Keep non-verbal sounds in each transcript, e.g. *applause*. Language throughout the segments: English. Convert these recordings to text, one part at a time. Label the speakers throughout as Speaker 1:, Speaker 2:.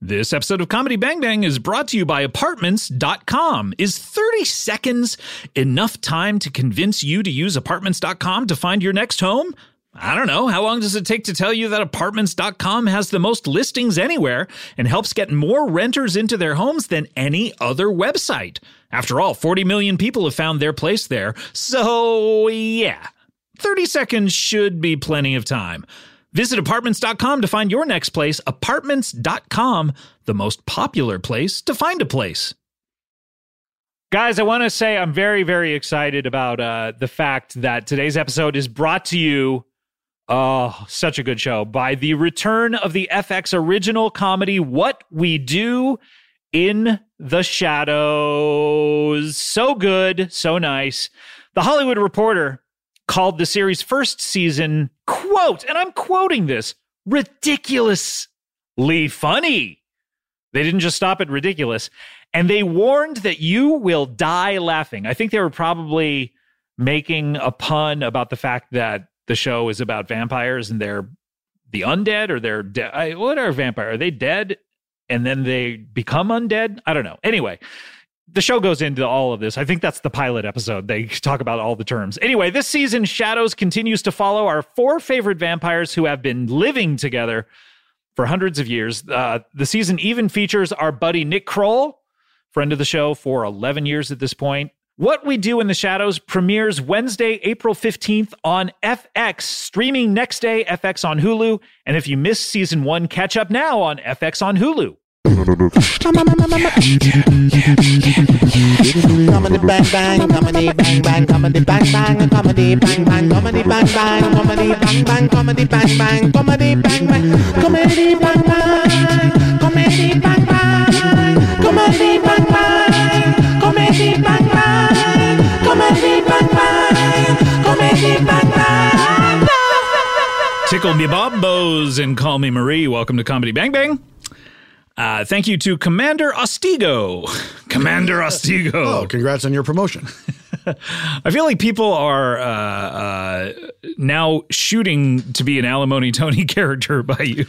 Speaker 1: This episode of Comedy Bang Bang is brought to you by Apartments.com. Is 30 seconds enough time to convince you to use Apartments.com to find your next home? I don't know. How long does it take to tell you that Apartments.com has the most listings anywhere and helps get more renters into their homes than any other website? After all, 40 million people have found their place there. So, yeah, 30 seconds should be plenty of time. Visit apartments.com to find your next place. Apartments.com, the most popular place to find a place. Guys, I want to say I'm very, very excited about uh, the fact that today's episode is brought to you. Oh, such a good show by the return of the FX original comedy, What We Do in the Shadows. So good, so nice. The Hollywood Reporter called the series' first season, quote, and I'm quoting this, ridiculously funny. They didn't just stop at ridiculous. And they warned that you will die laughing. I think they were probably making a pun about the fact that the show is about vampires and they're the undead or they're dead. What are vampire? Are they dead? And then they become undead? I don't know. Anyway, the show goes into all of this. I think that's the pilot episode. They talk about all the terms. Anyway, this season, Shadows continues to follow our four favorite vampires who have been living together for hundreds of years. Uh, the season even features our buddy Nick Kroll, friend of the show for 11 years at this point. What We Do in the Shadows premieres Wednesday, April 15th on FX, streaming next day, FX on Hulu. And if you missed season one, catch up now on FX on Hulu.
Speaker 2: Comedy bang bang, comedy bang bang, comedy bang bang, comedy bang bang, comedy bang bang, comedy bang bang, comedy bang bang, comedy bang bang, comedy bang bang, comedy bang bang, comedy bang bang, comedy bang bang, comedy bang bang, comedy bang bang.
Speaker 1: Tickle me Bombos and Call Me Marie. Welcome to Comedy Bang Bang. Uh, thank you to Commander Ostigo. *laughs* Commander Ostigo.
Speaker 3: Oh, congrats on your promotion.
Speaker 1: *laughs* I feel like people are uh, uh, now shooting to be an Alimony Tony *laughs* character by you.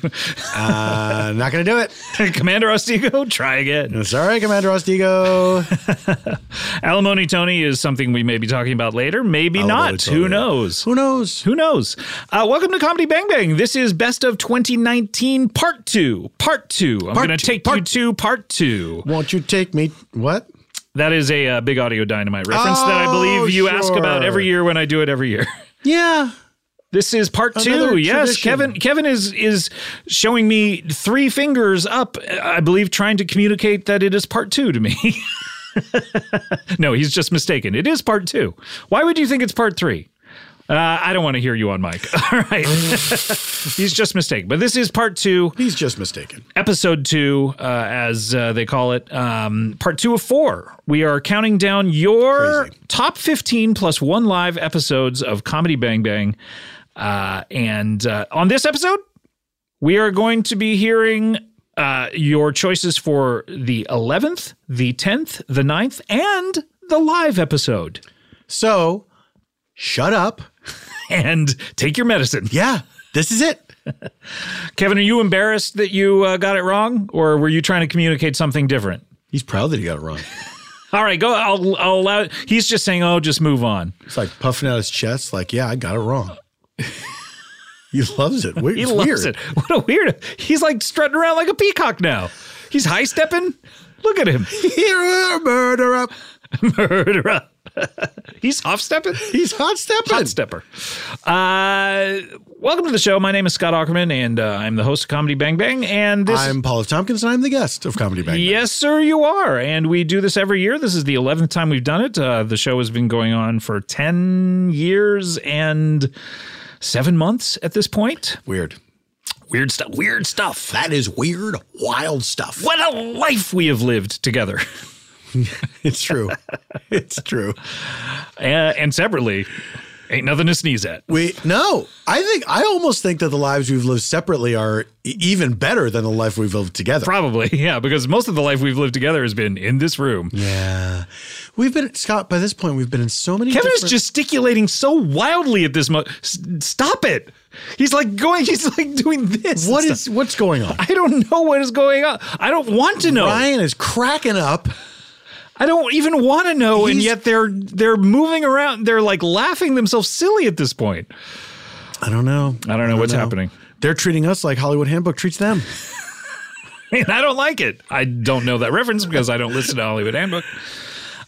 Speaker 3: Uh, not going to do it.
Speaker 1: *laughs* Commander Ostigo, try again.
Speaker 3: It's all right, Commander Ostigo.
Speaker 1: *laughs* Alimony Tony is something we may be talking about later. Maybe
Speaker 3: Alimony
Speaker 1: not.
Speaker 3: Tony.
Speaker 1: Who knows?
Speaker 3: Who knows?
Speaker 1: Who knows? Uh, welcome to Comedy Bang Bang. This is Best of 2019, Part 2. Part 2. I'm
Speaker 3: Part
Speaker 1: going
Speaker 3: two,
Speaker 1: to take you
Speaker 3: part-
Speaker 1: to Part 2.
Speaker 3: Won't you take me? What?
Speaker 1: That is a uh, big audio dynamite reference that I
Speaker 3: Oh,
Speaker 1: believe you ask about
Speaker 3: sure.
Speaker 1: every year when I do it every year.
Speaker 3: Yeah.
Speaker 1: This is *laughs* part two.
Speaker 3: Another
Speaker 1: yes,
Speaker 3: tradition.
Speaker 1: Kevin. Kevin is is showing me three fingers up. I believe trying to communicate that it is part two to me. *laughs* no, he's just mistaken. It is part two. Why would you think it's part three? Uh, I don't want to hear you on mic. *laughs* All right, he's just mistaken. But this is part two
Speaker 3: He's just mistaken.
Speaker 1: episode two, uh, as uh, they call it, um, part two of four. We are counting down your
Speaker 3: Crazy.
Speaker 1: top 15 plus one live episodes of Comedy Bang Bang. Uh, and uh, on this episode, we are going to be hearing uh, your choices for the 11th, the 10th, the 9th, and the live episode.
Speaker 3: So, shut up.
Speaker 1: And take your medicine.
Speaker 3: Yeah, this is it.
Speaker 1: *laughs* Kevin, are you embarrassed that you uh, got it wrong, or were you trying to communicate something different?
Speaker 3: He's proud that he got it wrong.
Speaker 1: *laughs* All right, go. I'll, I'll allow. it. He's just saying, "Oh, just move on."
Speaker 3: It's like puffing out his chest, like, yeah, I got it wrong. he loves it. Weird.
Speaker 1: *laughs* He
Speaker 3: it's
Speaker 1: loves
Speaker 3: weird.
Speaker 1: it. What a weirdo! He's like strutting around like a peacock now. He's high stepping. Look at
Speaker 3: *laughs*
Speaker 1: him,
Speaker 3: Here, murder up.
Speaker 1: *laughs* murderer. *laughs* He's off stepping.
Speaker 3: He's hot stepping.
Speaker 1: Hot stepper. Uh, welcome to the show. My name is Scott Ackerman, and uh, I'm the host of Comedy Bang Bang. And this
Speaker 3: I'm Paul F. Tompkins, and I'm the guest of Comedy Bang. Bang.
Speaker 1: Yes, sir, you are. And we do this every year. This is the 11th time we've done it. Uh, the show has been going on for 10 years and seven months at this point.
Speaker 3: Weird.
Speaker 1: Weird stuff. Weird stuff.
Speaker 3: That is weird, wild stuff.
Speaker 1: What a life we have lived together *laughs*
Speaker 3: It's true. it's true.
Speaker 1: uh, and separately. Ain't nothing to sneeze at. *laughs*
Speaker 3: We no. I think I almost think that the lives we've lived separately are e- even better than the life we've lived together.
Speaker 1: Probably, yeah, because most of the life we've lived together has been in this room.
Speaker 3: yeah, we've been Scott. By this point, we've been in so many.
Speaker 1: Kevin is
Speaker 3: different-
Speaker 1: gesticulating so wildly at this moment. stop it. He's like going, *laughs* he's like doing this.
Speaker 3: What
Speaker 1: and
Speaker 3: is
Speaker 1: stuff.
Speaker 3: what's going on?
Speaker 1: I don't know what is going on. I don't want to know.
Speaker 3: Ryan is cracking up.
Speaker 1: I don't even want to know, and
Speaker 3: He's-
Speaker 1: yet they're they're moving around. They're like laughing themselves silly at this point.
Speaker 3: I don't know.
Speaker 1: I don't know what's happening.
Speaker 3: They're treating us like Hollywood Handbook treats them.
Speaker 1: And *laughs* I don't like it. I don't know that reference because I don't listen to Hollywood Handbook.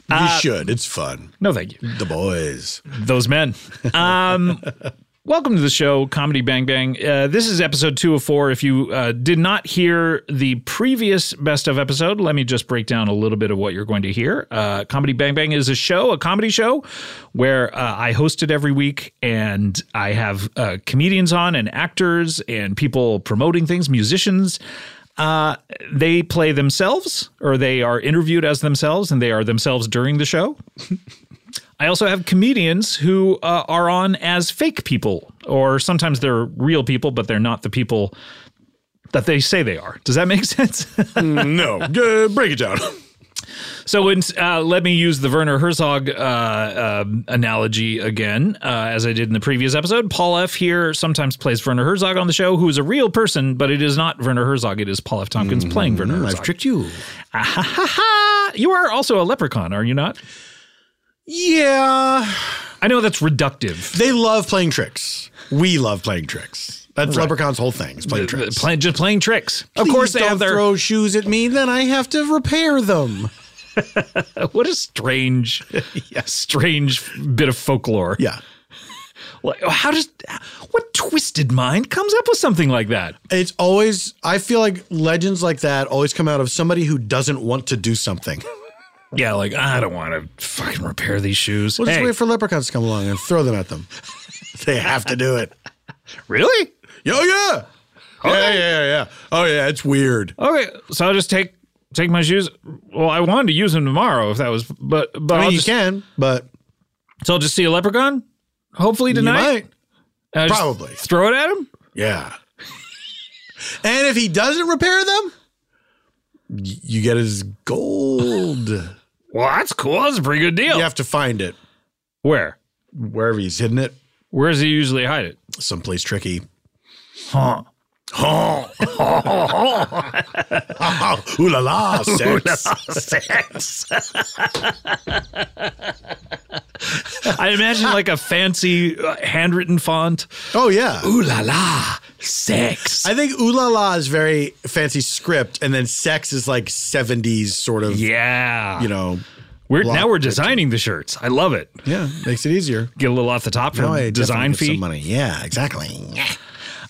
Speaker 1: Uh,
Speaker 3: you should. It's fun.
Speaker 1: No, thank you.
Speaker 3: The boys.
Speaker 1: Those men. Um, *laughs* welcome to the show, Comedy Bang Bang. Uh, this is episode 204. If you uh, did not hear the previous best of episode, let me just break down a little bit of what you're going to hear. Uh, comedy Bang Bang is a show, a comedy show, where uh, I host it every week and I have uh, comedians on and actors and people promoting things, musicians. Uh, they play themselves or they are interviewed as themselves and they are themselves during the show. *laughs* I also have comedians who uh, are on as fake people, or sometimes they're real people, but they're not the people that they say they are. Does that make *laughs* sense?
Speaker 3: no, uh, break it down. *laughs*
Speaker 1: so, in, uh, let me use the Werner Herzog uh, um analogy again, uh, as I did in the previous episode. Paul F. here sometimes plays Werner Herzog on the show, who is a real person, but it is not Werner Herzog. It is Paul F. Tompkins playing Werner
Speaker 3: Mm-hmm. I've
Speaker 1: Herzog.
Speaker 3: tricked you.
Speaker 1: Ah, you are also a leprechaun, are you not?
Speaker 3: Yeah,
Speaker 1: I know that's reductive.
Speaker 3: they love playing tricks. We love playing tricks. That's Leprechaun's whole thing. Is playing tricks.
Speaker 1: Play, just playing tricks. of
Speaker 3: Please
Speaker 1: course, they
Speaker 3: don't
Speaker 1: have their
Speaker 3: throw shoes at me. Then I have to repair them.
Speaker 1: *laughs* What
Speaker 3: *laughs*
Speaker 1: a strange, strange bit of folklore.
Speaker 3: Yeah,
Speaker 1: Like, how does what twisted mind comes up with something like that?
Speaker 3: it's always. I feel like legends like that always come out of somebody who doesn't want to do something.
Speaker 1: Yeah, like I don't want to fucking repair these shoes.
Speaker 3: We'll just
Speaker 1: Hey,
Speaker 3: wait for leprechauns to come along and throw them at them. *laughs* they have to do it.
Speaker 1: really?
Speaker 3: Yo, yeah. Yeah, yeah, yeah. Oh, yeah. It's weird.
Speaker 1: Okay, so I'll just take take my shoes. Well, I wanted to use them tomorrow if that was, but but
Speaker 3: I
Speaker 1: will
Speaker 3: mean, you
Speaker 1: just,
Speaker 3: can, but
Speaker 1: So I'll just see a leprechaun. Hopefully
Speaker 3: you
Speaker 1: tonight.
Speaker 3: might.
Speaker 1: And I'll just
Speaker 3: Probably.
Speaker 1: throw it at him.
Speaker 3: Yeah. *laughs* and if he doesn't repair them, y- you get his gold. you
Speaker 1: Well, that's cool. That's a pretty good deal.
Speaker 3: have to find it
Speaker 1: Where?
Speaker 3: wherever he's hidden it,
Speaker 1: Where does he usually hide it?
Speaker 3: someplace tricky.
Speaker 1: Huh.
Speaker 3: Oh, ooh la la, sex.
Speaker 1: sex. *laughs* I imagine like a fancy uh, handwritten font.
Speaker 3: Oh, yeah.
Speaker 1: Ooh la la, sex.
Speaker 3: I think ooh la la is very fancy script, and then sex is like 70s sort of,
Speaker 1: yeah.
Speaker 3: you know.
Speaker 1: we're, now
Speaker 3: block
Speaker 1: we're designing the shirts. I love it.
Speaker 3: Yeah, makes it easier.
Speaker 1: Get a little off the top for
Speaker 3: Now I definitely
Speaker 1: design
Speaker 3: get some
Speaker 1: fee.
Speaker 3: money. Yeah, exactly.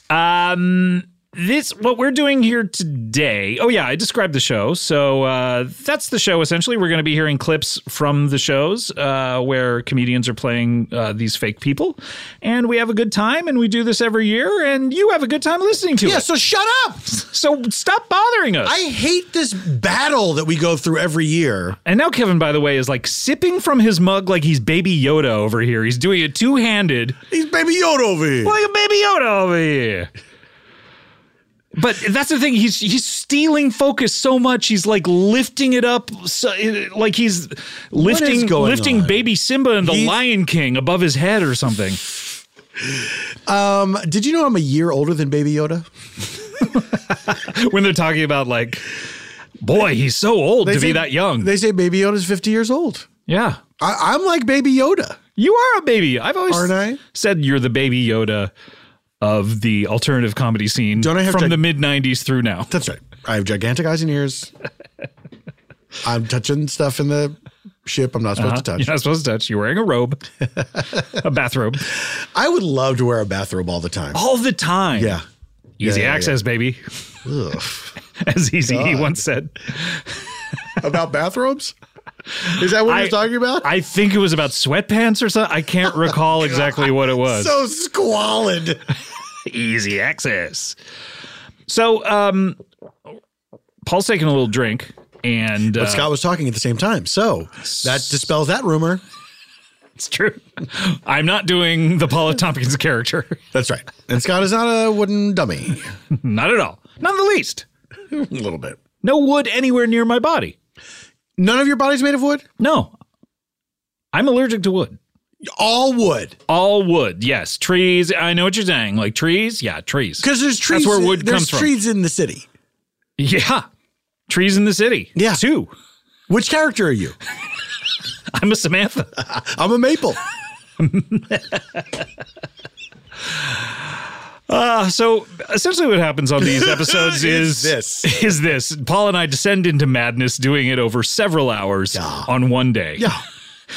Speaker 1: Um, this what we're doing here today. Oh yeah, I described the show, so uh, that's the show. Essentially, we're going to be hearing clips from the shows uh, where comedians are playing uh, these fake people, and we have a good time, and we do this every year, and you have a good time listening to
Speaker 3: Yeah,
Speaker 1: it.
Speaker 3: so shut up.
Speaker 1: So stop bothering us.
Speaker 3: I hate this battle that we go through every year.
Speaker 1: and now Kevin, by the way, is like sipping from his mug like he's Baby Yoda over here. He's doing it two handed.
Speaker 3: He's baby Yoda over here.
Speaker 1: like a baby Yoda over here. But that's the thing. He's he's stealing focus so much. He's like lifting it up, so, like he's lifting
Speaker 3: going
Speaker 1: lifting
Speaker 3: on?
Speaker 1: baby Simba and the
Speaker 3: He's-
Speaker 1: Lion King above his head or something. *laughs*
Speaker 3: Um, did you know I'm a year older than Baby Yoda?
Speaker 1: when they're talking about like, boy, he's so old to be that young.
Speaker 3: They say Baby Yoda's 50 years old.
Speaker 1: yeah,
Speaker 3: I, I'm like Baby Yoda.
Speaker 1: you are a baby. I've always
Speaker 3: Aren't I?
Speaker 1: said you're the baby Yoda of the alternative comedy scene
Speaker 3: Don't I have
Speaker 1: from
Speaker 3: to-
Speaker 1: the mid '90s through now.
Speaker 3: That's right. I have gigantic eyes and
Speaker 1: *laughs*
Speaker 3: ears. I'm touching stuff in the ship I'm not supposed to touch.
Speaker 1: Uh-huh. You're not supposed to touch. You're wearing
Speaker 3: *laughs*
Speaker 1: a robe, a bathrobe.
Speaker 3: I would love to wear a bathrobe all the time.
Speaker 1: all the time.
Speaker 3: Yeah.
Speaker 1: Easy
Speaker 3: yeah, yeah.
Speaker 1: access, baby.
Speaker 3: Ugh.
Speaker 1: *laughs* As easy he once said.
Speaker 3: about bathrobes? Is that what
Speaker 1: I-
Speaker 3: you're talking about? Oh
Speaker 1: I think it was about sweatpants or something. I
Speaker 3: *laughs*
Speaker 1: can't recall exactly what it was.
Speaker 3: so squalid.
Speaker 1: *laughs* easy access. So, um, Paul's taking a little drink, and uh,
Speaker 3: Scott was talking at the same time. So that dispels that rumor.
Speaker 1: it's true. I'm not doing
Speaker 3: *laughs*
Speaker 1: the Paula Tompkins character,
Speaker 3: That's right. And Scott is not a wooden dummy.
Speaker 1: *laughs* not at all, not in the least.
Speaker 3: *laughs* a little bit.
Speaker 1: No wood anywhere near my body.
Speaker 3: None of your body's made of wood?
Speaker 1: No, I'm allergic to wood.
Speaker 3: All wood.
Speaker 1: All wood, yes. Trees. I know what you're saying. Like trees, yeah, trees.
Speaker 3: Because there's trees.
Speaker 1: where wood
Speaker 3: there's
Speaker 1: comes from.
Speaker 3: trees in the city.
Speaker 1: *laughs* Yeah, trees in the city.
Speaker 3: Yeah.
Speaker 1: two.
Speaker 3: Which character are you?
Speaker 1: *laughs* I'm a Samantha.
Speaker 3: *laughs* I'm a maple.
Speaker 1: *laughs* Uh, so essentially, what happens
Speaker 3: *laughs*
Speaker 1: on these episodes
Speaker 3: Is
Speaker 1: is
Speaker 3: this.
Speaker 1: *laughs* is this. Paul and I descend into madness, doing it over several hours on one day.
Speaker 3: Yeah.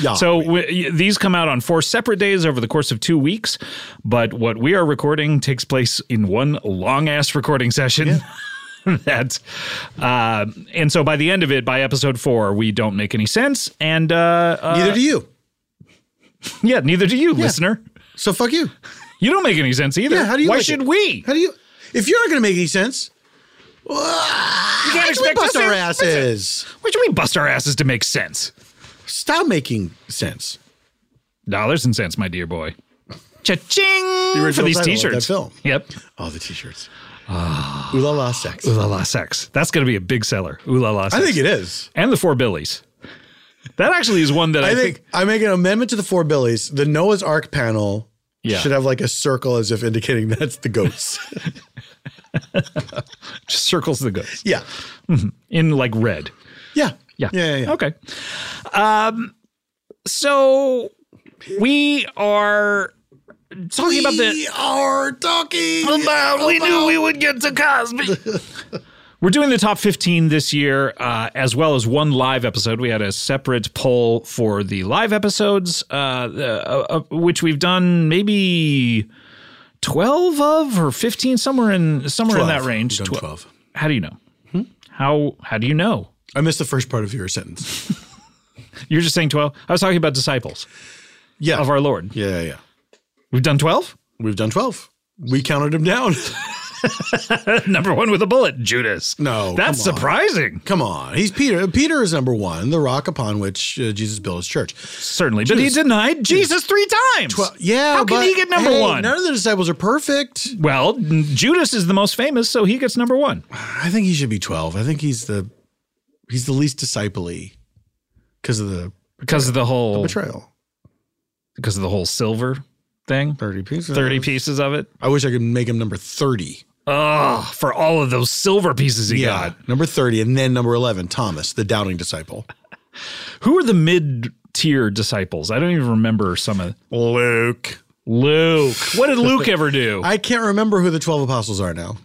Speaker 3: Yeah.
Speaker 1: So w- these come out on four separate days over the course of two weeks, but what we are recording takes place in one long ass recording session. *laughs* That's uh, and so by the end of it, by episode four, we don't make any sense, and uh, uh,
Speaker 3: neither do you.
Speaker 1: yeah, neither do you, listener.
Speaker 3: So fuck you.
Speaker 1: You don't make any sense either.
Speaker 3: Yeah, how do you
Speaker 1: Why
Speaker 3: like
Speaker 1: should
Speaker 3: it?
Speaker 1: we?
Speaker 3: How do you? If you're not going to make any
Speaker 1: *laughs*
Speaker 3: sense, you can't
Speaker 1: expect us
Speaker 3: bust
Speaker 1: to-
Speaker 3: our asses.
Speaker 1: Why should we bust our asses to make sense?
Speaker 3: Stop making sense.
Speaker 1: Dollars and cents, my dear boy. Cha-ching for
Speaker 3: original
Speaker 1: these
Speaker 3: title of that
Speaker 1: t-shirts.
Speaker 3: film.
Speaker 1: Yep.
Speaker 3: Oh, the t-shirts. Ooh la la sex.
Speaker 1: Ooh la la sex. That's going to be a big seller. Ooh la la sex.
Speaker 3: I think it is.
Speaker 1: and the four billies. That actually is one that I,
Speaker 3: I
Speaker 1: think,
Speaker 3: think I make an amendment to the four billies. The Noah's Ark panel
Speaker 1: Yeah.
Speaker 3: should have like a circle as if indicating *laughs* that's the goats.
Speaker 1: *laughs* just circles the ghost
Speaker 3: yeah.
Speaker 1: Mm-hmm. in like red.
Speaker 3: Yeah. Yeah.
Speaker 1: Yeah.
Speaker 3: yeah, yeah.
Speaker 1: Okay. Um, so we are talking about the.
Speaker 3: We are talking
Speaker 1: we knew we would get to Cosby. We're doing the top 15 this year, uh, as well as one live episode. We had a separate poll for the live episodes, uh, uh, uh, which we've done maybe 12 of or 15, somewhere in somewhere in that
Speaker 3: 12.
Speaker 1: range.
Speaker 3: We've done
Speaker 1: Twe-
Speaker 3: 12.
Speaker 1: How do you know? How how do you know?
Speaker 3: I missed the first part of your sentence.
Speaker 1: *laughs* You're just saying 12. I was talking about disciples
Speaker 3: Yeah.
Speaker 1: of our Lord.
Speaker 3: yeah. Yeah. Yeah.
Speaker 1: We've done 12.
Speaker 3: We've done 12. We counted them down.
Speaker 1: *laughs* Number one with a bullet, Judas.
Speaker 3: No,
Speaker 1: that's
Speaker 3: come on.
Speaker 1: surprising.
Speaker 3: Come on. He's Peter. Peter is number one, the rock upon which uh, Jesus built his church.
Speaker 1: Certainly, but he
Speaker 3: Judas.
Speaker 1: denied Jesus three times.
Speaker 3: Well, yeah.
Speaker 1: How can
Speaker 3: but,
Speaker 1: he get number
Speaker 3: hey,
Speaker 1: one?
Speaker 3: None of the disciples are perfect.
Speaker 1: Well, n- Judas is the most famous, so he gets number one.
Speaker 3: I think he should be 12. I think he's the he's the least disciple-y because of the
Speaker 1: Because of the whole
Speaker 3: betrayal.
Speaker 1: because of the whole silver thing.
Speaker 3: 30 pieces.
Speaker 1: 30 pieces of it.
Speaker 3: I wish I could make him number 30.
Speaker 1: Oh, for all of those silver pieces he got.
Speaker 3: Number 30 and then number 11, Thomas, the doubting disciple.
Speaker 1: Who are the mid tier disciples? I don't even remember some of
Speaker 3: Luke.
Speaker 1: Luke. What did
Speaker 3: *laughs*
Speaker 1: Luke ever do?
Speaker 3: I can't remember who the 12 apostles are now.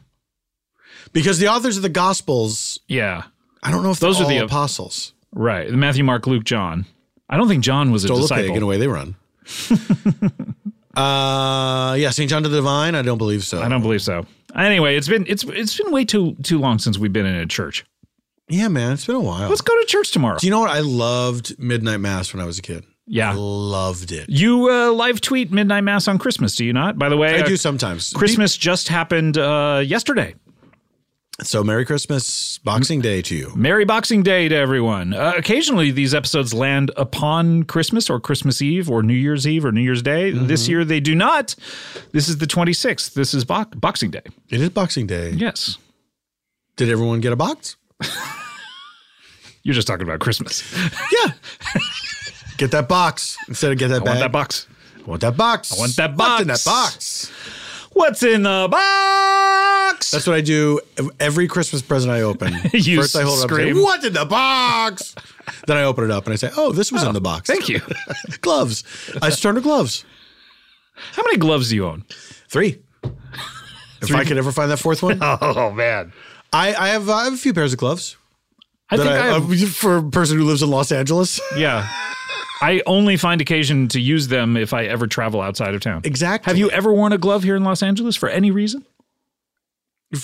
Speaker 3: Because the authors of the gospels,
Speaker 1: yeah.
Speaker 3: I don't know if those
Speaker 1: Those are
Speaker 3: are
Speaker 1: the-
Speaker 3: the apostles.
Speaker 1: Right. Matthew, Mark, Luke, John. I don't think John was a
Speaker 3: Stole a
Speaker 1: disciple.
Speaker 3: pig and away they run. uh yeah, St. John the Divine, I don't believe so.
Speaker 1: I don't believe so. Anyway, it's been it's it's been way too too long since we've been in a church.
Speaker 3: Yeah, man, it's been a while.
Speaker 1: Let's go to church tomorrow.
Speaker 3: Do you know what? I loved Midnight Mass when I was a kid. I
Speaker 1: yeah.
Speaker 3: loved it.
Speaker 1: You uh, live tweet midnight mass on Christmas, do you not? By the way,
Speaker 3: I
Speaker 1: uh,
Speaker 3: do sometimes.
Speaker 1: Christmas just happened uh, yesterday.
Speaker 3: So, Merry Christmas, Boxing Day to you.
Speaker 1: Merry Boxing Day to everyone. Uh, occasionally, these episodes land upon Christmas or Christmas Eve or New Year's Eve or New Year's Day.
Speaker 3: Mm-hmm.
Speaker 1: This year, they do not. This is the 26th. This is bo- Boxing Day.
Speaker 3: It is Boxing Day.
Speaker 1: Yes.
Speaker 3: Did everyone get a box?
Speaker 1: You're just talking about Christmas.
Speaker 3: Yeah. get that box instead of get that
Speaker 1: I
Speaker 3: bag.
Speaker 1: want that box.
Speaker 3: I want that box. I
Speaker 1: want that
Speaker 3: in
Speaker 1: box.
Speaker 3: that box?
Speaker 1: What's in the box?
Speaker 3: That's what I do ev- every Christmas present I open.
Speaker 1: *laughs* You
Speaker 3: First, I hold it up and say,
Speaker 1: scream.
Speaker 3: What's in the box? then I open it up and I say, Oh, this was in the box.
Speaker 1: Thank you.
Speaker 3: *laughs* gloves. I just turned to gloves.
Speaker 1: How many gloves do you own?
Speaker 3: Three. If I could ever find that fourth one, I,
Speaker 1: *laughs* Oh, man.
Speaker 3: I have uh, I have a few pairs of gloves.
Speaker 1: I think
Speaker 3: that
Speaker 1: I,
Speaker 3: I,
Speaker 1: have,
Speaker 3: uh, *laughs* for a person who lives in Los Angeles.
Speaker 1: yeah. I only find occasion to use them if I ever travel outside of town.
Speaker 3: Exactly.
Speaker 1: Have you ever worn a glove here in Los Angeles for any reason?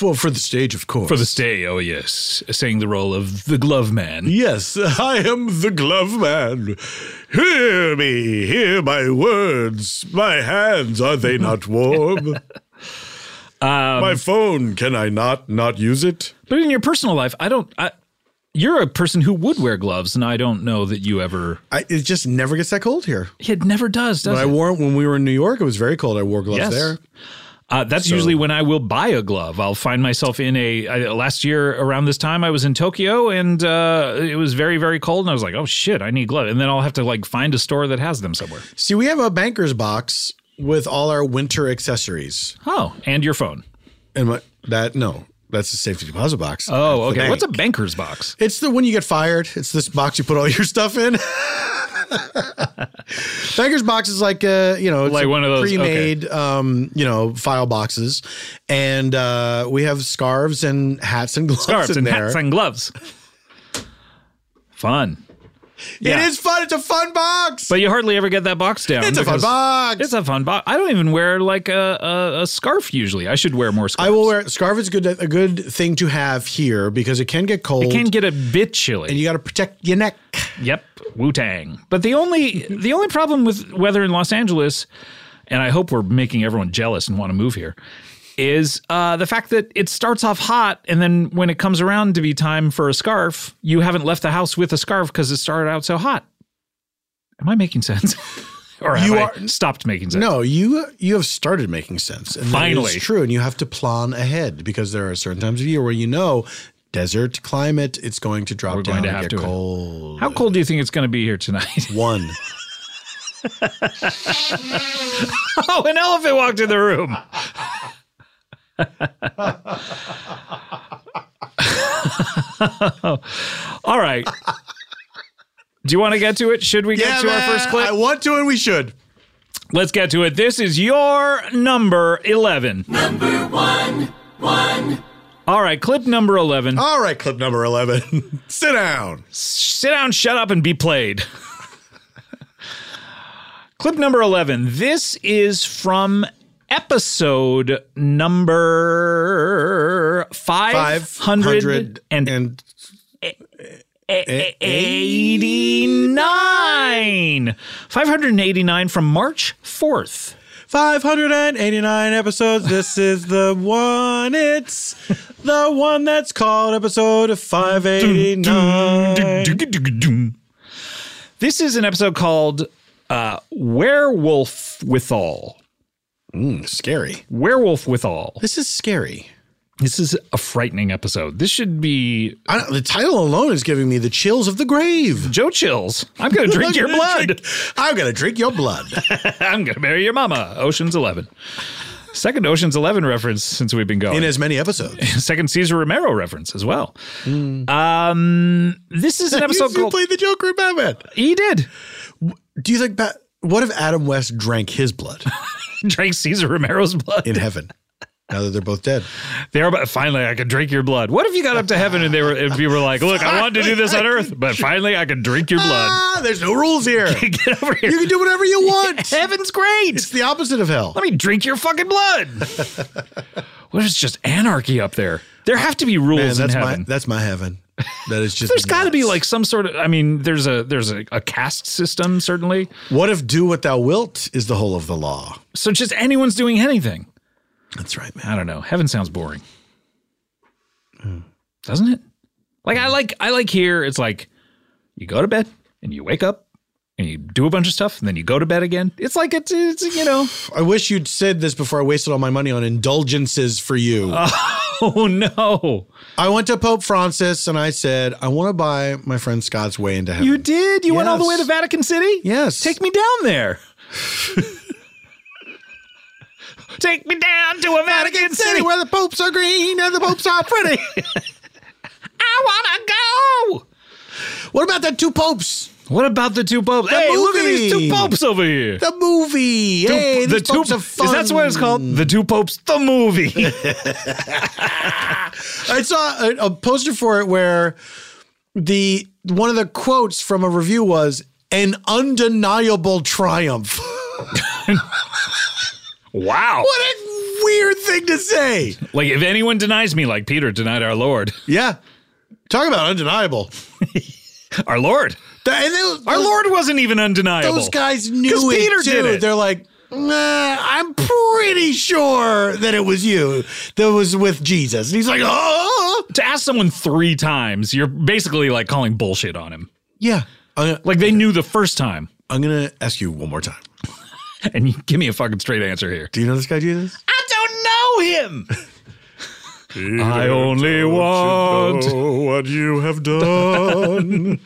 Speaker 3: Well, for the stage, of course.
Speaker 1: For the stay, oh yes, saying the role of the glove man.
Speaker 3: yes, I am the glove man. Hear me, hear my words. My hands are they
Speaker 1: *laughs*
Speaker 3: not warm? my phone, can I not not use it?
Speaker 1: Um, But in your personal life, I don't. I, you're a person who would wear gloves, and I don't know that you ever.
Speaker 3: I, it just never gets that cold here.
Speaker 1: It never does, does
Speaker 3: When I
Speaker 1: it?
Speaker 3: wore when we were in New York, it was very cold. I wore gloves
Speaker 1: Yes.
Speaker 3: there.
Speaker 1: Uh, that's usually when I will buy a glove. I'll find myself in a I, last year around this time I was in Tokyo and uh, it was very very cold and I was like, oh shit, I need gloves. And then I'll have to like find a store that has them somewhere.
Speaker 3: See, we have a banker's box with all our winter accessories.
Speaker 1: Oh, and your phone.
Speaker 3: And what that no, that's the safety deposit box.
Speaker 1: Oh,
Speaker 3: That's the
Speaker 1: okay. What's a
Speaker 3: bank.
Speaker 1: banker's box?
Speaker 3: It's the one you get fired. It's this box you put all your *laughs* stuff in. Banker's box is like uh, you know, it's
Speaker 1: Like
Speaker 3: a
Speaker 1: one of those, okay.
Speaker 3: pre-made, um, you know, file boxes, and uh, we have scarves and hats and gloves
Speaker 1: Scarves
Speaker 3: in
Speaker 1: and
Speaker 3: there.
Speaker 1: hats and gloves. Fun, yeah.
Speaker 3: It is fun. It's a fun box.
Speaker 1: but you hardly ever get that box down.
Speaker 3: it's a fun
Speaker 1: because-
Speaker 3: box.
Speaker 1: It's a fun box. I don't even wear like a, a, a scarf usually. I should wear more scarves.
Speaker 3: I will wear scarf is good a good thing to have here because it can get cold.
Speaker 1: It can get a bit
Speaker 3: and
Speaker 1: chilly.
Speaker 3: you got to protect your neck.
Speaker 1: yep, Wu Tang. But the only the only problem with weather in Los Angeles, and I hope we're making everyone jealous and want to move here, is uh, the fact that it starts off hot, and then when it comes around to be time for a scarf, you haven't left the house with a scarf because it started out so hot. Am I making sense? *laughs* or have
Speaker 3: You
Speaker 1: I
Speaker 3: are-
Speaker 1: stopped making sense?
Speaker 3: No, you you have started making sense. And
Speaker 1: Finally.
Speaker 3: it's true, and you have to plan ahead because there are certain times of year where you know desert climate, it's going to drop
Speaker 1: We're
Speaker 3: down
Speaker 1: going to
Speaker 3: and
Speaker 1: have
Speaker 3: get
Speaker 1: to.
Speaker 3: cold.
Speaker 1: How cold do you think it's going to be here tonight? *laughs*
Speaker 3: One.
Speaker 1: Oh, an elephant walked in the room. *laughs* All right. Do you want to get to it? Should we get to our first clip?
Speaker 3: I want to, and we should.
Speaker 1: Let's get to it. This is your number 11. Number 1. 1. All right, clip number 11.
Speaker 3: All right, clip number eleven. *laughs* Sit down.
Speaker 1: sit down, shut up, and be played. Clip number 11. This is from episode number
Speaker 3: Five hundred
Speaker 1: 589.
Speaker 3: and
Speaker 1: Nine. 589 from March 4th.
Speaker 3: 589 episodes. This is the one. It's the one that's called episode 589.
Speaker 1: This is an episode called uh, Werewolf Withal.
Speaker 3: Mm, scary.
Speaker 1: Werewolf Withal.
Speaker 3: This is scary.
Speaker 1: This is a frightening episode. This should be
Speaker 3: I don't, the title alone is giving me the chills of the grave.
Speaker 1: Joe Chills. I'm
Speaker 3: *laughs*
Speaker 1: going to drink your
Speaker 3: I'm gonna
Speaker 1: blood.
Speaker 3: drink- I'm going to drink your blood.
Speaker 1: *laughs* I'm going to marry your mama. Ocean's 11. Second Ocean's 11 reference since we've been
Speaker 3: In
Speaker 1: going.
Speaker 3: as many episodes.
Speaker 1: *laughs* Second Caesar Romero reference as well. Hmm. Um, this
Speaker 3: *laughs*
Speaker 1: is an episode
Speaker 3: you
Speaker 1: called.
Speaker 3: played the Joker in Batman.
Speaker 1: He did.
Speaker 3: Do you think Bat? What if Adam West drank his blood
Speaker 1: *laughs* Drank Caesar Romero's blood.
Speaker 3: in heaven? Now that they're both dead,
Speaker 1: They're about, finally, I could drink your blood. What if you got up to heaven and they were, if you were like, look, I wanted to do this on earth, but finally I can drink *laughs* your blood.
Speaker 3: ah, there's no rules here. you
Speaker 1: *laughs* Get over here.
Speaker 3: can do whatever you want.
Speaker 1: Heaven's great.
Speaker 3: It's the opposite of hell.
Speaker 1: Let me drink your fucking blood. what is just anarchy up there? There have to be rules
Speaker 3: Man, that's
Speaker 1: in
Speaker 3: my
Speaker 1: heaven.
Speaker 3: that's my heaven. That is just.
Speaker 1: there's got to be
Speaker 3: nuts.
Speaker 1: like some sort of. I mean, there's a there's a, a caste system certainly.
Speaker 3: What if do what thou wilt is the whole of the law?
Speaker 1: So just anyone's doing anything.
Speaker 3: That's right, man.
Speaker 1: I don't know. Heaven sounds boring, doesn't it? Like I like I like here. It's like you go to bed and you wake up and you do a bunch of stuff and then you go to bed again. It's like it's, it's you know.
Speaker 3: I wish you'd said this before I wasted all my money on indulgences for you.
Speaker 1: *laughs* Oh no!
Speaker 3: I went to Pope Francis and I said, I want to buy my friend Scott's way into heaven.
Speaker 1: You did. You went all the way to
Speaker 3: Yes.
Speaker 1: Vatican City.
Speaker 3: Yes.
Speaker 1: Take me down there. Take me down to a Vatican City.
Speaker 3: where the popes are green and the popes are pretty.
Speaker 1: I wanna
Speaker 3: what about the two popes?
Speaker 1: go. What about the two popes? hey, look at these two
Speaker 3: movie.
Speaker 1: popes over here.
Speaker 3: The movie. hey,
Speaker 1: the
Speaker 3: these popes
Speaker 1: two,
Speaker 3: are fun.
Speaker 1: Is that what it's called? The two popes, the movie.
Speaker 3: *laughs* I saw a, a poster for it where the one of the quotes from a review was an undeniable
Speaker 1: *laughs*
Speaker 3: triumph.
Speaker 1: wow.
Speaker 3: what a weird thing to say.
Speaker 1: Like if anyone denies me, like Peter denied our Lord, *laughs*
Speaker 3: Yeah. Talk about undeniable.
Speaker 1: our Lord,
Speaker 3: That- and those-
Speaker 1: our Lord wasn't even undeniable.
Speaker 3: Those guys
Speaker 1: 'Cause
Speaker 3: knew it
Speaker 1: Peter
Speaker 3: too.
Speaker 1: did it.
Speaker 3: They're like, nah, I'm pretty sure that it was you that was with Jesus. And he's like, oh,
Speaker 1: to ask someone three times, you're basically like calling bullshit on him.
Speaker 3: yeah. I'm gonna,
Speaker 1: Like they knew the first time.
Speaker 3: I'm
Speaker 1: *laughs*
Speaker 3: gonna ask you one more time.
Speaker 1: and you give me a fucking straight answer here.
Speaker 3: Do you know this guy Jesus?
Speaker 1: I don't know him. I only
Speaker 2: Don't you
Speaker 1: want.
Speaker 2: know what you have done.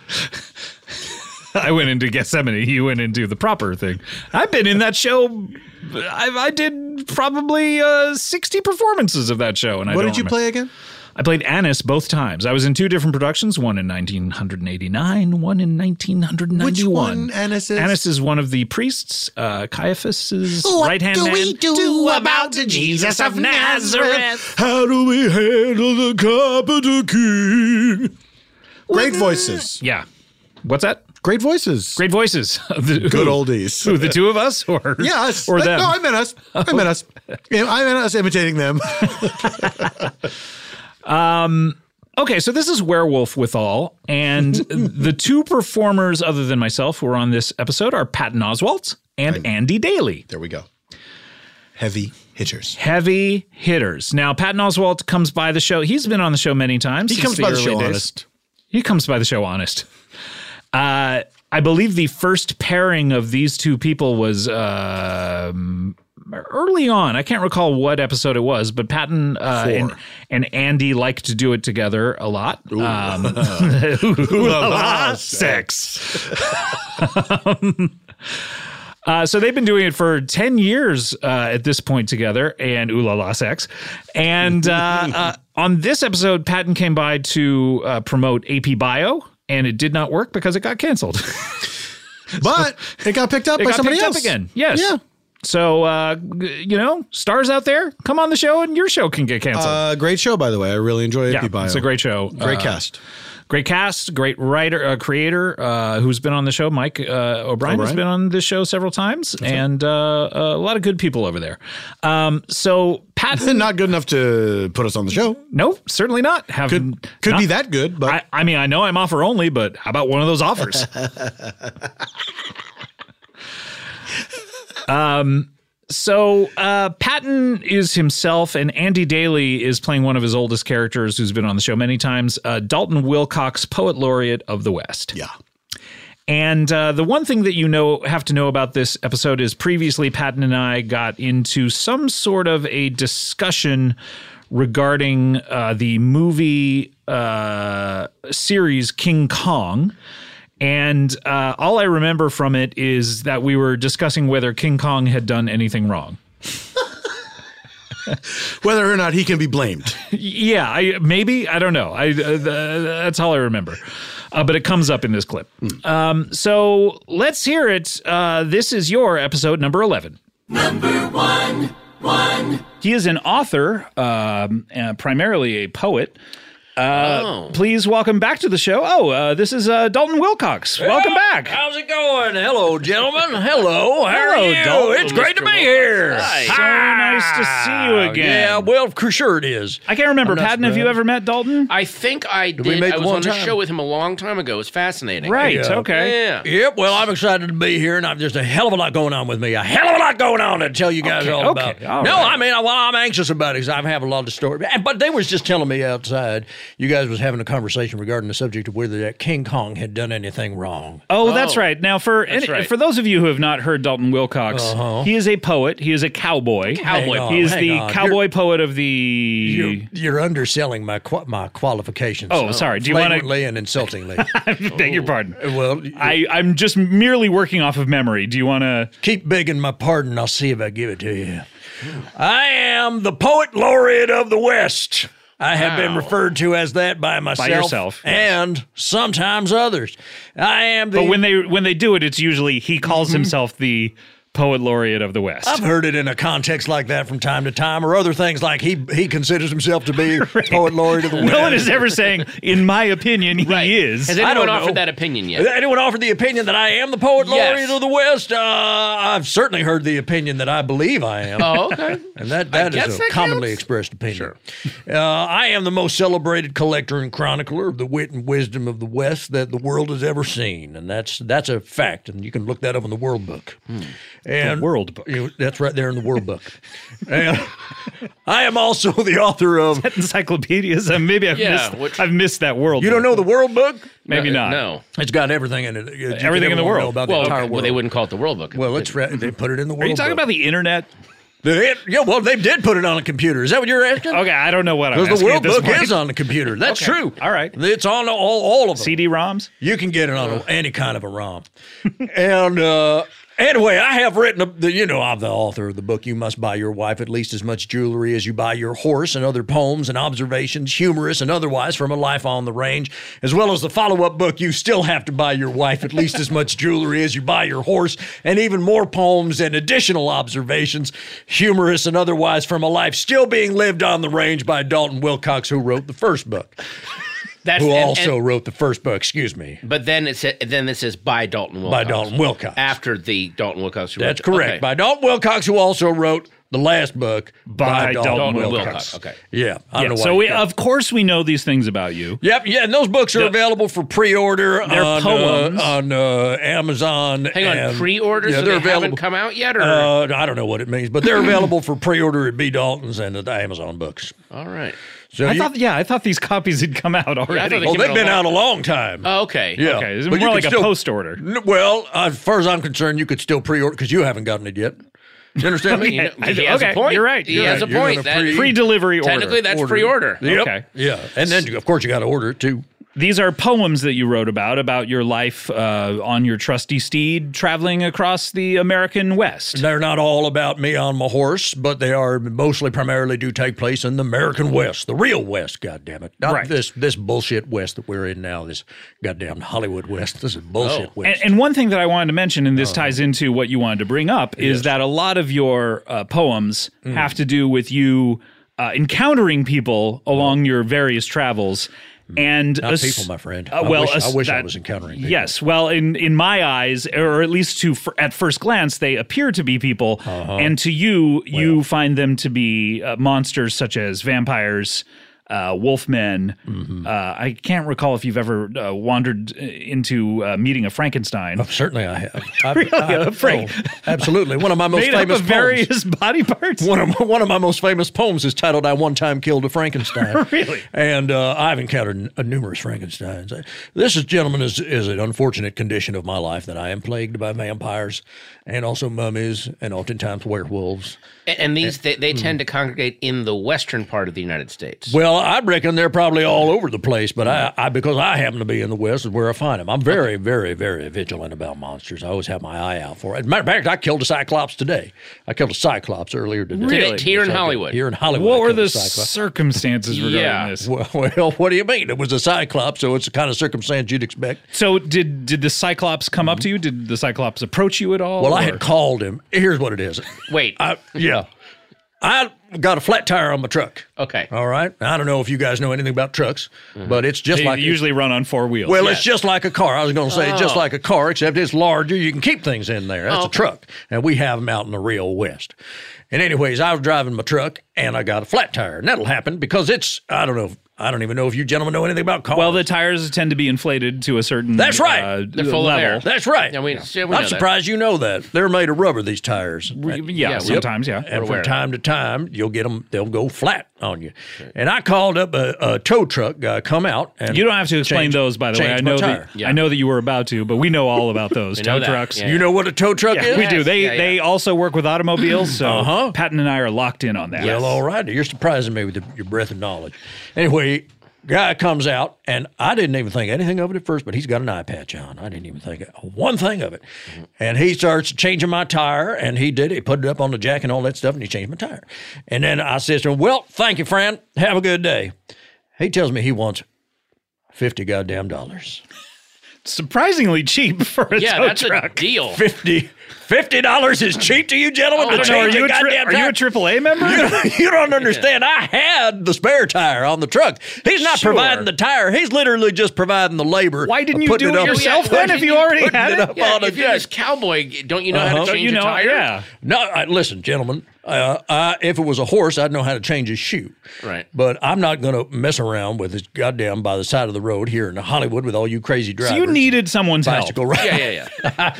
Speaker 1: *laughs* I went into Gethsemane. You went into the proper thing. I've been in that show. I, I did probably uh, 60 performances of that show. And I
Speaker 3: What
Speaker 1: don't
Speaker 3: did you
Speaker 1: remember.
Speaker 3: play again?
Speaker 1: I played Annis both times. I was in two different productions, one in 1989, one in 1991.
Speaker 3: Which one, Annis is?
Speaker 1: Annis is one of the priests, uh, Caiaphas's right hand
Speaker 3: do
Speaker 1: man.
Speaker 3: we do about the Jesus of Nazareth?
Speaker 2: How do we handle the Carpenter King?
Speaker 3: Great *laughs* voices.
Speaker 1: Yeah. What's that?
Speaker 3: Great voices.
Speaker 1: Great voices. *laughs*
Speaker 3: Good oldies.
Speaker 1: Who, the two of us? Or,
Speaker 3: *laughs* Yeah, us.
Speaker 1: or
Speaker 3: Uh,
Speaker 1: them?
Speaker 3: No, I meant us. I meant
Speaker 1: *laughs*
Speaker 3: us. Yeah, I meant us imitating them. *laughs*
Speaker 1: Um, Okay, so this is Werewolf with All,
Speaker 3: *laughs*
Speaker 1: and the two performers other than myself who are on this episode are Patton Oswalt and Andy Daly.
Speaker 3: there we go. Heavy hitters.
Speaker 1: Heavy hitters. Now, Patton Oswalt comes by the show. He's been on the show many times.
Speaker 3: He
Speaker 1: since
Speaker 3: comes by the
Speaker 1: early
Speaker 3: show
Speaker 1: days.
Speaker 3: honest.
Speaker 1: He comes by the show honest. Uh, I believe the first pairing of these two people was um, early on. I can't recall what episode it was, but Patton uh, and, and Andy like to do it together a lot. Um, *laughs* ooh, la, la, sex. *laughs* Um, uh, so they've been doing it for 10 years uh, at this point together and ooh la la sex. And uh, uh, on this episode, Patton came by to uh, promote AP Bio and it did not work because it got canceled. *laughs*
Speaker 3: But it got picked up
Speaker 1: it
Speaker 3: by
Speaker 1: got
Speaker 3: somebody
Speaker 1: picked
Speaker 3: else
Speaker 1: up again. Yes.
Speaker 3: Yeah.
Speaker 1: So, uh, g- you know, stars out there, come on the show and your show can get canceled.
Speaker 3: Uh, great show, by the way. I really enjoy AP
Speaker 1: yeah,
Speaker 3: Bio.
Speaker 1: it's a great show.
Speaker 3: great
Speaker 1: Uh,
Speaker 3: cast.
Speaker 1: great cast, great writer, uh, creator, uh, who's been on the show. Mike uh, O'Brien has
Speaker 3: O'Brien.
Speaker 1: been on this show several times, and uh, a lot of good people over there. Um, so
Speaker 3: *laughs*
Speaker 1: Patton,
Speaker 3: Not good enough to put us on the show.
Speaker 1: no, certainly not. Have
Speaker 3: Could could
Speaker 1: not-
Speaker 3: be that good, but
Speaker 1: I, I mean, I know I'm offer only, but how about one of
Speaker 3: *laughs*
Speaker 1: those offers? um, Um, so uh, Patton is himself, and Andy Daly is playing one of his oldest characters, who's been on the show many times, uh, Dalton Wilcox, poet laureate of the West.
Speaker 3: yeah.
Speaker 1: And uh, the one thing that you know have to know about this episode is previously Patton and I got into some sort of a discussion regarding uh, the movie uh, series King Kong. And uh, all I remember from it is that we were discussing whether King Kong had done anything wrong.
Speaker 3: Whether or not he can be blamed.
Speaker 1: Yeah, I maybe I don't know. I uh, th- that's all I remember, uh, but it comes up in this clip.
Speaker 3: Hmm.
Speaker 1: Um, so let's hear it. Uh, this is your episode number eleven.
Speaker 4: Number one, one.
Speaker 1: He is an author, um, uh, primarily a poet. Uh, Please welcome back to the show. Oh, uh, this is uh, Dalton Wilcox. Welcome back.
Speaker 4: How's it going? Hello, gentlemen. Hello. How
Speaker 1: Hello,
Speaker 4: are you?
Speaker 1: Dalton,
Speaker 4: it's great to
Speaker 1: Mr.
Speaker 4: be here.
Speaker 1: So nice to see
Speaker 4: Ah,
Speaker 1: you again.
Speaker 4: Yeah, well, for sure it is.
Speaker 1: I can't remember. Patton, have you ever met Dalton?
Speaker 5: I think I did.
Speaker 4: we make
Speaker 5: I was
Speaker 4: one
Speaker 5: on a
Speaker 4: time?
Speaker 5: show with him a long time ago. It was fascinating.
Speaker 1: Right. Okay.
Speaker 5: Yeah.
Speaker 4: Yep. Well, I'm excited to be here, and I'm just a hell of a lot going on with me. A hell of a lot going on to tell you guys all
Speaker 1: okay,
Speaker 4: about.
Speaker 1: all
Speaker 4: no,
Speaker 1: right.
Speaker 4: I mean, well, I'm anxious about it because I have a lot of stories. And- But they was just telling me outside, you guys was having a conversation regarding the subject of whether that King Kong had done anything wrong.
Speaker 1: Oh, that's right. Now, for any,
Speaker 5: right.
Speaker 1: for those of you who have not heard Dalton Wilcox, he is a poet. He is a cowboy.
Speaker 4: Cowboy.
Speaker 1: He is
Speaker 4: Uh-huh. Hang
Speaker 1: the
Speaker 4: on.
Speaker 1: cowboy
Speaker 4: You're-
Speaker 1: poet of the.
Speaker 4: You're, you're underselling my qua my qualifications.
Speaker 1: Oh, sorry. Do you wanna-
Speaker 4: flagrantly and insultingly?
Speaker 1: *laughs*
Speaker 4: Oh,
Speaker 1: beg your pardon.
Speaker 4: well,
Speaker 1: I, I'm just merely working off of memory. Do you want to?
Speaker 4: keep begging my pardon. I'll see if I give it to you. I am the poet laureate of the West. I have been
Speaker 5: Wow.
Speaker 4: referred to as that by myself,
Speaker 1: yourself, yes.
Speaker 4: and sometimes others. I am the. Mm-hmm.
Speaker 1: But when they when they do it, it's usually he calls himself the poet laureate of the West.
Speaker 4: I've heard it in a context like that from time to time, or other things like he he considers himself to
Speaker 1: *laughs*
Speaker 4: be poet laureate of the West.
Speaker 1: no one is ever saying, in my opinion, he is.
Speaker 5: Has
Speaker 1: I-
Speaker 5: anyone
Speaker 4: don't
Speaker 5: offered
Speaker 4: know.
Speaker 5: that opinion yet?
Speaker 4: Has Anyone offered the opinion that I am the poet laureate
Speaker 5: Yes.
Speaker 4: of the West? Uh, I've certainly heard the opinion that I believe I am.
Speaker 5: Oh, okay.
Speaker 4: *laughs* And that, that
Speaker 5: guess
Speaker 4: is a
Speaker 5: that
Speaker 4: commonly
Speaker 5: counts.
Speaker 4: expressed opinion. Uh, I am the most celebrated collector and chronicler of the wit and wisdom of the West that the world has ever seen. And that's that's a fact. And you can look that up in the World Book.
Speaker 6: Hmm.
Speaker 4: And
Speaker 1: World Book.
Speaker 4: You- that's right there in the World Book. *laughs* and I am also the author of.
Speaker 1: Encyclopedias. and Maybe I've
Speaker 5: Yeah,
Speaker 1: missed.
Speaker 5: which-
Speaker 1: I've missed that world.
Speaker 4: You don't know the World Book?
Speaker 1: Maybe not.
Speaker 5: No.
Speaker 4: It's got everything in it. You could
Speaker 1: Everything in the
Speaker 4: never know
Speaker 1: world.
Speaker 4: About the
Speaker 5: Well,
Speaker 4: entire
Speaker 5: okay,
Speaker 4: world.
Speaker 5: well, they wouldn't call it the World Book.
Speaker 4: Well, it's ra- they put it in the world.
Speaker 1: Are you talking
Speaker 4: book.
Speaker 1: about the internet?
Speaker 4: They- yeah, well, they did put it on a computer. Is that what you're asking?
Speaker 1: Okay, I don't know what I'm
Speaker 4: Because the
Speaker 1: asking at
Speaker 4: World
Speaker 1: this
Speaker 4: Book
Speaker 1: point.
Speaker 4: is on the computer. That's
Speaker 1: Okay.
Speaker 4: true.
Speaker 1: All right.
Speaker 4: It's on all, all of them.
Speaker 1: CD-ROMs.
Speaker 4: You can get it on a, any kind of a ROM. and uh, anyway, I have written, a, the, you know, I'm the author of the book, You Must Buy Your Wife at Least As Much Jewelry as You Buy Your Horse, and other poems and observations, humorous and otherwise, from a life on the range, as well as the follow up book, You Still Have to Buy Your Wife at Least As Much Jewelry as You Buy Your Horse, and even more poems and additional observations, humorous and otherwise, from a life still being lived on the range by Dalton Wilcox, who wrote the first book,
Speaker 5: That's
Speaker 4: who
Speaker 5: and-
Speaker 4: also
Speaker 5: and-
Speaker 4: wrote the first book, excuse me.
Speaker 5: but then it said, then it says by Dalton Wilcox.
Speaker 4: by Dalton Wilcox.
Speaker 5: After the Dalton Wilcox. who wrote
Speaker 4: That's
Speaker 5: it.
Speaker 4: correct.
Speaker 5: Okay.
Speaker 4: By Dalton Wilcox, who also wrote the last book
Speaker 1: By Dalton
Speaker 5: Wilcox. Okay.
Speaker 4: Yeah, I
Speaker 1: Yeah,
Speaker 4: don't know why.
Speaker 1: so
Speaker 4: you
Speaker 1: we,
Speaker 4: got-
Speaker 1: of course, we know these things about you.
Speaker 4: Yep, yeah, and those books are
Speaker 1: The-
Speaker 4: available for pre-order
Speaker 1: They're
Speaker 4: on, uh,
Speaker 1: poems.
Speaker 4: on uh, Amazon.
Speaker 5: Hang on,
Speaker 4: and-
Speaker 5: pre-order,
Speaker 4: Yeah,
Speaker 5: so
Speaker 4: they're
Speaker 5: they
Speaker 4: available.
Speaker 5: haven't come out yet, or
Speaker 4: uh, I don't know what it means, but
Speaker 5: *clears throat*
Speaker 4: they're available for pre-order at B. Dalton's and at Amazon Books.
Speaker 5: all right.
Speaker 4: So
Speaker 1: I
Speaker 4: you-
Speaker 1: thought, yeah, I thought these copies had come out already.
Speaker 5: they
Speaker 4: well,
Speaker 5: came
Speaker 4: they've
Speaker 5: out
Speaker 4: been
Speaker 5: a
Speaker 4: out
Speaker 5: long-
Speaker 4: a long time.
Speaker 5: Oh, okay.
Speaker 4: yeah,
Speaker 1: okay, it's
Speaker 4: but you
Speaker 1: more
Speaker 4: can
Speaker 1: like a
Speaker 4: still-
Speaker 1: post order.
Speaker 4: N- Well, as far as I'm concerned, you could still pre-order because you haven't gotten it yet. You understand me?
Speaker 5: *laughs* You know,
Speaker 1: I-
Speaker 5: he has
Speaker 1: okay,
Speaker 5: a point.
Speaker 1: you're right,
Speaker 5: He
Speaker 1: you're
Speaker 5: has
Speaker 1: right.
Speaker 5: a
Speaker 4: You're
Speaker 5: point.
Speaker 4: gonna
Speaker 5: That-
Speaker 4: pre-
Speaker 1: Pre-delivery order.
Speaker 5: technically, that's pre-order.
Speaker 4: Yep.
Speaker 1: Okay.
Speaker 4: Yeah, and then you- of course you got to order it too.
Speaker 1: These are poems that you wrote about about your life uh, on your trusty steed traveling across the American West.
Speaker 4: They're not all about me on my horse, but they are mostly primarily do take place in the American West, the real West, goddammit. Not
Speaker 1: Right.
Speaker 4: this this bullshit West that we're in now, this goddamn Hollywood West. This is bullshit Uh-huh.
Speaker 1: And,
Speaker 4: West.
Speaker 1: and one thing that I wanted to mention, and this ties into what you wanted to bring up, is that a lot of your uh, poems
Speaker 4: Mm.
Speaker 1: have to do with you uh, encountering people along your various travels. And
Speaker 4: Mm. Not
Speaker 1: ass-
Speaker 4: people, my friend. I
Speaker 1: Uh, well,
Speaker 4: wish- I
Speaker 1: ass-
Speaker 4: wish I
Speaker 1: that-
Speaker 4: was encountering people.
Speaker 1: Yes, well, in in my eyes, or at least to fir- at first glance, they appear to be people,
Speaker 4: Uh-huh.
Speaker 1: and to you, you find them to be uh, monsters such as vampires. Uh, wolfmen.
Speaker 4: Mm-hmm.
Speaker 1: Uh, I can't recall if you've ever uh, wandered uh, into uh, meeting a Frankenstein.
Speaker 4: Oh, Certainly I
Speaker 1: *laughs*
Speaker 4: have. I've, oh,
Speaker 1: Uh, Frank.
Speaker 4: absolutely. One of
Speaker 1: *laughs*
Speaker 4: my most
Speaker 1: made up
Speaker 4: famous
Speaker 1: of
Speaker 4: poems.
Speaker 1: various *laughs* body parts.
Speaker 4: one of my, one of my most famous poems is titled "I One Time Killed a Frankenstein."
Speaker 1: *laughs* Really?
Speaker 4: And uh, I've encountered n- uh, numerous Frankenstein's. I- This is, gentlemen, is is an unfortunate condition of my life that I am plagued by vampires, and also mummies, and oftentimes werewolves.
Speaker 5: And, and
Speaker 4: uh,
Speaker 5: these they,
Speaker 4: hmm.
Speaker 5: they tend to congregate in the western part of the United States.
Speaker 4: Well, I reckon they're probably all over the place, but I, I because I happen to be in the West is where I find them. I'm very, very, very vigilant about monsters. I always have my eye out for it. Matter of fact, I killed a cyclops today. I killed a cyclops earlier today.
Speaker 5: Today- here
Speaker 4: Yes,
Speaker 5: in
Speaker 4: I did.
Speaker 5: Hollywood.
Speaker 4: Here in Hollywood. I
Speaker 1: What were
Speaker 4: killed a
Speaker 1: the
Speaker 4: cyclops.
Speaker 1: *laughs* circumstances regarding
Speaker 5: Yeah.
Speaker 1: this?
Speaker 4: *laughs* Well, well, what do you mean? It was a cyclops, so it's the kind of circumstance you'd expect. Mm-hmm.
Speaker 1: So did did the Cyclops come up to you? Did the Cyclops approach you at all?
Speaker 4: Well, I
Speaker 1: or-
Speaker 4: had called him. Here's what it is.
Speaker 5: Wait.
Speaker 4: I, yeah, I got a flat tire on my truck.
Speaker 5: Okay. Mm-hmm.
Speaker 4: All right. I don't know if you guys know anything about trucks, but it's just
Speaker 1: They
Speaker 4: like
Speaker 1: usually run on four wheels.
Speaker 4: Well,
Speaker 1: Yeah. Oh.
Speaker 4: it's just like a car. I was going to say it's just like a car, except it's larger. You can keep things in there. That's a truck, and we have them out in the real west. And anyways, I was driving my truck, and I got a flat tire, and that'll happen because it's I don't know. if- I don't even know if you gentlemen know anything about cars.
Speaker 1: well, the tires tend to be inflated to a certain.
Speaker 4: That's right.
Speaker 1: Uh,
Speaker 5: They're full of
Speaker 1: level.
Speaker 5: air.
Speaker 4: That's right.
Speaker 5: Yeah, we- yeah, we know
Speaker 4: I'm
Speaker 5: that.
Speaker 4: surprised you know that. They're made of rubber, these tires.
Speaker 1: We- yeah,
Speaker 5: Yeah, we-
Speaker 1: sometimes, yeah.
Speaker 4: And from
Speaker 5: aware.
Speaker 4: time to time, you'll get them, they'll go flat on you. And I called up a, a tow truck guy, come out. And
Speaker 1: You don't have to explain
Speaker 4: change-
Speaker 1: those, by the way. I
Speaker 4: change my
Speaker 1: know
Speaker 4: tire.
Speaker 1: that I know that you were about to, but we know
Speaker 5: *laughs*
Speaker 1: all about those
Speaker 5: know
Speaker 1: tow
Speaker 5: that,
Speaker 1: trucks.
Speaker 5: yeah.
Speaker 4: You know what a tow truck
Speaker 1: Yeah,
Speaker 4: is?
Speaker 1: we do. They
Speaker 5: Yeah, yeah.
Speaker 1: they also work with automobiles, so
Speaker 4: Uh-huh.
Speaker 1: Patton and I are locked in on that.
Speaker 4: Well, all right. You're surprising me with the, your breadth of knowledge. Anyway, guy comes out, and I didn't even think anything of it at first, but he's got an eye patch on. I didn't even think one thing of it. Mm-hmm. And he starts changing my tire, and he did it. He put it up on the jack and all that stuff, and he changed my tire. And then I says to him, Well, thank you, friend. Have a good day. He tells me he wants 50 goddamn dollars.
Speaker 1: Surprisingly cheap for a
Speaker 5: yeah,
Speaker 1: tow
Speaker 5: that's
Speaker 1: truck.
Speaker 5: a deal.
Speaker 4: 50 $50 is cheap to you, gentlemen,
Speaker 5: Oh,
Speaker 4: to
Speaker 5: my
Speaker 1: So are
Speaker 4: change
Speaker 1: you
Speaker 4: a
Speaker 1: a, tri-
Speaker 4: goddamn
Speaker 1: are
Speaker 4: tire.
Speaker 1: you a AAA member?
Speaker 4: You don't, you don't understand. I had the spare tire on the truck. He's not
Speaker 1: Sure.
Speaker 4: providing the tire. He's literally just providing the labor.
Speaker 1: Why
Speaker 4: of
Speaker 1: didn't you
Speaker 4: putting
Speaker 1: do it,
Speaker 4: up-
Speaker 1: yourself
Speaker 5: Yeah,
Speaker 1: then if you already had
Speaker 4: it
Speaker 1: it?
Speaker 4: up.
Speaker 5: Yeah,
Speaker 4: on a
Speaker 5: if you're
Speaker 4: jack.
Speaker 5: this cowboy, don't you know how
Speaker 4: Uh-huh.
Speaker 5: to
Speaker 4: Don't
Speaker 5: change
Speaker 1: you know,
Speaker 5: a tire?
Speaker 1: yeah.
Speaker 4: No, I, listen, gentlemen. Uh, I, if it was a horse, I'd know how to change his shoe.
Speaker 5: Right.
Speaker 4: But I'm not going to mess around with this goddamn by the side of the road here in Hollywood with all you crazy drivers.
Speaker 1: You needed someone's help
Speaker 4: bicycle ride. *laughs*
Speaker 5: Yeah, yeah,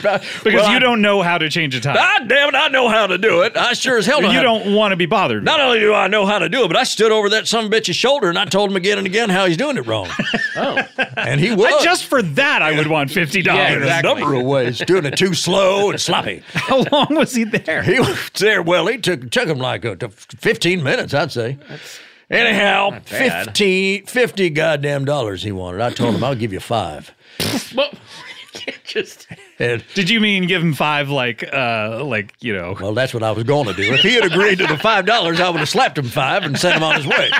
Speaker 5: yeah.
Speaker 1: because you don't *laughs* know how to change a time.
Speaker 4: God damn it, I know how to do it. I sure as hell know
Speaker 1: You
Speaker 4: how to-
Speaker 1: don't want to be bothered.
Speaker 4: Not only do I know how to do it, but I stood over that son of a bitch's shoulder and I told him again and again how he's doing it wrong.
Speaker 5: *laughs* Oh,
Speaker 4: And he was.
Speaker 1: Just for that, I would want fifty
Speaker 4: in
Speaker 1: dollars.
Speaker 4: a
Speaker 5: Yeah,
Speaker 4: number of ways, doing it too slow and sloppy.
Speaker 1: *laughs* How long was he there?
Speaker 4: He was there. Well, he took took him like uh, to 15 minutes, I'd say. Anyhow,
Speaker 5: bad.
Speaker 4: 15, 50 goddamn dollars he wanted. I told him I'll give you five.
Speaker 5: *laughs* well, *laughs* just
Speaker 4: And
Speaker 1: Did you mean give him five? Like, uh, like you know,
Speaker 4: well, that's what I was going to do. If he had agreed to the five dollars, I would have slapped him five and sent him on his way.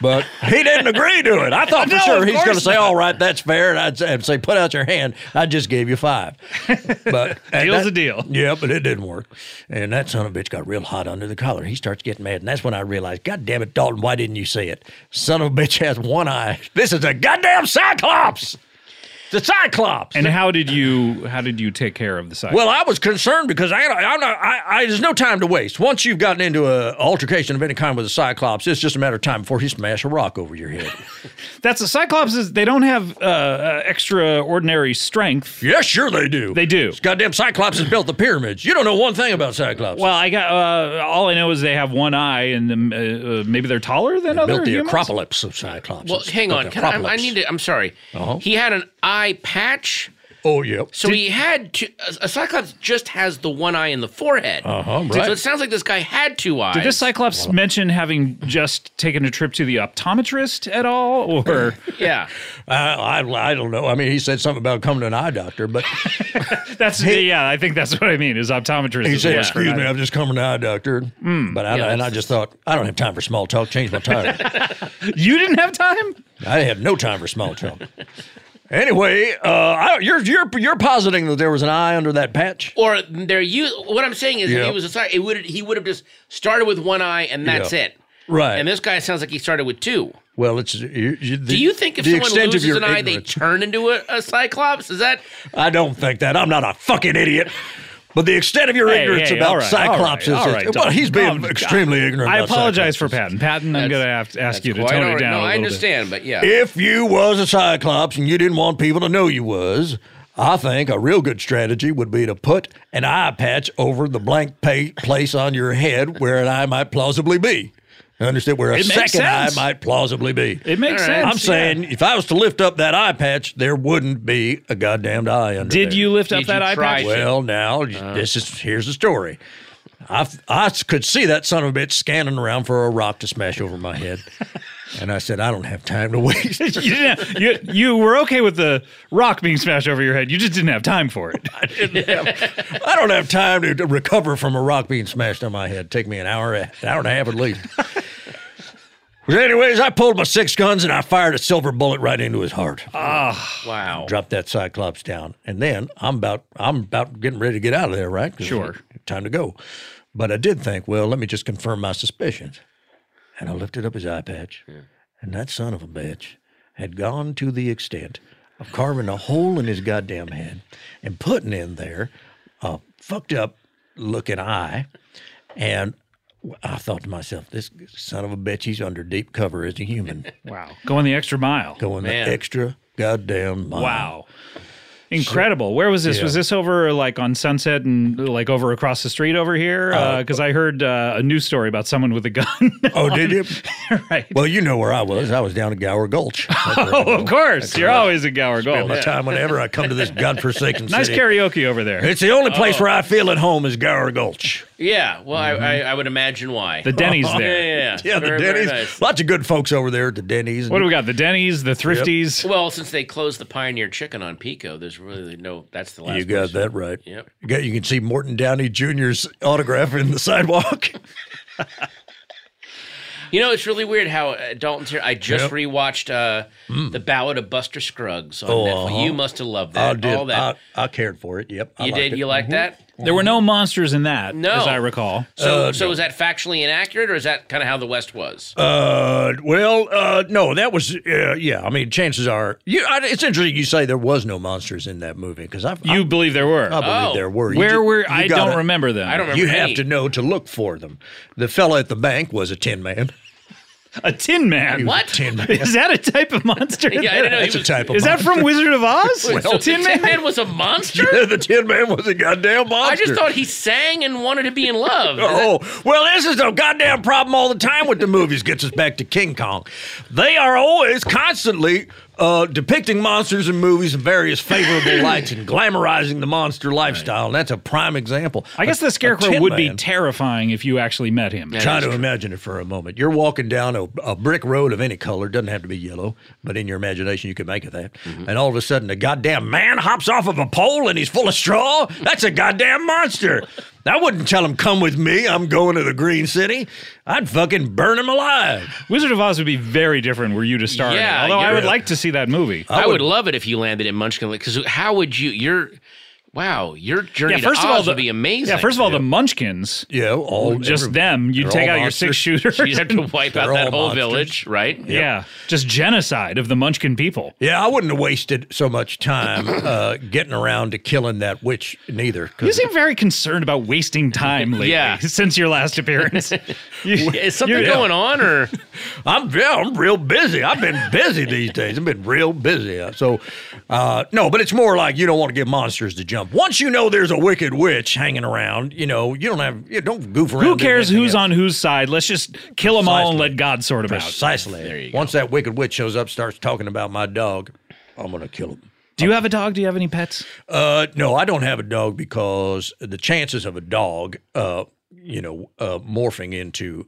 Speaker 4: But he didn't agree to it. I thought for
Speaker 1: No,
Speaker 4: sure
Speaker 1: of
Speaker 4: he's going to
Speaker 1: course
Speaker 4: say,
Speaker 1: not.
Speaker 4: "All right, that's fair," and I'd say, I'd say, "Put out your hand." I just gave you five.
Speaker 1: *laughs*
Speaker 4: But and
Speaker 1: Deal's
Speaker 4: that-
Speaker 1: a deal.
Speaker 4: Yeah, but it didn't work. And that son of a bitch got real hot under the collar. He starts getting mad, and that's when I realized, God damn it, Dalton, why didn't you say it? Son of a bitch has one eye. This is a goddamn cyclops. The cyclops.
Speaker 1: and how did you how did you take care of the site?
Speaker 4: Well, I was concerned because I, I'm not, I, I, there's no time to waste. Once you've gotten into an altercation of any kind with a Cyclops, it's just a matter of time before he smash a rock over your head.
Speaker 1: *laughs* that's the Cyclops is they don't have uh, uh, extraordinary strength.
Speaker 4: yeah, sure they do.
Speaker 1: They do.
Speaker 4: This goddamn Cyclops has built the pyramids. You don't know one thing about Cyclops.
Speaker 1: Well, I got uh, all I know is they have one eye, and um, uh, uh, maybe they're taller than other
Speaker 4: built the
Speaker 1: humans.
Speaker 4: Acropolis of Cyclops.
Speaker 5: well,
Speaker 4: It's
Speaker 5: hang
Speaker 4: built
Speaker 5: on.
Speaker 4: the
Speaker 5: Can I, I'm- I
Speaker 4: Acropolis.
Speaker 5: need to. I'm sorry.
Speaker 4: Uh-huh.
Speaker 5: He had an eye patch,
Speaker 4: Oh, yep.
Speaker 5: so he had two. A, a cyclops just has the one eye in the forehead.
Speaker 4: Uh-huh,
Speaker 5: So-
Speaker 4: right.
Speaker 5: So it sounds like this guy had two eyes.
Speaker 1: Did this Cyclops mention having just taken a trip to the optometrist at all, or
Speaker 5: yeah.
Speaker 4: I, Uh, I, I don't know. I mean, he said something about coming to an eye doctor, but
Speaker 1: *laughs* that's yeah? I think that's what I mean. Is optometrist?
Speaker 4: he
Speaker 1: is Hmm,
Speaker 4: said,
Speaker 1: what-
Speaker 4: "Excuse me, I'm just coming to an eye doctor." but I, and
Speaker 5: Yeah,
Speaker 4: I
Speaker 5: that's-
Speaker 4: just thought, I don't have time for small talk. Change my
Speaker 1: *laughs*
Speaker 4: tire.
Speaker 1: You didn't have time.
Speaker 4: I have no time for small talk. anyway, uh, I, you're you're you're positing that there was an eye under that patch.
Speaker 5: Or they're you. What I'm saying is, if
Speaker 4: Yeah.
Speaker 5: he was a cy- it would he would have just started with one eye and that's
Speaker 4: Yeah.
Speaker 5: it.
Speaker 4: Right.
Speaker 5: And this guy sounds like he started with two.
Speaker 4: well, it's you, you, the,
Speaker 5: Do you think if
Speaker 4: the
Speaker 5: someone
Speaker 4: extent of
Speaker 5: loses
Speaker 4: your
Speaker 5: an eye, they
Speaker 4: ignorance-
Speaker 5: turn into a, a cyclops? Is that
Speaker 4: I don't think that. I'm not a fucking idiot. But the extent of your
Speaker 1: Hey,
Speaker 4: ignorance
Speaker 1: hey, all
Speaker 4: about
Speaker 1: right,
Speaker 4: Cyclops
Speaker 1: all right, all
Speaker 4: is
Speaker 1: right,
Speaker 4: well,
Speaker 1: Tom.
Speaker 4: he's being
Speaker 1: Calm down.
Speaker 4: extremely ignorant.
Speaker 1: I
Speaker 4: about
Speaker 1: apologize for
Speaker 4: Cyclops.
Speaker 1: Patton. Patton,
Speaker 5: That's-
Speaker 1: I'm going to have to *laughs* ask you to
Speaker 5: Well, I
Speaker 1: tone it
Speaker 5: don't-
Speaker 1: down.
Speaker 5: No,
Speaker 1: a
Speaker 5: I
Speaker 1: little bit.
Speaker 5: understand, but yeah.
Speaker 4: If you was a Cyclops and you didn't want people to know you was, I think a real good strategy would be to put an eye patch over the blank pa place on your head where an eye might plausibly be. Understand where a
Speaker 1: It makes
Speaker 4: second
Speaker 1: sense.
Speaker 4: eye might plausibly be.
Speaker 1: It makes
Speaker 5: All right.
Speaker 1: sense.
Speaker 4: I'm saying if I was to lift up that eye patch, there wouldn't be a goddamned eye under
Speaker 1: Did
Speaker 4: there.
Speaker 1: you lift up
Speaker 5: Did
Speaker 1: that
Speaker 5: you
Speaker 1: eye
Speaker 5: try
Speaker 1: patch?
Speaker 5: it?
Speaker 4: Well, now
Speaker 1: Uh.
Speaker 4: this is here's the story. I, I could see that son of a bitch scanning around for a rock to smash over my
Speaker 1: *laughs*
Speaker 4: head, and I said, "I don't have time to waste."
Speaker 1: you, didn't have- you, you were okay with the rock being smashed over your head. You just didn't have time for it.
Speaker 4: *laughs* I don't have time to recover from a rock being smashed on my head. Take me an hour, an hour and a half at
Speaker 1: *laughs*
Speaker 4: least. But anyways, I pulled my six guns and I fired a silver bullet right into his heart.
Speaker 1: Ah.
Speaker 5: wow.
Speaker 4: Dropped that cyclops down, and then I'm about I'm about getting ready to get out of there, right? 'Cause
Speaker 1: Sure.
Speaker 4: time to go. But I did think, well, let me just confirm my suspicions, and I lifted up his eye patch, and that son of a bitch had gone to the extent of carving a hole in his goddamn head and putting in there a fucked up looking eye. And I thought to myself, this son of a bitch, he's under deep cover as a human,
Speaker 1: *laughs* Wow. Going the extra mile.
Speaker 4: going
Speaker 5: Man.
Speaker 4: the extra goddamn mile.
Speaker 1: Wow. Incredible. Where was this? Was this over like on Sunset and like over across the street over here? Because I heard uh, a news story about someone with a gun. *laughs*
Speaker 4: Oh, did you?
Speaker 1: right.
Speaker 4: Well, you know where I was. I was down at Gower Gulch. That's where I
Speaker 1: oh, of
Speaker 4: go.
Speaker 1: course. You're always a *laughs* Gower
Speaker 4: All
Speaker 1: Gold.
Speaker 4: the time, whenever I come to
Speaker 1: *laughs*
Speaker 4: this godforsaken
Speaker 1: Nice
Speaker 4: city.
Speaker 1: karaoke over there. Oh.
Speaker 4: It's the only place where I feel at home is Gower Gulch. Oh,
Speaker 5: Yeah. Well, I, I, I would imagine why.
Speaker 1: The Denny's
Speaker 5: *laughs* yeah,
Speaker 1: there.
Speaker 5: yeah, yeah.
Speaker 4: Yeah, the
Speaker 5: Very, very
Speaker 4: Denny's.
Speaker 5: nice.
Speaker 4: Lots of good folks over there at the Denny's.
Speaker 1: What do we got? The Denny's, the Thrifties.
Speaker 5: Well, since they closed the Pioneer Chicken on Pico, there's really no. That's the last.
Speaker 4: you got
Speaker 5: place.
Speaker 4: that right.
Speaker 5: Yep.
Speaker 4: You, got, you can see Morton Downey Jr.'s autograph in the sidewalk. *laughs*
Speaker 5: You know, it's really weird how uh, Dalton's here. I just
Speaker 4: Yep.
Speaker 5: rewatched uh, the Ballad of Buster Scruggs on
Speaker 4: Oh,
Speaker 5: Netflix.
Speaker 4: uh-huh.
Speaker 5: You must have loved
Speaker 4: I
Speaker 5: that.
Speaker 4: did.
Speaker 5: All that.
Speaker 4: I, I cared for it. Yep. I
Speaker 5: you
Speaker 4: liked
Speaker 5: did.
Speaker 4: it.
Speaker 5: You like that?
Speaker 1: There were no monsters in that,
Speaker 5: No.
Speaker 1: as I recall.
Speaker 4: Uh,
Speaker 5: So, so is that factually inaccurate, or is that kind of how the West was?
Speaker 4: Uh, well, uh, no, that was uh, yeah. I mean, chances are, you, I, it's interesting you say there was no monsters in that movie because I,
Speaker 1: You believe there were.
Speaker 4: I, I believe
Speaker 5: Oh.
Speaker 4: there were. You
Speaker 1: Where
Speaker 4: ju-
Speaker 1: were
Speaker 4: you
Speaker 1: I
Speaker 4: gotta-
Speaker 1: don't remember them.
Speaker 5: I don't remember.
Speaker 4: You have
Speaker 5: any.
Speaker 4: to know to look for them. The fella at the bank was a tin man.
Speaker 1: A Tin Man.
Speaker 5: What?
Speaker 4: Tin Man.
Speaker 1: Is that a type of
Speaker 5: *laughs*
Speaker 1: monster?
Speaker 5: Yeah, I didn't know. he
Speaker 4: That's a
Speaker 5: was-
Speaker 4: type of
Speaker 1: Is that from Wizard of Oz?
Speaker 5: *laughs* Wait, so
Speaker 1: Tin Man?
Speaker 5: was a monster?
Speaker 4: monster. the Tin Man was a goddamn monster.
Speaker 5: I just thought he sang and wanted to be in love.
Speaker 4: *laughs* Oh, well, this is the goddamn problem all the time with the movies. Gets us back to King Kong. They are always constantly uh, depicting monsters in movies in various
Speaker 5: *clears throat*
Speaker 4: favorable lights and glamorizing the monster lifestyle. And that's a prime example.
Speaker 1: I guess
Speaker 4: A-
Speaker 1: the
Speaker 4: a
Speaker 1: scarecrow
Speaker 4: Tin
Speaker 1: would be
Speaker 4: Man.
Speaker 1: terrifying if you actually met him.
Speaker 5: Yeah.
Speaker 4: Try
Speaker 5: That is
Speaker 4: to imagine it for a moment. You're walking down a, a brick road of any color, doesn't have to be yellow, but in your imagination you can make of that. And all of a sudden, a goddamn man hops off of a pole and he's full of straw. That's a goddamn monster. I wouldn't tell him, come with me, I'm going to the Green City. I'd fucking burn him alive.
Speaker 1: Wizard of Oz would be very different were you to star in it.
Speaker 5: Yeah,
Speaker 1: Although I
Speaker 5: you're-
Speaker 1: would like to see that movie.
Speaker 5: I would love it if you landed in Munchkin because how would you? Your wow, your journey
Speaker 1: Yeah, first
Speaker 5: to
Speaker 1: of all,
Speaker 5: Oz
Speaker 1: the,
Speaker 5: would be amazing.
Speaker 1: Yeah, first of all, the Munchkins,
Speaker 4: Yeah, all
Speaker 1: just
Speaker 4: every-
Speaker 1: them. You'd
Speaker 4: Oh, they're
Speaker 1: take
Speaker 4: all
Speaker 1: out your
Speaker 4: monsters.
Speaker 1: six
Speaker 5: *laughs*
Speaker 1: shooter.
Speaker 5: you'd have to wipe out
Speaker 4: They're
Speaker 5: that
Speaker 4: all
Speaker 5: whole
Speaker 4: monsters.
Speaker 5: village, right?
Speaker 1: Yeah, just genocide of the Munchkin people.
Speaker 4: Yeah, I wouldn't have wasted so much time uh, getting around to killing that witch neither. 'cause
Speaker 1: You seem very concerned about
Speaker 5: *laughs*
Speaker 1: wasting time lately.
Speaker 5: Yeah.
Speaker 1: *laughs* since your
Speaker 5: *laughs*
Speaker 1: last appearance. You-
Speaker 5: Is something
Speaker 1: you're-
Speaker 5: going on, or
Speaker 4: *laughs* I'm yeah, I'm real busy. I've been busy these days. I've been real busy. Uh, So, uh, no, but it's more like you don't want to give monsters to jump. Once you know there's a wicked witch hanging around, you know you don't have you don't goof around.
Speaker 1: Who
Speaker 4: doing
Speaker 1: cares
Speaker 4: anything
Speaker 1: who's
Speaker 4: else.
Speaker 1: on whose side? Let's just kill them all and
Speaker 4: Precisely.
Speaker 1: let God sort them out.
Speaker 4: Precisely. Once that wicked witch shows up, starts talking about my dog, I'm gonna kill him.
Speaker 1: Do you have a dog? Do you have any pets?
Speaker 4: Uh, no, I don't have a dog because the chances of a dog, uh, you know, uh, morphing into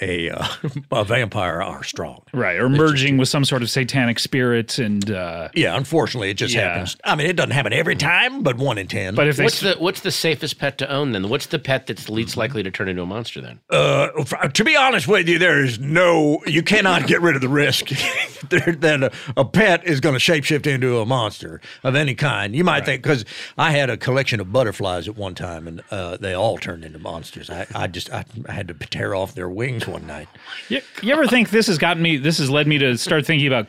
Speaker 4: a uh, *laughs* a vampire are strong.
Speaker 1: Right, or merging with some sort of satanic spirit, and uh,
Speaker 4: Yeah, unfortunately, it just
Speaker 1: Yeah.
Speaker 4: happens. I mean, it doesn't happen every time, but one in ten.
Speaker 1: but if they
Speaker 5: what's the what's the safest pet to own? Then what's the pet that's
Speaker 4: Mm-hmm.
Speaker 5: least likely to turn into a monster? Then
Speaker 4: uh, f- to be honest with you, there is no you cannot get rid of the risk *laughs* there, that a, a pet is going to shapeshift into a monster of any kind. You might think because I had a collection of butterflies at one time, and uh, they all turned into monsters. I, I just I, I had to tear off their wings one night.
Speaker 1: You, you ever think this has gotten me? This has led me to start thinking about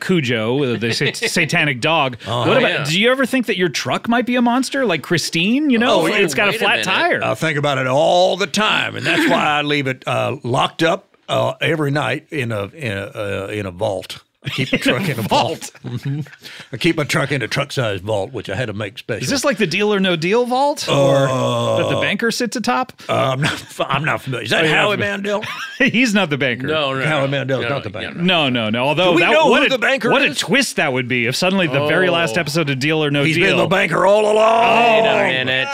Speaker 5: *laughs*
Speaker 1: Cujo, uh, the sa- satanic dog.
Speaker 4: Uh-huh.
Speaker 1: what about?
Speaker 5: Oh, yeah.
Speaker 1: Do you ever think that your truck might be a monster, like Christine? You know,
Speaker 5: Oh,
Speaker 1: it's got a
Speaker 5: wait a
Speaker 1: flat
Speaker 5: minute.
Speaker 1: tire.
Speaker 4: I think about it all the time, and that's why I leave it uh, locked up uh, every night in a in a uh, in a vault. I keep
Speaker 1: *laughs*
Speaker 4: the truck in a vault. Mhm. I keep my truck in a truck-sized vault, which I had to make special.
Speaker 1: Is this like the Deal or No Deal vault, or that
Speaker 4: Oh.
Speaker 1: the banker sits atop? *laughs*
Speaker 4: Uh, I'm not. f- I'm not familiar. Is that
Speaker 1: you're
Speaker 4: Howie
Speaker 1: not
Speaker 4: Mandel?
Speaker 1: He's not the banker.
Speaker 4: Howie Mandel's not the banker.
Speaker 1: No, no, no. Although
Speaker 4: we
Speaker 1: that,
Speaker 4: know
Speaker 1: what
Speaker 4: who
Speaker 1: a,
Speaker 4: the banker
Speaker 1: what
Speaker 4: is?
Speaker 1: a twist that would be if suddenly the
Speaker 5: Oh.
Speaker 1: very last episode of Deal or No
Speaker 4: He's
Speaker 1: Deal.
Speaker 4: been the banker all along.
Speaker 5: Wait a minute.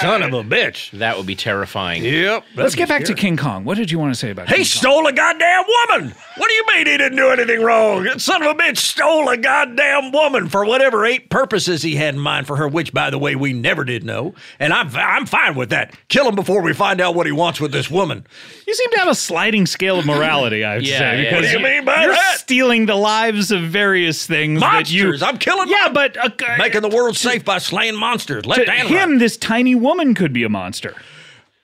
Speaker 4: Son of a bitch.
Speaker 5: That would be terrifying.
Speaker 4: Yep.
Speaker 1: Let's get back to King Kong. What did you want to say about?
Speaker 4: He
Speaker 1: King
Speaker 4: stole a goddamn woman. What do you mean he didn't do anything wrong? That son of a bitch stole a goddamn woman for whatever eight purposes he had in mind for her, which, by the way, we never did know. And I'm I'm fine with that. Kill him before we find out what he wants with this woman.
Speaker 1: You seem to have a sliding scale of morality, I would
Speaker 5: Yeah,
Speaker 1: say.
Speaker 5: yeah,
Speaker 1: because
Speaker 5: What do you
Speaker 4: mean by
Speaker 1: you're
Speaker 4: that?
Speaker 1: stealing the lives of various things
Speaker 4: Monsters.
Speaker 1: that you.
Speaker 4: I'm killing.
Speaker 1: yeah,
Speaker 4: mon-
Speaker 1: but uh, uh,
Speaker 4: making the world safe by slaying monsters. Left
Speaker 1: to
Speaker 4: and
Speaker 1: him, this tiny woman could be a monster.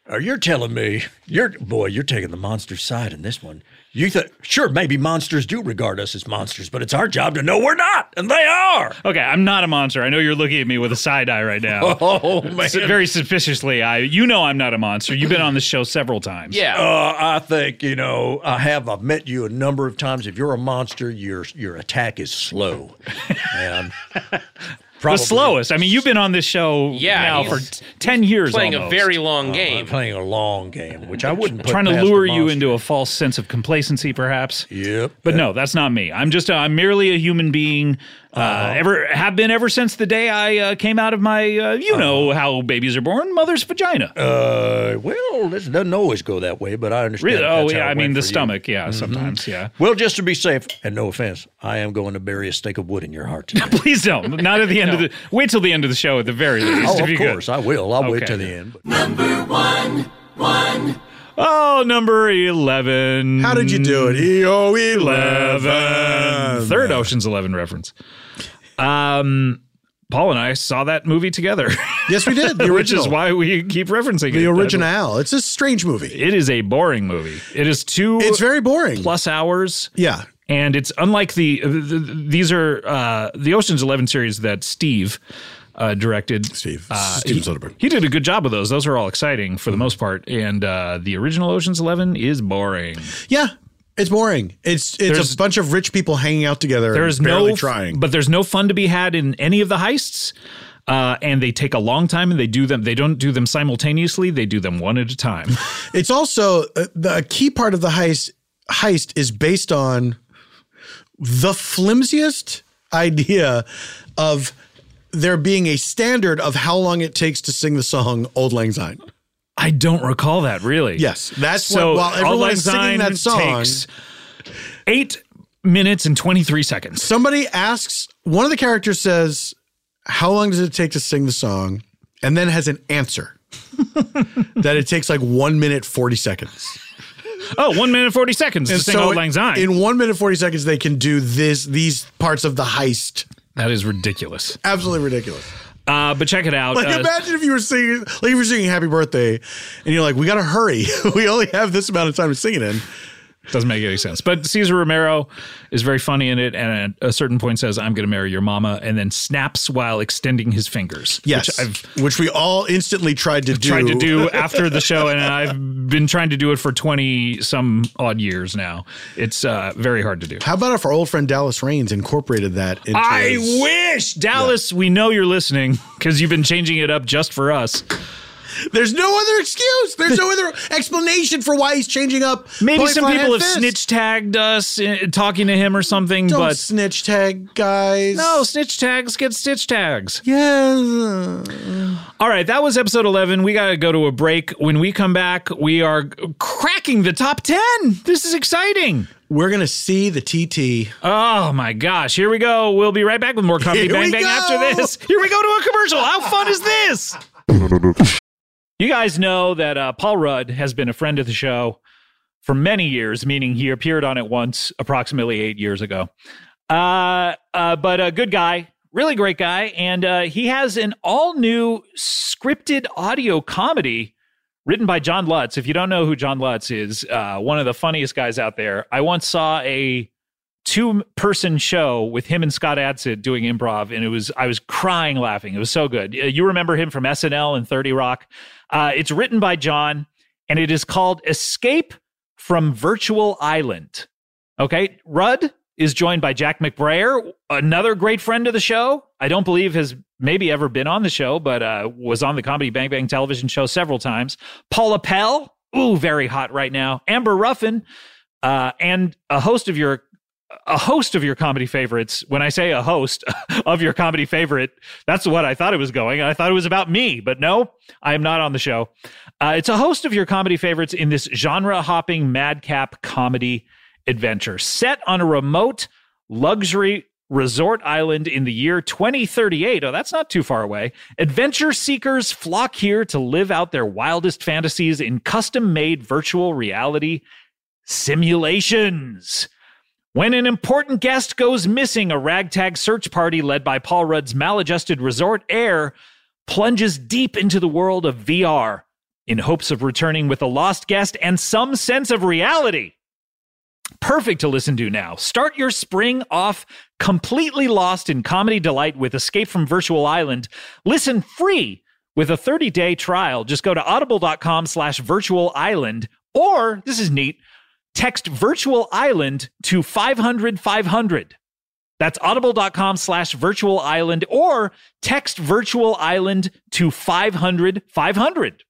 Speaker 4: Or you're telling me, you're boy, you're taking the monster side in this one. You thought, sure, maybe monsters do regard us as monsters, but it's our job to know we're not, and they are.
Speaker 1: Okay, I'm not a monster. I know you're looking at me with a side eye right now.
Speaker 4: *laughs* Oh man,
Speaker 1: So Very suspiciously, I you know I'm not a monster. You've been on this show several times.
Speaker 5: Yeah.
Speaker 4: Uh, I think you know. I have. I've met you a number of times. If you're a monster, your your attack is
Speaker 1: *laughs*
Speaker 4: slow, and
Speaker 1: the
Speaker 4: probably
Speaker 1: slowest. I mean, you've been on this show
Speaker 5: Yeah,
Speaker 1: now
Speaker 5: he's
Speaker 1: for t- ten years.
Speaker 5: Playing
Speaker 1: almost,
Speaker 5: a very long
Speaker 4: I'm
Speaker 5: game.
Speaker 4: Uh, playing a long game, which I wouldn't put
Speaker 1: trying to
Speaker 4: past a
Speaker 1: lure you
Speaker 4: monster.
Speaker 1: into a false sense of complacency, perhaps.
Speaker 4: Yep.
Speaker 1: But no, that's not me. I'm just I'm merely a human being. Uh,
Speaker 4: Uh-huh.
Speaker 1: Ever have been ever since the day I uh, came out of my uh, you
Speaker 4: Uh-huh.
Speaker 1: know how babies are born mother's vagina.
Speaker 4: Uh, well, this doesn't always go that way, but I understand.
Speaker 1: really?
Speaker 4: if
Speaker 1: Oh
Speaker 4: that's how
Speaker 1: yeah,
Speaker 4: it
Speaker 1: I mean
Speaker 4: went
Speaker 1: the
Speaker 4: for you.
Speaker 1: stomach.
Speaker 4: Mm-hmm.
Speaker 1: Yeah, sometimes. Yeah.
Speaker 4: Well, just to be safe, and no offense, I am going to bury a stake of wood in your
Speaker 1: *laughs*
Speaker 4: heart today.
Speaker 1: Please don't. Not
Speaker 4: *laughs*
Speaker 1: at the end of the. Wait till the end of the show at the very least.
Speaker 4: oh,
Speaker 1: if
Speaker 4: of
Speaker 1: you could.
Speaker 4: course, I will. I'll wait till
Speaker 1: Okay.
Speaker 4: the end. But
Speaker 1: Oh, number eleven.
Speaker 3: How did you do it? E
Speaker 7: EO 11.
Speaker 1: Eleven. Third Ocean's Eleven reference. Um, Paul and I saw that movie together.
Speaker 3: Yes, we did. The
Speaker 1: *laughs* Which is
Speaker 3: original.
Speaker 1: why we keep referencing it.
Speaker 3: The original. It's a strange movie.
Speaker 1: It is a boring movie. It is two
Speaker 3: It's very boring.
Speaker 1: plus hours,
Speaker 3: Yeah.
Speaker 1: and it's unlike the, th th- these are uh, the Ocean's Eleven series that Steve uh, directed.
Speaker 3: Steve.
Speaker 1: Uh,
Speaker 3: Steve
Speaker 1: he-
Speaker 3: Soderbergh. Mm-hmm.
Speaker 1: He did a good job of those. Those were all exciting for the most part, and uh, the original Ocean's Eleven is boring.
Speaker 3: Yeah. It's boring. It's it's
Speaker 1: There's-
Speaker 3: a bunch of rich people hanging out together.
Speaker 1: There
Speaker 3: and
Speaker 1: is
Speaker 3: barely
Speaker 1: no
Speaker 3: trying.
Speaker 1: but there's no fun to be had in any of the heists. Uh, and they take a long time, and they do them. They don't do them simultaneously. They do them one at a
Speaker 3: *laughs*
Speaker 1: time.
Speaker 3: It's also uh, the a key part of the heist. Heist is based on the flimsiest idea of there being a standard of how long it takes to sing the song "Old Lang Syne."
Speaker 1: I don't recall that really.
Speaker 3: Yes, that's
Speaker 1: So
Speaker 3: what. While
Speaker 1: Auld
Speaker 3: everyone
Speaker 1: Lang
Speaker 3: is singing
Speaker 1: Syne
Speaker 3: that song,
Speaker 1: takes eight minutes and twenty three seconds.
Speaker 3: somebody asks one of the characters says how long does it take to sing the song and then has an answer that it takes like one minute 40 seconds
Speaker 1: Oh, one minute forty seconds to sing
Speaker 3: so
Speaker 1: "Old Lang Syne."
Speaker 3: in one minute 40 seconds they can do this these parts of the heist
Speaker 1: that is ridiculous.
Speaker 3: absolutely ridiculous
Speaker 1: Uh, but check it out.
Speaker 3: like
Speaker 1: Uh,
Speaker 3: imagine if you were singing like if you were singing happy birthday and you're like we gotta hurry *laughs* we only have this amount of time to sing it in
Speaker 1: Doesn't make any sense. But Caesar Romero is very funny in it, and at a certain point says, "I'm going to marry your mama," and then snaps while extending his fingers.
Speaker 3: yes
Speaker 1: which I've
Speaker 3: which, we all instantly tried to do
Speaker 1: tried
Speaker 3: *laughs*
Speaker 1: to do after the show, and I've been trying to do it for twenty some odd years now. It's uh, very hard to do.
Speaker 3: how about if our old friend dallas rains incorporated that into
Speaker 1: I
Speaker 3: his-
Speaker 1: wish Dallas. We know you're listening because you've been changing it up just for us.
Speaker 3: There's no other excuse. There's no other explanation for why he's changing up.
Speaker 1: Maybe
Speaker 3: Point
Speaker 1: some
Speaker 3: Flat
Speaker 1: people
Speaker 3: Hand
Speaker 1: have
Speaker 3: Fist.
Speaker 1: snitch tagged us uh, talking to him or something,
Speaker 3: Don't
Speaker 1: but
Speaker 3: snitch tag guys.
Speaker 1: no, snitch tags get stitch tags.
Speaker 3: Yeah.
Speaker 1: All right, that was episode 11. We got to go to a break. When we come back, we are cracking the top 10. This is exciting.
Speaker 3: We're gonna see the TT.
Speaker 1: Oh my gosh. Here we go. We'll be right back with more comedy
Speaker 3: Here
Speaker 1: bang
Speaker 3: we
Speaker 1: bang
Speaker 3: go.
Speaker 1: after this. Here we go to a commercial. How fun is this? You guys know that uh, Paul Rudd has been a friend of the show for many years, meaning he appeared on it once approximately eight years ago. Uh, uh, but a good guy, really great guy. And uh, he has an all new scripted audio comedy written by John Lutz. If you don't know who John Lutz is, uh, one of the funniest guys out there. I once saw a two person show with him and Scott Adsit doing improv, and it was I was crying laughing. It was so good. Uh, You remember him from SNL and Thirty Rock. Uh, it's written by John, and it is called Escape from Virtual Island. Okay, Rudd is joined by Jack McBrayer, another great friend of the show. I don't believe has maybe ever been on the show, but uh, was on the Comedy Bang Bang television show several times. Paula Pell, ooh, very hot right now. Amber Ruffin, uh, and a host of your a host of your comedy favorites. When I say a host *laughs* of your comedy favorite, that's what I thought it was going. I thought it was about me, but no, I am not on the show. Uh, it's a host of your comedy favorites in this genre hopping madcap comedy adventure set on a remote luxury resort island in the year 2038. Oh, that's not too far away. Adventure seekers flock here to live out their wildest fantasies in custom made virtual reality simulations. When an important guest goes missing, a ragtag search party led by Paul Rudd's maladjusted resort heir plunges deep into the world of VR in hopes of returning with a lost guest and some sense of reality. Perfect to listen to now. Start your spring off completely lost in comedy delight with Escape from Virtual Island. Listen free with a 30-day trial. Just go to audible.com slash virtual island or, this is neat, text virtual island to 500 500 that's audible.com slash virtual island or text virtual island to 500 500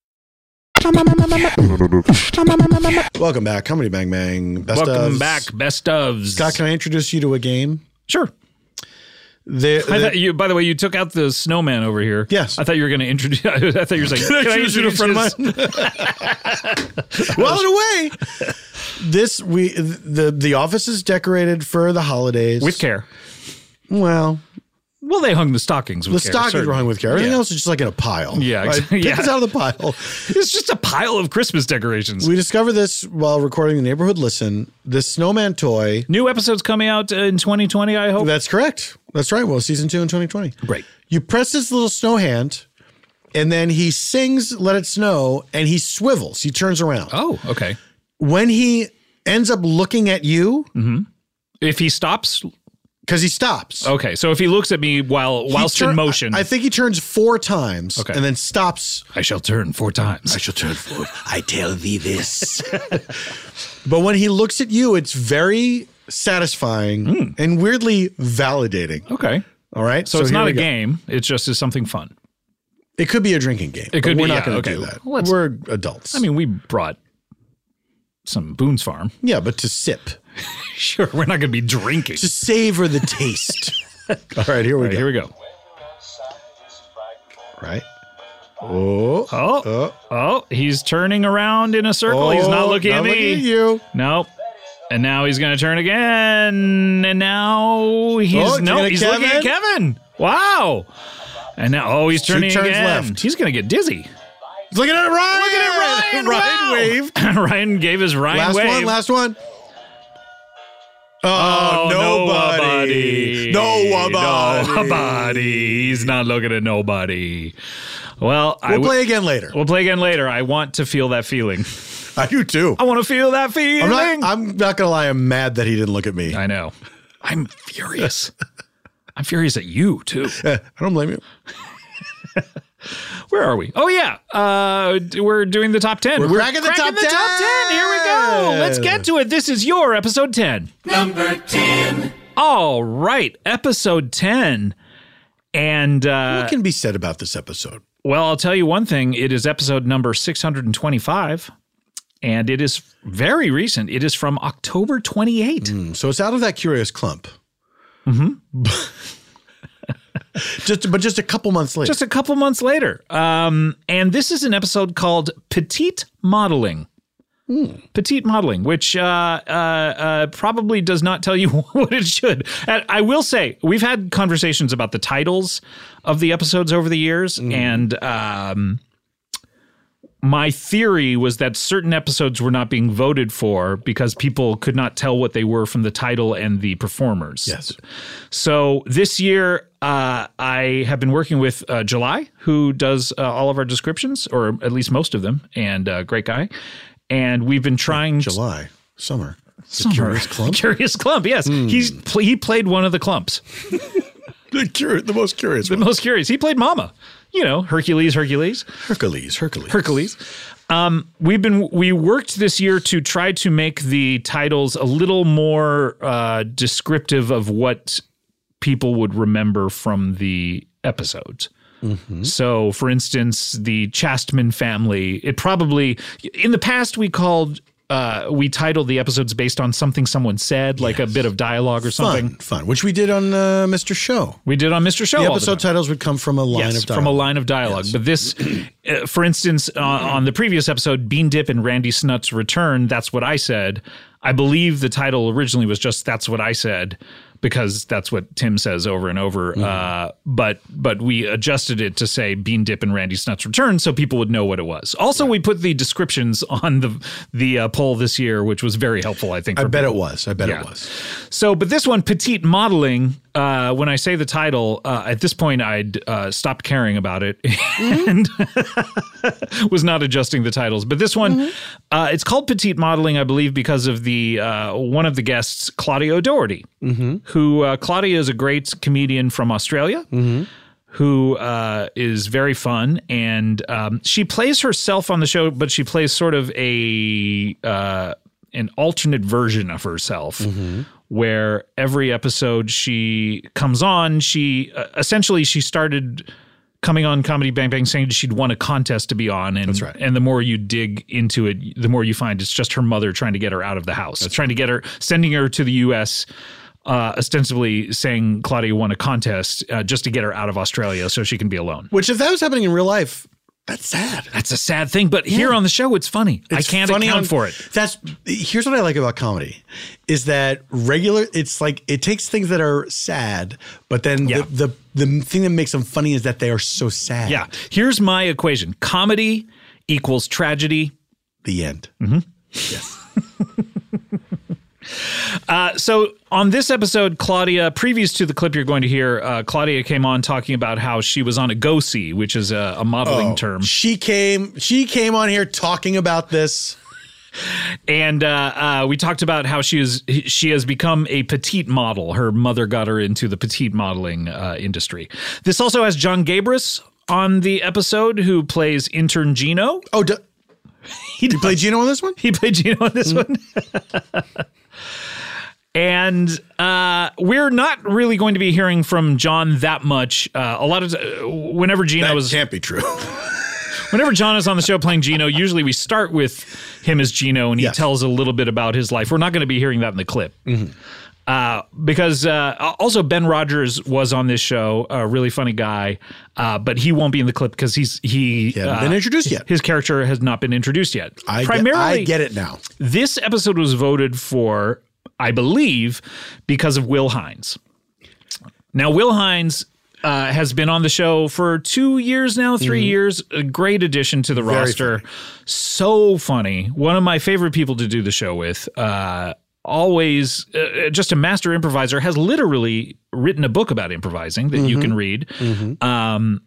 Speaker 1: *laughs*
Speaker 3: Welcome back, Comedy Bang Bang. Best ofs.
Speaker 1: best ofs
Speaker 3: Scott, can I introduce you to a game?
Speaker 1: sure
Speaker 3: The,
Speaker 1: I
Speaker 3: the-
Speaker 1: thought you, by the way, you took out the snowman over here.
Speaker 3: Yes.
Speaker 1: I thought you were going to introduce. *laughs* I thought
Speaker 3: *laughs*
Speaker 1: you were saying, "Can, I
Speaker 3: introduce you to a
Speaker 1: introduce
Speaker 3: friend of
Speaker 1: this?"
Speaker 3: *laughs* well, in a way, this we the the office is decorated for the holidays
Speaker 1: with care?
Speaker 3: Well,
Speaker 1: Well, they hung *laughs* the stockings. With
Speaker 3: the
Speaker 1: care,
Speaker 3: stock is
Speaker 1: certainly.
Speaker 3: hung with care. Everything
Speaker 1: Yeah.
Speaker 3: else is just like in a pile.
Speaker 1: Yeah,
Speaker 3: Like,
Speaker 1: exactly.
Speaker 3: pick
Speaker 1: Yeah.
Speaker 3: this out of the pile.
Speaker 1: *laughs* It's just a pile of Christmas decorations.
Speaker 3: We discovered this while recording the neighborhood listen. This snowman toy.
Speaker 1: New episodes coming out uh, in 2020. I hope.
Speaker 3: That's correct. That's right. Well, season two in 2020.
Speaker 1: Great.
Speaker 3: You press this little snow hand, and then he sings "Let It Snow," and he swivels. He turns around.
Speaker 1: Oh, okay.
Speaker 3: When he ends up looking at you,
Speaker 1: If he Mm-hmm. stops,
Speaker 3: because he stops.
Speaker 1: Okay, so if he looks at me while
Speaker 3: He
Speaker 1: whilst
Speaker 3: tur-
Speaker 1: in motion,
Speaker 3: I, I think he turns four times
Speaker 1: Okay.
Speaker 3: and then stops.
Speaker 1: I shall turn four times.
Speaker 3: shall turn four. I tell thee this. *laughs* but when he looks at you, it's very satisfying and weirdly validating.
Speaker 1: Hmm. Okay,
Speaker 3: All right.
Speaker 1: so, it's
Speaker 3: here
Speaker 1: not
Speaker 3: we
Speaker 1: a
Speaker 3: go.
Speaker 1: game. It's just is something fun.
Speaker 3: It could be a drinking game. but
Speaker 1: could be,
Speaker 3: We're
Speaker 1: yeah,
Speaker 3: not going to
Speaker 1: okay.
Speaker 3: do that.
Speaker 1: Let's-
Speaker 3: we're adults.
Speaker 1: I mean, we brought some Boone's Farm.
Speaker 3: yeah, but to sip,
Speaker 1: *laughs* Sure, we're not going to be drinking.
Speaker 3: to savor the
Speaker 1: *laughs*
Speaker 3: taste. All right, here we
Speaker 1: All right,
Speaker 3: go.
Speaker 1: here we go.
Speaker 3: Right. Oh,
Speaker 1: Oh,
Speaker 3: oh,
Speaker 1: oh, he's turning around in a circle. he's not
Speaker 3: oh,
Speaker 1: looking at
Speaker 3: not
Speaker 1: me.
Speaker 3: Looking at you.
Speaker 1: Nope. And now he's going to turn again. And now he's
Speaker 3: Oh, he's
Speaker 1: no,
Speaker 3: looking at
Speaker 1: he's looking at Kevin. Wow. And now oh, he's turning
Speaker 3: turns
Speaker 1: again.
Speaker 3: left.
Speaker 1: He's going to get dizzy.
Speaker 3: Looking at Ryan. Looking
Speaker 1: at Ryan, wow.
Speaker 3: waved.
Speaker 1: *laughs* Ryan gave his Ryan
Speaker 3: Last
Speaker 1: wave.
Speaker 3: one. Last one. Oh,
Speaker 1: Oh,
Speaker 3: Uh, nobody.
Speaker 1: nobody.
Speaker 3: Nobody.
Speaker 1: Nobody. He's not looking at nobody. Well, I
Speaker 3: We'll
Speaker 1: w-
Speaker 3: play again later.
Speaker 1: We'll play again later. I want to feel that feeling.
Speaker 3: *laughs* I do too.
Speaker 1: I want to feel that feeling.
Speaker 3: I'm not, I'm not gonna lie. I'm mad that he didn't look at me. I,
Speaker 1: I know. I'm furious. I'm furious at you
Speaker 3: *laughs*
Speaker 1: too.
Speaker 3: don't blame you.
Speaker 1: Where are we? Oh yeah, uh, d- we're doing the top 10 We're
Speaker 3: cracking the top 10.
Speaker 1: Here we go. Let's get to it. This is your episode ten. Number ten. All right, episode ten. And uh,
Speaker 3: what can be said about this episode?
Speaker 1: well, I'll tell you one thing. It is episode number six hundred and twenty-five, and it is very recent. It is from October twenty-eight.
Speaker 3: Hmm, So it's out of that curious clump. Mm-hmm. *laughs* just, but just a couple months later.
Speaker 1: just a couple months later. Um, and this is an episode called Petite Modeling.
Speaker 3: Hmm.
Speaker 1: Petite modeling, which uh, uh, uh, probably does not tell you *laughs* what it should. And I will say, we've had conversations about the titles of the episodes over the years,
Speaker 3: Hmm.
Speaker 1: and um, my theory was that certain episodes were not being voted for because people could not tell what they were from the title and the performers.
Speaker 3: yes.
Speaker 1: So this year, uh, I have been working with uh, July, who does uh, all of our descriptions, or at least most of them, and uh, great guy. And we've been trying to
Speaker 3: July, summer.
Speaker 1: Summer.
Speaker 3: Curious Clump? Hmm.
Speaker 1: *laughs* Curious Clump, yes. He's pl- he played one of the clumps.
Speaker 3: The, cur- the most curious one.
Speaker 1: Most curious, he played Mama. You know, Hercules, Hercules.
Speaker 3: Hercules. Hercules.
Speaker 1: Hercules. Um, we've been we worked this year to try to make the titles a little more uh, descriptive of what people would remember from the episodes.
Speaker 3: Mm-hmm.
Speaker 1: So, for instance, the Chastman family. It probably in the past we called. Uh, we titled the episodes based on something someone said, like a bit of dialogue or something.
Speaker 3: Fun. Fun. Which we did on uh, Mr. Show.
Speaker 1: We did on Mr. Show.
Speaker 3: The
Speaker 1: all the time
Speaker 3: episode titles would come from a line
Speaker 1: yes,
Speaker 3: of dialogue.
Speaker 1: from a line of dialogue. But this, *clears throat* uh, for instance, uh, on the previous episode, Bean Dip and Randy Snut's return. That's what I said. I believe the title originally was just "That's what I said" because that's what Tim says over and over.
Speaker 3: Mm-hmm.
Speaker 1: Uh, but but we adjusted it to say Bean Dip and Randy Snut's return so people would know what it was. Also, we put the descriptions on the the uh, poll this year, which was very helpful. I think.
Speaker 3: I
Speaker 1: for
Speaker 3: bet
Speaker 1: people.
Speaker 3: it was. I bet
Speaker 1: Yeah.
Speaker 3: it was.
Speaker 1: So, but this one, petite modeling. Uh, when I say the title, uh, at this point, I'd uh, stopped caring about it *laughs* and *laughs* was not adjusting the titles. But this one, uh, it's called petite modeling, I believe, because of the uh, one of the guests, Claudia O'Doherty, who uh, Claudia is a great comedian from Australia who uh, is very fun, and um, she plays herself on the show, but she plays sort of a uh, an alternate version of herself. Where every episode she comes on, she uh, essentially she started coming on Comedy Bang Bang saying she'd won a contest to be on, and
Speaker 3: right.
Speaker 1: and the more you dig into it, the more you find it's just her mother trying to get her out of the house, trying to get her, sending her to the U.S uh, ostensibly saying Claudia won a contest uh, just to get her out of Australia so she can be alone.
Speaker 3: Which, if that was happening in real life, that's sad.
Speaker 1: That's a sad thing, but here on the show, it's funny.
Speaker 3: It's
Speaker 1: I can't
Speaker 3: funny on-
Speaker 1: account for it.
Speaker 3: *laughs* That's here's what I like about comedy is that regular. It's like it takes things that are sad, but then
Speaker 1: Yeah.
Speaker 3: the, the the thing that makes them funny is that they are so sad.
Speaker 1: Yeah. Here's my equation comedy equals tragedy.
Speaker 3: the end.
Speaker 1: Mm-hmm. Uh, so on this episode, Claudia, previous to the clip you're going to hear, uh, Claudia came on talking about how she was on a GOSI,
Speaker 3: Oh,
Speaker 1: which is a, a modeling term.
Speaker 3: She came. She came on here talking about this.
Speaker 1: and uh, uh, we talked about how she is she has become a petite model. Her mother got her into the petite modeling uh, industry. This also has John Gabris on the episode, who plays intern Gino.
Speaker 3: Oh, d- he you played Gino on this one? Hmm.
Speaker 1: He played Gino on this one. *laughs* and uh, we're not really going to be hearing from John that much. Uh, a lot of t- whenever Gino
Speaker 7: That
Speaker 1: was
Speaker 7: can't be true.
Speaker 1: *laughs* whenever John is on the show playing Gino, usually we start with him as Gino and he
Speaker 3: Yes. Mm-hmm.
Speaker 1: tells a little bit about his life. We're not going to be hearing that in the clip. Uh, because uh, al- also Ben Rogers was on this show, a really funny guy, uh, but he won't be in the clip because he's he,
Speaker 3: hasn't
Speaker 1: uh,
Speaker 3: been introduced yet.
Speaker 1: His character has not been introduced yet.
Speaker 3: I get- I get it now.
Speaker 1: This episode was voted for, I believe, because of Will Hines. Now, Will Hines uh, has been on the show for two years now, 3
Speaker 3: Mm-hmm.
Speaker 1: years. A great addition to the roster. So funny. One of my favorite people to do the show with. Uh, always uh, just a master improviser, has literally written a book about improvising that you can
Speaker 3: Mm-hmm.
Speaker 1: read. Um,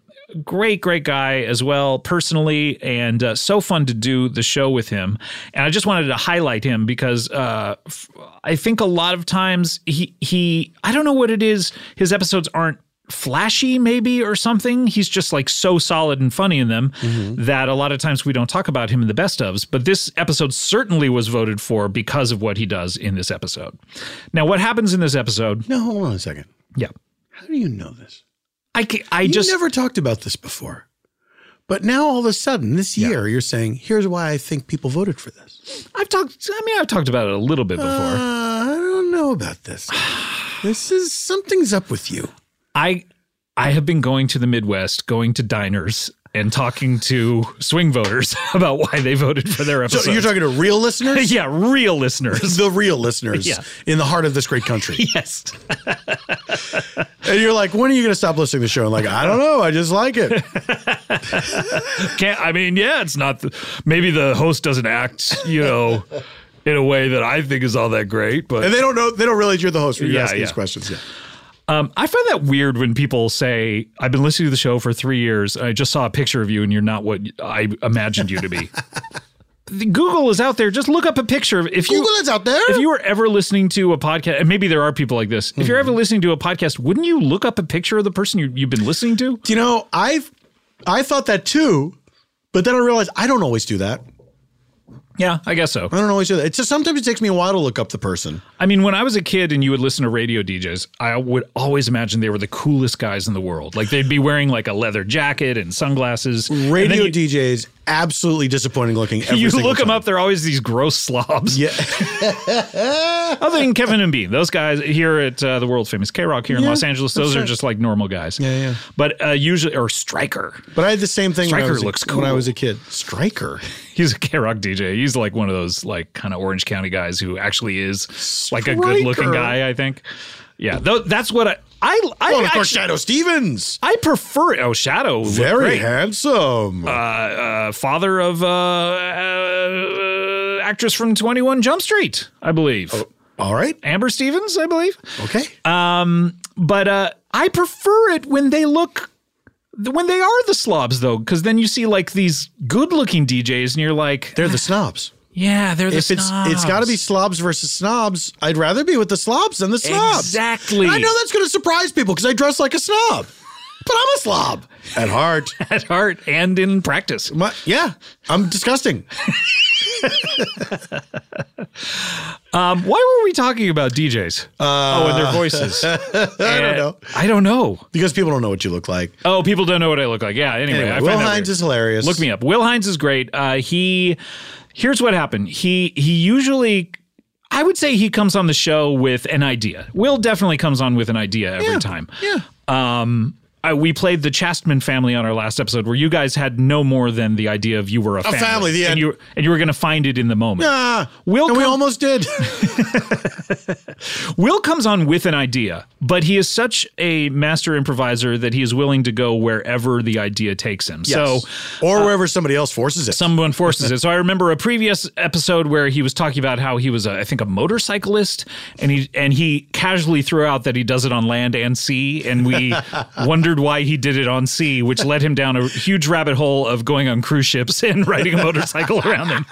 Speaker 1: great, great guy as well, personally, and uh, so fun to do the show with him. And I just wanted to highlight him because uh, f- I think a lot of times he he I don't know what it is. His episodes aren't flashy maybe or something he's just like so solid and funny in them
Speaker 3: Mm-hmm.
Speaker 1: that a lot of times we don't talk about him in the best ofs but this episode certainly was voted for because of what he does in this episode now what happens in this episode
Speaker 3: No, hold on a second.
Speaker 1: yeah
Speaker 3: How do you know this?
Speaker 1: i ca- i
Speaker 3: You
Speaker 1: just
Speaker 3: never talked about this before. But now all of a sudden, this year, you're saying, here's why I think people voted for this.
Speaker 1: i've talked i mean i've talked about it a little bit before
Speaker 3: Uh, I don't know about
Speaker 1: *sighs*
Speaker 3: this. this is something's up with you.
Speaker 1: I I have been going to the Midwest, going to diners and talking to swing voters *laughs* about why they voted for their
Speaker 3: So
Speaker 1: episode.
Speaker 3: you're talking to real listeners?
Speaker 1: *laughs* yeah, real listeners.
Speaker 3: The real listeners
Speaker 1: *laughs* Yeah.
Speaker 3: in the heart of this great country.
Speaker 1: *laughs* yes.
Speaker 3: and you're like, when are you going to stop listening to the show? And like, I don't know. I just like
Speaker 1: *laughs*
Speaker 3: it.
Speaker 1: Can't I mean, yeah, it's not the, maybe the host doesn't act, you know, in a way that I think is all that great,
Speaker 3: And
Speaker 1: but
Speaker 3: they don't know. They don't realize you're the host when you're
Speaker 1: Yeah,
Speaker 3: asking
Speaker 1: yeah.
Speaker 3: these questions. Yeah.
Speaker 1: um, I find that weird when people say, I've been listening to the show for 3 years and I just saw a picture of you and you're not what I imagined you
Speaker 3: *laughs*
Speaker 1: to be. The- Google is out there. Just look up a picture. of If you
Speaker 3: Google is out there.
Speaker 1: if you were ever listening to a podcast, and maybe there are people like this, if you're
Speaker 3: Mm-hmm.
Speaker 1: ever listening to a podcast, wouldn't you look up a picture of the person you, you've been listening to?
Speaker 3: you know, I I thought that too, but then I realized I don't always do that.
Speaker 1: Yeah, I guess so.
Speaker 3: I don't always do that. It's just sometimes it takes me a while to look up the person.
Speaker 1: I mean, when I was a kid and you would listen to radio DJs, I would always imagine they were the coolest guys in the world. Like they'd be wearing like a leather jacket and sunglasses. and then
Speaker 3: Radio
Speaker 1: you,
Speaker 3: DJs absolutely disappointing looking. Every
Speaker 1: You
Speaker 3: single
Speaker 1: look them
Speaker 3: time.
Speaker 1: up; they're always these gross slobs.
Speaker 3: Yeah.
Speaker 1: *laughs*
Speaker 3: *laughs*
Speaker 1: Other than Kevin and Bean, those guys here at uh, the world famous K Rock here in
Speaker 3: Yeah,
Speaker 1: Los Angeles, those
Speaker 3: that's
Speaker 1: are
Speaker 3: right.
Speaker 1: just like normal guys.
Speaker 3: Yeah, yeah.
Speaker 1: But uh, usually, or Striker,
Speaker 3: But I had the same thing. when I
Speaker 1: Stryker
Speaker 3: was a-
Speaker 1: looks
Speaker 3: when I
Speaker 1: cool.
Speaker 3: was a kid. Striker.
Speaker 1: *laughs* he's a K Rock DJ. He's like one of those like kind of Orange County guys who actually is like a good looking
Speaker 3: Striker.
Speaker 1: guy. I think. Yeah, tho- that's what I. I I,
Speaker 3: Oh, and of course,
Speaker 1: actually-
Speaker 3: Shadow Stevens.
Speaker 1: I prefer. Oh, Shadow, looked
Speaker 3: Very
Speaker 1: great.
Speaker 3: handsome.
Speaker 1: uh, father of uh, uh, actress from Twenty One Jump Street, I believe.
Speaker 3: Oh, All right.
Speaker 1: Amber Stevens, I believe.
Speaker 3: Okay.
Speaker 1: But uh, I prefer it when they look. When they are the slobs, though, because then you see like these good-looking DJs, and you're like, "Eh,
Speaker 3: They're the snobs.
Speaker 1: "Yeah, they're the
Speaker 3: if it's it's got to be slobs versus snobs, I'd rather be with the slobs than the snobs.
Speaker 1: Exactly.
Speaker 3: And I know that's going to surprise people because I dress like a snob, but I'm a slob at heart.
Speaker 1: *laughs* at heart and in practice."
Speaker 3: My- yeah, I'm disgusting.
Speaker 1: *laughs*
Speaker 3: *laughs*
Speaker 1: Um, why were we talking about DJs? oh, and their
Speaker 3: *laughs*
Speaker 1: voices. I don't
Speaker 3: Uh, know.
Speaker 1: I don't know.
Speaker 3: Because people don't know what you look like.
Speaker 1: Oh, people don't know what I look like. Yeah. Anyway,
Speaker 3: Anyway,
Speaker 1: I
Speaker 3: Will
Speaker 1: find that
Speaker 3: Hines
Speaker 1: weird.
Speaker 3: is hilarious.
Speaker 1: Look me up. Will Hines is great. Uh, he here's what happened. He he usually I would say he comes on the show with an idea. Will definitely comes on with an idea every time.
Speaker 3: Yeah.
Speaker 1: Um I, we played the Chastman family on our last episode where you guys had no more than the idea of you were a, family.
Speaker 3: family, the
Speaker 1: and
Speaker 3: end.
Speaker 1: you and you were going to find it in the moment.
Speaker 3: Ah,
Speaker 1: Will
Speaker 3: and we
Speaker 1: come-
Speaker 3: almost *laughs* did.
Speaker 1: Will comes on with an idea, but he is such a master improviser that he is willing to go wherever the idea takes him. So uh,
Speaker 3: or wherever somebody else forces it. *laughs*
Speaker 1: someone forces it. So I remember a previous episode where he was talking about how he was, a, I think, a
Speaker 3: *laughs*
Speaker 1: motorcyclist, and he and he casually threw out that he does it on land and sea, and we wondered wondered why he did it on sea, which led him down a huge rabbit hole of going on cruise ships *laughs* and riding a motorcycle around them.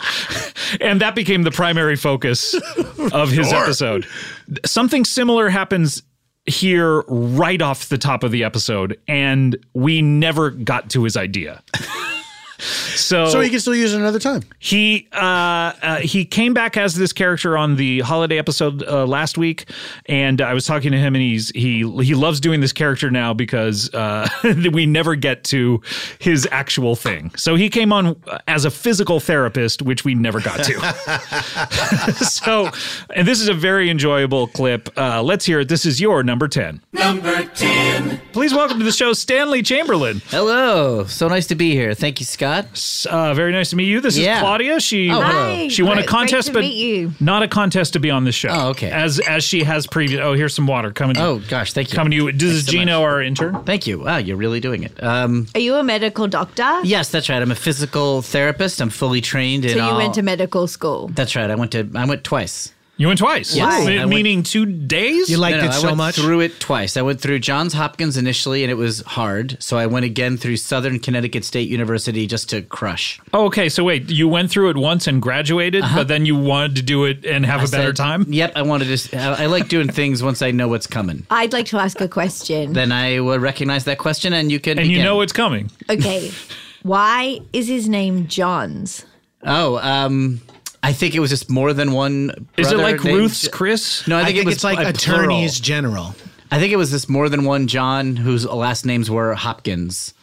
Speaker 1: And that became the primary focus of his episode. Something similar happens here right off the top of the episode, and we never got to his idea. *laughs* So,
Speaker 3: So he can still use it another time.
Speaker 1: he uh, uh, he came back as this character on the holiday episode uh, last week, and I was talking to him, and he's he he loves doing this character now because uh, *laughs* we never get to his actual thing. So he came on as a physical therapist, which we never
Speaker 8: *laughs*
Speaker 1: got to. *laughs* so, and this is a very enjoyable clip. Uh, let's hear it. This is your number ten. Number ten. Please welcome to the show Stanley Chamberlain.
Speaker 9: Hello. So nice to be here. Thank you, Scott.
Speaker 1: Uh, very nice to meet you. This
Speaker 9: Yeah.
Speaker 1: is Claudia. She
Speaker 9: Oh, hello.
Speaker 10: Hi.
Speaker 1: she won a
Speaker 10: Great-
Speaker 1: contest,
Speaker 10: great to
Speaker 1: but
Speaker 10: meet you.
Speaker 1: not a contest to be on the show.
Speaker 9: Oh, okay.
Speaker 1: As as she has previous. Oh, here's some water coming. to-
Speaker 9: Oh, gosh. Thank you.
Speaker 1: coming to you. This is
Speaker 9: so much.
Speaker 1: Gino, our intern.
Speaker 9: Thank you. Wow, you're really doing it. Um,
Speaker 10: Are you a medical doctor?
Speaker 9: yes, that's right. I'm a physical therapist. I'm fully trained in
Speaker 10: So you
Speaker 9: all-
Speaker 10: went to medical school.
Speaker 9: That's right. I went to I went twice.
Speaker 1: You went twice.
Speaker 9: Yes.
Speaker 1: Me-
Speaker 9: I went-
Speaker 1: Meaning two days.
Speaker 3: You liked
Speaker 9: No, no,
Speaker 3: it
Speaker 9: I
Speaker 3: so
Speaker 9: went
Speaker 3: much.
Speaker 9: through it twice. I went through Johns Hopkins initially, and it was hard. So I went again through Southern Connecticut State University just to crush.
Speaker 1: oh, okay. So wait, you went through it once and graduated,
Speaker 9: Uh-huh.
Speaker 1: but then you wanted to do it and have a better
Speaker 9: Said,
Speaker 1: time.
Speaker 9: Yep, I wanted to. s- I I like doing things once I know what's coming.
Speaker 10: I'd like to ask a question.
Speaker 9: *laughs* Then I will recognize that question, and you can.
Speaker 1: And you
Speaker 9: begin.
Speaker 1: know it's coming.
Speaker 10: okay. Why is his name Johns?
Speaker 9: Oh, um, I think it was just more than one.
Speaker 1: Is it
Speaker 9: brother
Speaker 1: like
Speaker 9: named-
Speaker 1: Ruth's Chris?
Speaker 9: No, I
Speaker 3: I
Speaker 9: think,
Speaker 3: think
Speaker 9: it was
Speaker 3: it's like
Speaker 9: a
Speaker 3: attorneys
Speaker 9: plural.
Speaker 3: general.
Speaker 9: I think it was this more than one John whose last names were Hopkins.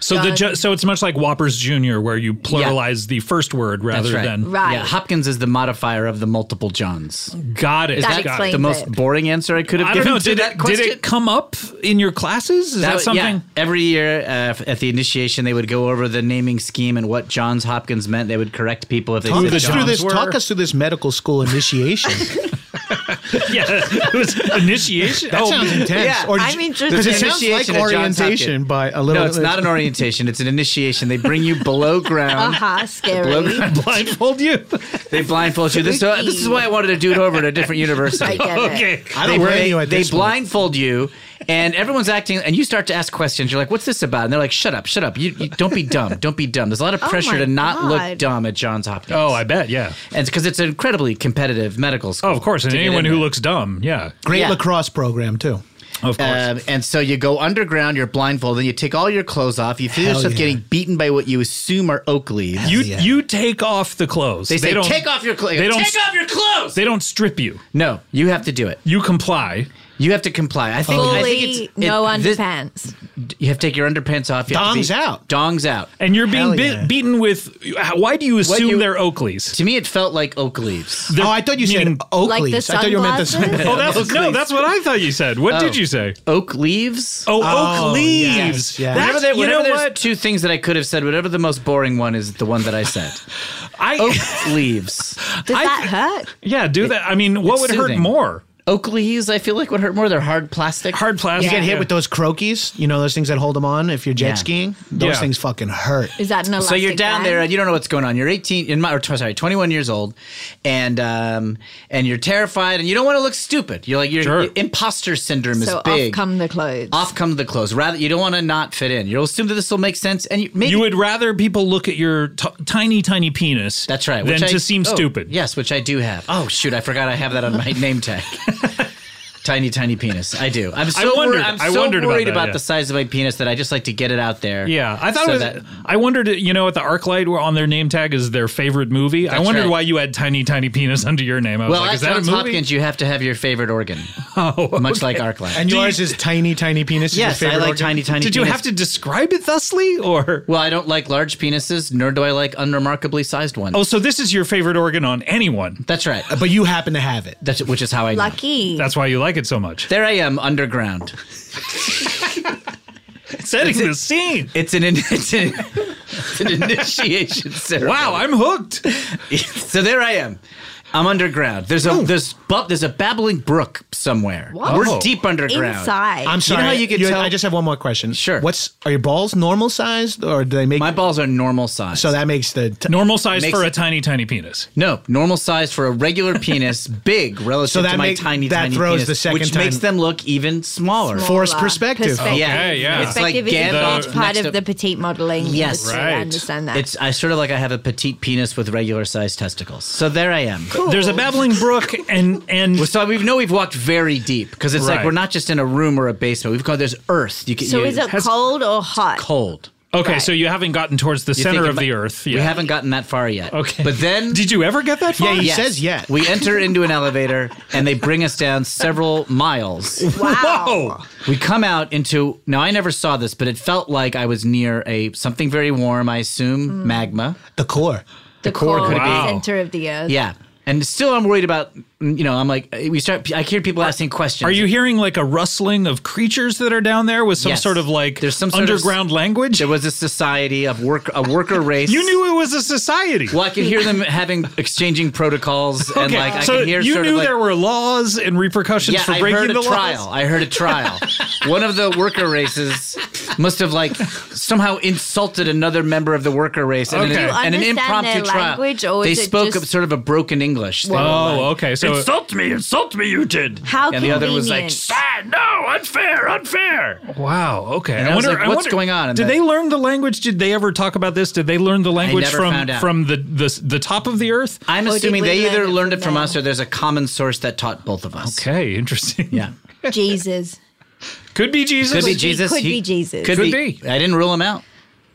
Speaker 1: So the ju- so it's much like Whoppers Junior, where you pluralize the first word rather
Speaker 9: That's right.
Speaker 1: than
Speaker 10: Right.
Speaker 9: Yeah, Hopkins is the modifier of the multiple Johns.
Speaker 1: got it.
Speaker 10: That
Speaker 1: got it.
Speaker 10: explains
Speaker 9: The most
Speaker 10: it.
Speaker 9: boring answer I could have
Speaker 1: I don't
Speaker 9: given
Speaker 1: know.
Speaker 9: to
Speaker 1: Did
Speaker 9: that
Speaker 1: it, did
Speaker 9: question.
Speaker 1: it come up in your classes? Is that,
Speaker 9: That- yeah.
Speaker 1: something?
Speaker 9: every year uh, f- at the initiation, they would go over the naming scheme and what Johns Hopkins meant. They would correct people if they
Speaker 3: Talk
Speaker 9: said
Speaker 3: us, through
Speaker 9: Johns.
Speaker 3: this,
Speaker 1: were-
Speaker 3: talk us through this medical school initiation.
Speaker 1: *laughs* Yeah, it was initiation.
Speaker 3: *laughs*
Speaker 1: Oh,
Speaker 3: That sounds intense.
Speaker 9: Yeah,
Speaker 3: Or did
Speaker 10: I'm
Speaker 3: you-
Speaker 10: interested.
Speaker 3: Because it
Speaker 9: There's an
Speaker 3: sounds like
Speaker 9: initiation at Johns
Speaker 3: orientation
Speaker 9: Hopkins.
Speaker 3: by a little.
Speaker 9: No, it's not an orientation. It's an initiation. They bring you below ground.
Speaker 10: Aha, scary.
Speaker 9: Below,
Speaker 1: *laughs* blindfold you.
Speaker 9: they blindfold you. This, so this is why I wanted to do it over at a
Speaker 10: *laughs*
Speaker 9: different
Speaker 10: I
Speaker 9: university.
Speaker 10: get it.
Speaker 1: Okay.
Speaker 3: I don't
Speaker 9: they,
Speaker 3: blame
Speaker 9: they,
Speaker 3: you at
Speaker 9: they
Speaker 3: this one.
Speaker 9: blindfold you, and everyone's acting, and you start to ask questions. You're like, "What's this about?" And they're like, "Shut up, shut up! You, you don't be dumb, don't be dumb." There's a lot of
Speaker 10: *laughs* Oh
Speaker 9: pressure
Speaker 10: my
Speaker 9: to not
Speaker 10: God.
Speaker 9: look dumb at Johns Hopkins.
Speaker 1: Oh, I bet. Yeah.
Speaker 9: and because it's an incredibly competitive medical school.
Speaker 1: Oh, of course. And
Speaker 9: to get
Speaker 1: anyone
Speaker 9: in
Speaker 1: who
Speaker 9: there.
Speaker 1: looks *laughs* dumb. Yeah.
Speaker 3: Great
Speaker 9: Yeah.
Speaker 3: lacrosse program too.
Speaker 1: Of course.
Speaker 9: Um, and so you go underground, you're blindfolded, you take all your clothes off, you feel yourself
Speaker 3: yeah.
Speaker 9: getting beaten by what you assume are oak leaves.
Speaker 1: you
Speaker 3: yeah.
Speaker 1: you take off the clothes.
Speaker 9: they say,
Speaker 1: don't
Speaker 9: take off your clothes.
Speaker 1: they
Speaker 9: Take
Speaker 1: don't-
Speaker 9: off
Speaker 4: *laughs*
Speaker 9: your clothes.
Speaker 1: They don't strip you.
Speaker 9: No, you have to do it.
Speaker 1: You comply.
Speaker 9: You have to comply. I think, I think it's
Speaker 10: Fully no
Speaker 9: it- this-
Speaker 10: underpants.
Speaker 9: you have to take your underpants off. You have to
Speaker 3: Dongs out.
Speaker 9: Dongs out.
Speaker 1: And you're being
Speaker 3: Hell
Speaker 1: bit,
Speaker 3: yeah.
Speaker 1: beaten with. Why do you assume
Speaker 9: you-
Speaker 1: they're Oakleys?
Speaker 9: To me, it felt like oak leaves.
Speaker 1: They're-
Speaker 3: oh, I thought you
Speaker 1: meaning-
Speaker 3: said Oakley.
Speaker 10: Like the
Speaker 3: I thought you meant this.
Speaker 10: sunglasses?
Speaker 1: Oh, that's, no, that's what I thought you said. What did you say?
Speaker 9: Oh. Oak leaves.
Speaker 1: Oh,
Speaker 3: Oh,
Speaker 1: oak leaves.
Speaker 3: yes, yeah.
Speaker 1: That's,
Speaker 9: Whenever, there-
Speaker 1: you
Speaker 9: whenever
Speaker 1: know
Speaker 9: there's
Speaker 1: what?
Speaker 9: two things that I could have said, whatever the most boring one is, the one that I said.
Speaker 1: *laughs* I
Speaker 9: Oak leaves.
Speaker 10: Does
Speaker 1: I-
Speaker 10: that hurt?
Speaker 1: yeah. Do that. I mean, what
Speaker 9: it's
Speaker 1: would hurt
Speaker 9: soothing.
Speaker 1: more?
Speaker 9: Oak leaves. I feel like would hurt more. They're hard plastic.
Speaker 1: Hard plastic.
Speaker 3: You get hit
Speaker 1: yeah.
Speaker 3: with those croakies, you know those things that hold them on if you're jet
Speaker 9: Yeah.
Speaker 3: skiing. Those
Speaker 1: Yeah.
Speaker 3: things fucking hurt.
Speaker 10: Is that an elastic
Speaker 9: So you're down
Speaker 10: band?
Speaker 9: there and you don't know what's going on. You're 18, in my, or tw- sorry, 21 years old, and um, and you're terrified and you don't want to look stupid. You're like your
Speaker 1: Sure.
Speaker 9: imposter syndrome
Speaker 10: So
Speaker 9: is big.
Speaker 10: off come the clothes.
Speaker 9: Off come the clothes. Rather, you don't want to not fit in. You'll assume that this will make sense, and you, maybe
Speaker 1: You would rather people look at your t- tiny, tiny penis.
Speaker 9: that's right.
Speaker 1: Than
Speaker 9: which I-
Speaker 1: to seem
Speaker 9: oh,
Speaker 1: stupid.
Speaker 9: Yes, which I do have. Oh shoot, I forgot I have that on
Speaker 1: *laughs*
Speaker 9: my name tag. Tiny, tiny penis. I do. I'm so
Speaker 1: wondered-
Speaker 9: worried. I'm
Speaker 1: I
Speaker 9: so
Speaker 1: wondered about
Speaker 9: worried about,
Speaker 1: that, yeah.
Speaker 9: the size of my penis that I just like to get it out there.
Speaker 1: Yeah, I thought
Speaker 9: so
Speaker 1: it was.
Speaker 9: that-
Speaker 1: I wondered, you know, at the ArcLight were on their name tag is their favorite movie. I
Speaker 9: That's
Speaker 1: wondered
Speaker 9: right.
Speaker 1: why you had tiny, tiny penis *laughs* under your name. I was
Speaker 9: well,
Speaker 1: like,
Speaker 9: at
Speaker 1: is that a
Speaker 9: Johns
Speaker 1: movie?
Speaker 9: Hopkins, you have to have your favorite
Speaker 1: *laughs*
Speaker 9: organ, oh, much like ArcLight.
Speaker 3: And
Speaker 1: Do
Speaker 3: yours
Speaker 1: you-
Speaker 3: is tiny, tiny penis.
Speaker 9: Yes, I like tiny, tiny.
Speaker 1: Did you
Speaker 9: penis.
Speaker 1: have to describe it thusly, or
Speaker 9: Well, I don't like large penises, nor do I like unremarkably sized ones.
Speaker 1: oh, so this is your favorite organ on anyone?
Speaker 9: that's right.
Speaker 3: But you happen to have it.
Speaker 9: That's which is how I. know.
Speaker 10: Lucky.
Speaker 1: That's why you like it so much.
Speaker 9: There I am underground.
Speaker 1: *laughs* Setting the scene.
Speaker 9: It's an in- it's an, it's an initiation *laughs* ceremony. *laughs*
Speaker 1: Wow, I'm hooked. Oh.
Speaker 9: so there I am. I'm underground. There's a there's above. There's a babbling brook somewhere.
Speaker 10: What?
Speaker 9: We're
Speaker 10: Oh.
Speaker 9: deep underground.
Speaker 10: Inside.
Speaker 11: I'm sorry.
Speaker 9: how you can tell-
Speaker 11: I just have one more question.
Speaker 9: Sure.
Speaker 11: What's are your balls normal sized or do they make
Speaker 9: My balls are normal size.
Speaker 11: so that makes the t-
Speaker 1: Normal size
Speaker 9: Makes
Speaker 1: for a
Speaker 9: it-
Speaker 1: tiny, tiny penis.
Speaker 9: No, normal size for a regular penis, big relative
Speaker 11: So that
Speaker 9: to my
Speaker 11: make-
Speaker 9: tiny,
Speaker 11: that
Speaker 9: tiny
Speaker 11: throws
Speaker 9: penis,
Speaker 11: the second
Speaker 9: which makes
Speaker 11: time-
Speaker 9: them look even smaller.
Speaker 11: For- Forced perspective.
Speaker 9: Yeah, yeah. It's like
Speaker 10: Perspective is a
Speaker 9: Gandalf
Speaker 10: large part
Speaker 9: next to-
Speaker 10: of the petite modeling.
Speaker 9: Yes.
Speaker 10: industry.
Speaker 1: Right.
Speaker 10: I understand that.
Speaker 9: It's I sort of like I have a petite penis with regular sized testicles. So there I am.
Speaker 1: There's a babbling brook, and and
Speaker 9: So we know we've walked very deep because it's
Speaker 1: Right.
Speaker 9: like we're not just in a room or a basement. We've gone there's earth. You can,
Speaker 10: so
Speaker 9: you-
Speaker 10: is it cold or hot?
Speaker 9: cold?
Speaker 1: okay,
Speaker 10: Right.
Speaker 1: so you haven't gotten towards the
Speaker 9: You
Speaker 1: center
Speaker 9: think
Speaker 1: of
Speaker 9: about-
Speaker 1: the earth.
Speaker 9: We
Speaker 1: Yeah.
Speaker 9: haven't gotten that far yet.
Speaker 1: Okay.
Speaker 9: But then
Speaker 1: Did you ever get that far?
Speaker 11: Yeah, he
Speaker 9: Yes.
Speaker 11: says yet.
Speaker 9: We *laughs* enter into an elevator and they bring us down several miles.
Speaker 10: Wow.
Speaker 1: Whoa!
Speaker 9: We come out into now I never saw this, but it felt like I was near a something very warm, I assume magma.
Speaker 11: the core.
Speaker 10: The, core
Speaker 9: could
Speaker 1: be-
Speaker 10: center of the earth.
Speaker 9: Yeah. And still I'm worried about you know, I'm like we start I hear people asking questions.
Speaker 1: Are you hearing like a rustling of creatures that are down there with some
Speaker 9: Yes.
Speaker 1: sort of like
Speaker 9: There's some sort of-
Speaker 1: underground language?
Speaker 9: there was a society of work a
Speaker 1: *laughs*
Speaker 9: worker race.
Speaker 1: You knew it was a society.
Speaker 9: Well, I could hear them having exchanging protocols and
Speaker 1: okay,
Speaker 9: like I
Speaker 1: so
Speaker 9: could hear
Speaker 1: you
Speaker 9: sort
Speaker 1: knew
Speaker 9: of like,
Speaker 1: there were laws and repercussions for breaking
Speaker 9: I heard
Speaker 1: the
Speaker 9: a trial.
Speaker 1: laws.
Speaker 9: I heard a trial. One of the worker races must have like somehow insulted another member of the worker race and
Speaker 1: Okay. Do
Speaker 9: an,
Speaker 1: you
Speaker 9: and an
Speaker 10: understand their
Speaker 9: impromptu trial.
Speaker 10: language, or
Speaker 9: they
Speaker 10: is it
Speaker 9: spoke
Speaker 10: just-
Speaker 9: of sort of a broken English. They were like-
Speaker 1: Oh, okay. So
Speaker 4: me, insult me, you did.
Speaker 10: How
Speaker 9: And the
Speaker 10: convenient.
Speaker 9: other was like,
Speaker 4: Ah, no, unfair, unfair.
Speaker 1: wow. Okay.
Speaker 9: I was like, what's going on in
Speaker 1: Did
Speaker 9: that-
Speaker 1: they learn the language? Did they ever talk about this? Did they learn the language
Speaker 9: never
Speaker 1: from
Speaker 9: found out.
Speaker 1: from the, the the top of the earth?
Speaker 9: I'm
Speaker 10: Or did
Speaker 9: assuming
Speaker 10: we
Speaker 9: they
Speaker 10: learn
Speaker 9: either
Speaker 10: it
Speaker 9: learned
Speaker 10: from
Speaker 9: it from
Speaker 10: them?
Speaker 9: us or there's a common source that taught both of us.
Speaker 1: Okay, interesting.
Speaker 9: Yeah.
Speaker 10: Jesus.
Speaker 1: Could be *laughs* Jesus.
Speaker 9: Could be
Speaker 10: be-
Speaker 9: Jesus.
Speaker 10: could be Jesus.
Speaker 9: Could,
Speaker 1: Could
Speaker 9: be.
Speaker 1: be.
Speaker 9: I didn't rule him out.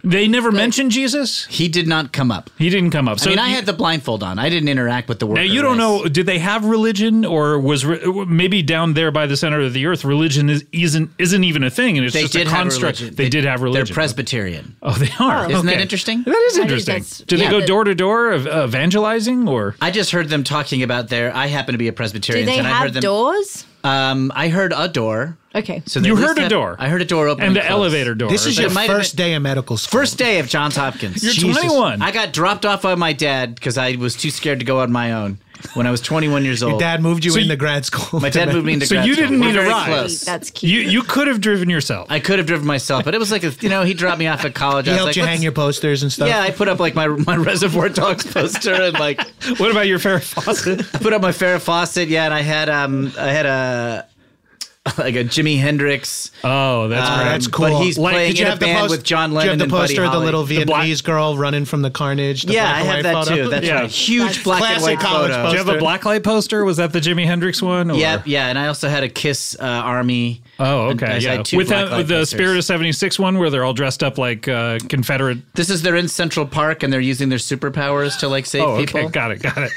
Speaker 1: They never mentioned Jesus.
Speaker 9: He did not come up.
Speaker 1: He didn't come up. So
Speaker 9: I mean, I
Speaker 1: you-
Speaker 9: had the blindfold on. I didn't interact with the worker.
Speaker 1: now you don't
Speaker 9: race.
Speaker 1: know. Did they have religion, or was re- maybe down there by the center of the earth, religion is, isn't isn't even a thing, and it's
Speaker 9: They
Speaker 1: just
Speaker 9: did
Speaker 1: a
Speaker 9: have
Speaker 1: construct.
Speaker 9: religion.
Speaker 1: They, did have religion.
Speaker 9: They're Presbyterian.
Speaker 1: Oh, they are.
Speaker 9: Isn't that
Speaker 1: Okay.
Speaker 9: interesting?
Speaker 1: That is
Speaker 10: That is-
Speaker 1: interesting.
Speaker 10: that's-
Speaker 1: Do
Speaker 10: yeah.
Speaker 1: they go door to door ev- evangelizing or?
Speaker 9: I just heard them talking about their. I happen to be a
Speaker 10: Do
Speaker 9: Presbyterian.
Speaker 10: they
Speaker 9: and I heard
Speaker 10: have
Speaker 9: them,
Speaker 10: doors?
Speaker 9: Um, I heard a door.
Speaker 10: Okay.
Speaker 9: So they
Speaker 1: You
Speaker 9: at least
Speaker 1: heard a
Speaker 9: have-
Speaker 1: door.
Speaker 9: I heard a door open
Speaker 1: and the
Speaker 9: close.
Speaker 1: *laughs* elevator door.
Speaker 11: This is
Speaker 9: But
Speaker 11: your
Speaker 9: it might have
Speaker 11: first day of medical school.
Speaker 9: First day of Johns Hopkins.
Speaker 1: You're
Speaker 9: Jesus.
Speaker 1: 21.
Speaker 9: I got dropped off by my dad because I was too scared to go on my own when I was 21 years old.
Speaker 11: Your dad moved you
Speaker 1: So
Speaker 11: into
Speaker 1: you-
Speaker 11: grad school.
Speaker 9: my dad moved me into
Speaker 1: So
Speaker 9: grad
Speaker 1: you
Speaker 9: school.
Speaker 1: didn't
Speaker 9: We're
Speaker 1: need a
Speaker 9: very
Speaker 1: ride.
Speaker 9: close.
Speaker 10: That's cute.
Speaker 1: you you could have driven yourself.
Speaker 9: I could have driven myself, but it was like a, you know he dropped me off at college.
Speaker 11: He
Speaker 9: I was
Speaker 11: helped
Speaker 9: like,
Speaker 11: you
Speaker 9: "What's-"
Speaker 11: hang your posters and stuff.
Speaker 9: Yeah, I put up like my my *laughs* Reservoir Dogs poster and like
Speaker 1: *laughs* what about your Farrah Fawcett?
Speaker 9: I *laughs* put up my Farrah Fawcett. Yeah, and I had um I had a *laughs* like a Jimi Hendrix.
Speaker 1: Oh, that's
Speaker 9: Um,
Speaker 1: great.
Speaker 11: That's cool.
Speaker 9: But he's
Speaker 11: Like,
Speaker 9: playing
Speaker 11: did you
Speaker 9: in a
Speaker 11: have the
Speaker 9: band
Speaker 11: post-
Speaker 9: with John
Speaker 11: did you
Speaker 9: Lennon
Speaker 11: have the
Speaker 9: and Buddy
Speaker 11: poster of the
Speaker 9: Holly.
Speaker 11: little Vietnamese
Speaker 1: black-
Speaker 11: girl running from the carnage? the
Speaker 9: yeah,
Speaker 11: black
Speaker 9: I
Speaker 11: and
Speaker 9: have
Speaker 11: white
Speaker 9: that
Speaker 11: photo?
Speaker 9: too. That's
Speaker 1: Yeah.
Speaker 9: right. Huge black and
Speaker 11: Classic
Speaker 9: white
Speaker 11: college
Speaker 9: photo.
Speaker 1: Do you have a
Speaker 11: poster.
Speaker 1: blacklight poster? Was that the Jimi Hendrix one? Or?
Speaker 9: Yep, yeah, and I also had a Kiss uh, Army.
Speaker 1: Oh,
Speaker 9: I
Speaker 1: okay.
Speaker 9: had
Speaker 1: Yeah.
Speaker 9: two
Speaker 1: With
Speaker 9: black
Speaker 1: that,
Speaker 9: light
Speaker 1: the
Speaker 9: posters.
Speaker 1: Spirit of 76 one where they're all dressed up like uh, Confederate.
Speaker 9: This is they're in Central Park and they're using their superpowers to like save
Speaker 1: Oh, okay.
Speaker 9: people.
Speaker 1: Got it. Got it.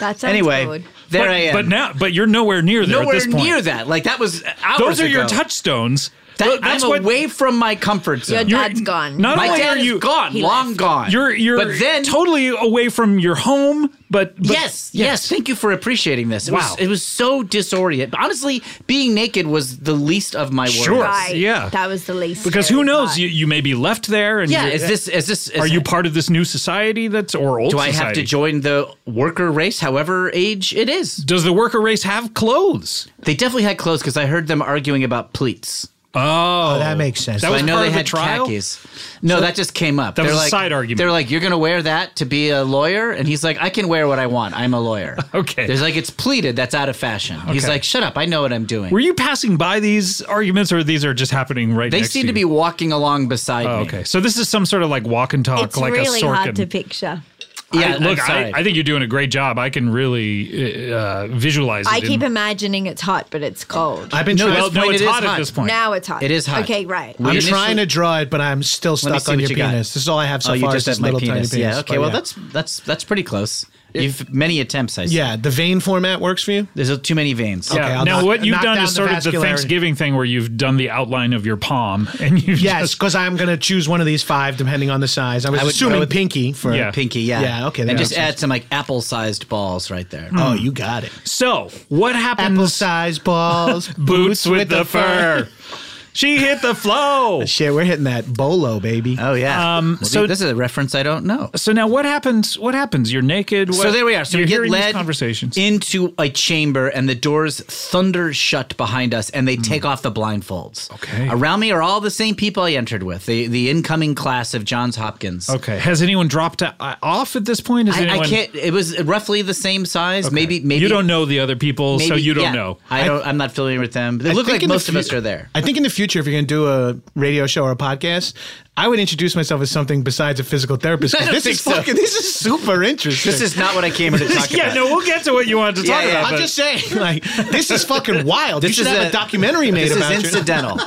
Speaker 10: That sounds
Speaker 9: Anyway,
Speaker 10: good.
Speaker 9: there
Speaker 1: but,
Speaker 9: I am.
Speaker 1: But now, but you're nowhere near there at
Speaker 9: nowhere
Speaker 1: this point.
Speaker 9: near that. Like that was hours
Speaker 1: Those are your
Speaker 9: ago.
Speaker 1: touchstones.
Speaker 9: That-
Speaker 1: Th- that's
Speaker 9: I'm
Speaker 1: what-
Speaker 9: away from my comfort
Speaker 10: Your
Speaker 9: zone.
Speaker 10: dad's gone.
Speaker 1: Not
Speaker 9: my
Speaker 1: only
Speaker 9: dad
Speaker 1: are
Speaker 9: is
Speaker 1: you
Speaker 9: gone,
Speaker 10: He
Speaker 9: long
Speaker 10: left.
Speaker 9: gone.
Speaker 1: You're you're
Speaker 9: But then
Speaker 1: totally away from your home, but, but
Speaker 9: yes, yes. Thank you for appreciating this. It
Speaker 1: Wow.
Speaker 9: was, it was so disorient. Honestly, being naked was the least of my worries.
Speaker 1: Sure.
Speaker 10: Right.
Speaker 1: Yeah.
Speaker 10: That was the least.
Speaker 1: Because
Speaker 10: scary
Speaker 1: who knows?
Speaker 10: part.
Speaker 1: You, you may be left there, and
Speaker 9: Yeah.
Speaker 1: you-
Speaker 9: Is this? Is this? Is
Speaker 1: are you part of this new society that's or old?
Speaker 9: Do I have
Speaker 1: society?
Speaker 9: to join the worker race, however age it is?
Speaker 1: Does the worker race have clothes?
Speaker 9: They definitely had clothes because I heard them arguing about pleats.
Speaker 1: Oh,
Speaker 11: Oh, that makes sense.
Speaker 1: That was
Speaker 9: I know
Speaker 1: part
Speaker 9: they
Speaker 1: of the
Speaker 9: had
Speaker 1: trial?
Speaker 9: khakis. No, that just came up. That
Speaker 1: was a
Speaker 9: like,
Speaker 1: side argument.
Speaker 9: They're like, "You're going to wear that to be a lawyer," and he's like, "I can wear what I want. I'm a lawyer."
Speaker 1: *laughs* Okay.
Speaker 9: There's like it's pleated. That's out of fashion. He's
Speaker 1: Okay.
Speaker 9: like, "Shut up. I know what I'm doing."
Speaker 1: Were you passing by these arguments, or these are just happening right?
Speaker 9: they
Speaker 1: next
Speaker 9: seem to, be
Speaker 1: you?
Speaker 9: walking along beside
Speaker 1: Oh,
Speaker 9: me.
Speaker 1: okay, so this is some sort of like walk and talk,
Speaker 10: It's
Speaker 1: like
Speaker 10: really
Speaker 1: a Sorkin.
Speaker 10: hard to picture.
Speaker 9: Yeah.
Speaker 1: I- look,
Speaker 9: I'm sorry.
Speaker 1: I, I think you're doing a great job. I can really uh, visualize. It
Speaker 10: I keep
Speaker 1: in-
Speaker 10: imagining it's hot, but it's cold.
Speaker 11: I've been
Speaker 9: No,
Speaker 11: trying.
Speaker 1: Well,
Speaker 9: this
Speaker 1: no,
Speaker 9: point
Speaker 1: it's
Speaker 9: it is
Speaker 1: hot at
Speaker 9: hot.
Speaker 1: this point.
Speaker 10: now it's hot.
Speaker 9: It is hot.
Speaker 10: Okay, right.
Speaker 11: I'm
Speaker 9: We initially-
Speaker 11: trying to draw it, but I'm still
Speaker 9: Let me
Speaker 11: stuck
Speaker 9: see
Speaker 11: on
Speaker 9: what
Speaker 11: your
Speaker 9: you
Speaker 11: penis.
Speaker 9: got.
Speaker 11: This is all I have so
Speaker 9: oh, you
Speaker 11: far. is
Speaker 9: just
Speaker 11: this
Speaker 9: had my
Speaker 11: little
Speaker 9: penis.
Speaker 11: tiny penis. Oh,
Speaker 9: Yeah. Okay.
Speaker 11: but
Speaker 9: Well, that's that's that's pretty close. You've many attempts. I see.
Speaker 11: yeah. Uh, The vein *laughs* format works for you.
Speaker 9: There's too many veins.
Speaker 11: Yeah. Okay,
Speaker 1: Yeah.
Speaker 11: I'll
Speaker 1: now,
Speaker 11: knock-
Speaker 1: what you've
Speaker 11: knock
Speaker 1: done
Speaker 11: down
Speaker 1: is
Speaker 11: the
Speaker 1: sort of the
Speaker 11: vascularity.
Speaker 1: Thanksgiving thing where you've done the outline of your palm and you've
Speaker 11: Yes,
Speaker 1: just-
Speaker 11: because I'm gonna choose one of these five depending on the size. I was
Speaker 9: I would
Speaker 11: assuming
Speaker 9: go with-
Speaker 11: pinky for.
Speaker 1: Yeah.
Speaker 9: Pinky. Yeah.
Speaker 11: Yeah, okay, that
Speaker 9: And just
Speaker 11: makes
Speaker 9: add some like apple-sized balls right there.
Speaker 11: Oh, you got it.
Speaker 1: So, what happens?
Speaker 11: *laughs*
Speaker 1: *laughs*
Speaker 11: Apple size balls,
Speaker 1: boots with the fur. She hit
Speaker 11: *laughs*
Speaker 1: the flow.
Speaker 11: Shit, we're hitting that bolo, baby.
Speaker 9: Oh yeah.
Speaker 1: Um,
Speaker 9: Well,
Speaker 1: so-
Speaker 9: dude, this is a reference I don't know.
Speaker 1: Uh, So now what happens? What happens? You're naked.
Speaker 9: So
Speaker 1: what-
Speaker 9: there we are. So
Speaker 1: you're
Speaker 9: we get
Speaker 1: hearing these
Speaker 9: led *laughs*
Speaker 1: conversations.
Speaker 9: into a chamber, and the doors thunder shut behind us, and they take off the blindfolds.
Speaker 1: Hmm. Okay.
Speaker 9: Around me are all the same people I entered with, the the incoming class of Johns Hopkins.
Speaker 1: okay. Has anyone dropped o- uh, off at this point? Is
Speaker 9: I,
Speaker 1: anyone,
Speaker 9: I can't. It was roughly the same size. Maybe, maybe
Speaker 1: you don't know the other people, so
Speaker 9: maybe-
Speaker 1: you don't
Speaker 9: yeah.
Speaker 1: know.
Speaker 9: I don't. I'm not familiar with them. They
Speaker 11: I
Speaker 9: look
Speaker 11: think
Speaker 9: like
Speaker 11: in the
Speaker 9: most of
Speaker 11: fu-
Speaker 9: us are
Speaker 1: *laughs*
Speaker 9: there.
Speaker 11: I think in the future, if you're going to do a radio show or a podcast, I would introduce myself as something besides a physical therapist. 'cause
Speaker 9: *laughs* I don't
Speaker 11: This is
Speaker 9: think so.
Speaker 11: fucking. This is super interesting.
Speaker 9: This is not what I
Speaker 3: *laughs*
Speaker 9: came here to talk
Speaker 1: Yeah,
Speaker 9: about.
Speaker 1: no, we'll get to what you wanted to
Speaker 9: Yeah,
Speaker 1: talk
Speaker 9: yeah.
Speaker 1: about.
Speaker 11: I'm
Speaker 1: but-
Speaker 11: just saying, like, this is fucking
Speaker 9: *laughs*
Speaker 11: wild. you
Speaker 9: This
Speaker 11: should
Speaker 9: is
Speaker 11: have a,
Speaker 9: a-
Speaker 11: documentary made
Speaker 9: This
Speaker 11: about
Speaker 9: is
Speaker 11: you.
Speaker 1: *laughs*
Speaker 9: incidental.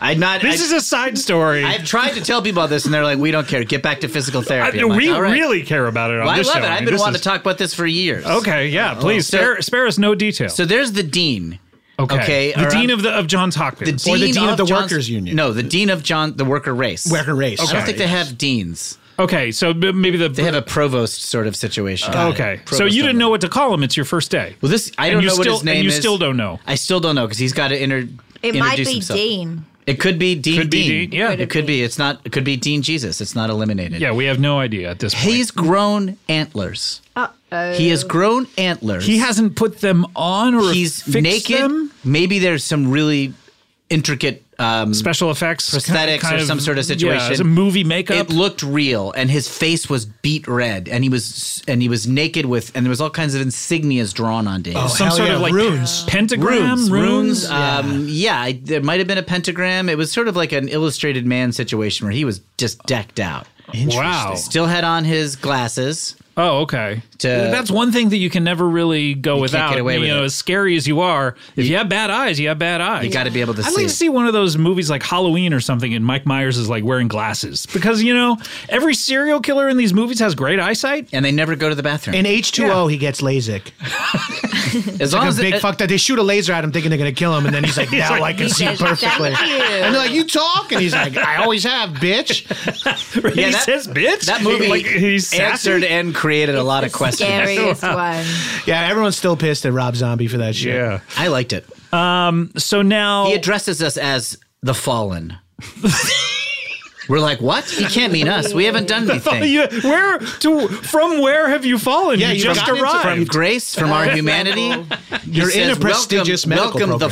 Speaker 9: I'm not.
Speaker 1: this
Speaker 9: I-
Speaker 1: is a side story.
Speaker 9: I've tried to tell people this, and they're like, "We don't care. Get back to physical
Speaker 1: *laughs* I-
Speaker 9: therapy." I'm like,
Speaker 1: we
Speaker 9: "All right."
Speaker 1: really care about it on
Speaker 9: Well, I
Speaker 1: this
Speaker 9: love
Speaker 1: show.
Speaker 9: it. I've
Speaker 1: mean,
Speaker 9: been
Speaker 1: this
Speaker 9: wanting
Speaker 1: is-
Speaker 9: to talk about this for years.
Speaker 1: Okay, yeah, please
Speaker 9: So-
Speaker 1: spare, spare us no detail.
Speaker 9: So there's the dean.
Speaker 1: okay,
Speaker 9: okay,
Speaker 1: the
Speaker 9: or
Speaker 1: dean
Speaker 9: I'm-
Speaker 1: of the of Johns
Speaker 9: The
Speaker 1: Hopkins.
Speaker 9: dean
Speaker 11: the dean of the
Speaker 9: John's-
Speaker 11: workers' union.
Speaker 9: No, the dean of John the worker race.
Speaker 11: Worker race.
Speaker 9: I don't
Speaker 1: Okay.
Speaker 9: think they have deans.
Speaker 1: okay, so b- maybe the
Speaker 9: They have a provost sort of situation.
Speaker 1: okay. So
Speaker 9: Provost
Speaker 1: you didn't
Speaker 9: only.
Speaker 1: know what to call him. It's your first day.
Speaker 9: Well, this I
Speaker 1: And
Speaker 9: don't
Speaker 1: you
Speaker 9: know what
Speaker 1: still-
Speaker 9: his name
Speaker 1: and you
Speaker 9: is.
Speaker 1: still don't know.
Speaker 9: I still don't know because he's got to inter.
Speaker 10: It might
Speaker 9: introduce
Speaker 10: be
Speaker 9: himself.
Speaker 10: Dean.
Speaker 9: It could be Dean.
Speaker 1: Could be Dean, yeah. Could
Speaker 9: it
Speaker 1: it
Speaker 9: could be. It's not. It could be Dean Jesus. It's not eliminated.
Speaker 1: Yeah, we have no idea at this point.
Speaker 9: He's grown antlers.
Speaker 10: Uh-oh.
Speaker 9: He has grown antlers.
Speaker 1: he hasn't put them on or
Speaker 9: He's
Speaker 1: fixed
Speaker 9: naked.
Speaker 1: them?
Speaker 9: Maybe there's some really intricate. Um,
Speaker 1: Special effects,
Speaker 9: Prosthetics or some sort of situation.
Speaker 1: Yeah, some movie makeup.
Speaker 9: it looked real, and his face was beat red, and he was and he was naked with, and there was all kinds of insignias drawn onto him.
Speaker 1: Oh,
Speaker 11: Oh,
Speaker 1: some
Speaker 11: Hell
Speaker 1: sort
Speaker 11: yeah,
Speaker 1: of like
Speaker 11: runes.
Speaker 1: pentagram, runes.
Speaker 9: runes. Um, yeah, I, there might have been a pentagram. It was sort of like an illustrated man situation where he was just decked out.
Speaker 1: Wow.
Speaker 9: Still had on his glasses.
Speaker 1: Oh, okay.
Speaker 9: To-
Speaker 1: That's one thing that you can never really go without.
Speaker 9: get away
Speaker 1: you
Speaker 9: with
Speaker 1: know,
Speaker 9: it.
Speaker 1: as scary as you are, if you have bad eyes, you have bad eyes.
Speaker 9: You got to be able to
Speaker 1: I'd
Speaker 9: see.
Speaker 1: like to see one of those movies like Halloween or something, and Mike Myers is like wearing glasses because you know every serial killer in these movies has great eyesight.
Speaker 9: and they never go to the bathroom.
Speaker 11: In H2O, he gets
Speaker 1: *laughs*
Speaker 11: LASIK.
Speaker 9: as long
Speaker 11: Because
Speaker 9: as
Speaker 11: big
Speaker 9: it,
Speaker 11: fuck that they shoot a laser at him thinking they're gonna kill him, and then he's
Speaker 9: *laughs*
Speaker 11: like, now I can see
Speaker 10: says,
Speaker 11: perfectly.
Speaker 10: "Thank you."
Speaker 11: And they're like, you talk, and he's like, I always have,
Speaker 3: *laughs*
Speaker 11: bitch.
Speaker 1: he
Speaker 9: that-
Speaker 1: says,
Speaker 9: *laughs*
Speaker 1: "Bitch."
Speaker 9: that movie
Speaker 1: Like, he's sassy.
Speaker 9: answered and created a lot of questions.
Speaker 1: *laughs*
Speaker 10: Scariest one.
Speaker 11: Yeah, everyone's still pissed at Rob Zombie for that shit.
Speaker 1: Yeah. Um,
Speaker 9: I liked it.
Speaker 1: So now
Speaker 9: He addresses us as the
Speaker 1: *laughs*
Speaker 9: fallen. We're like, what? He can't mean us. We haven't
Speaker 1: *laughs*
Speaker 9: done anything.
Speaker 1: You- where to from where have you fallen?
Speaker 11: Yeah,
Speaker 1: *laughs* you
Speaker 11: you've
Speaker 1: just
Speaker 11: gotten into-
Speaker 9: From
Speaker 1: arrived.
Speaker 9: grace,
Speaker 11: *laughs*
Speaker 9: from
Speaker 1: *laughs*
Speaker 9: our humanity.
Speaker 11: You're in a prestigious
Speaker 9: welcome,
Speaker 11: medical
Speaker 9: welcome the
Speaker 11: program.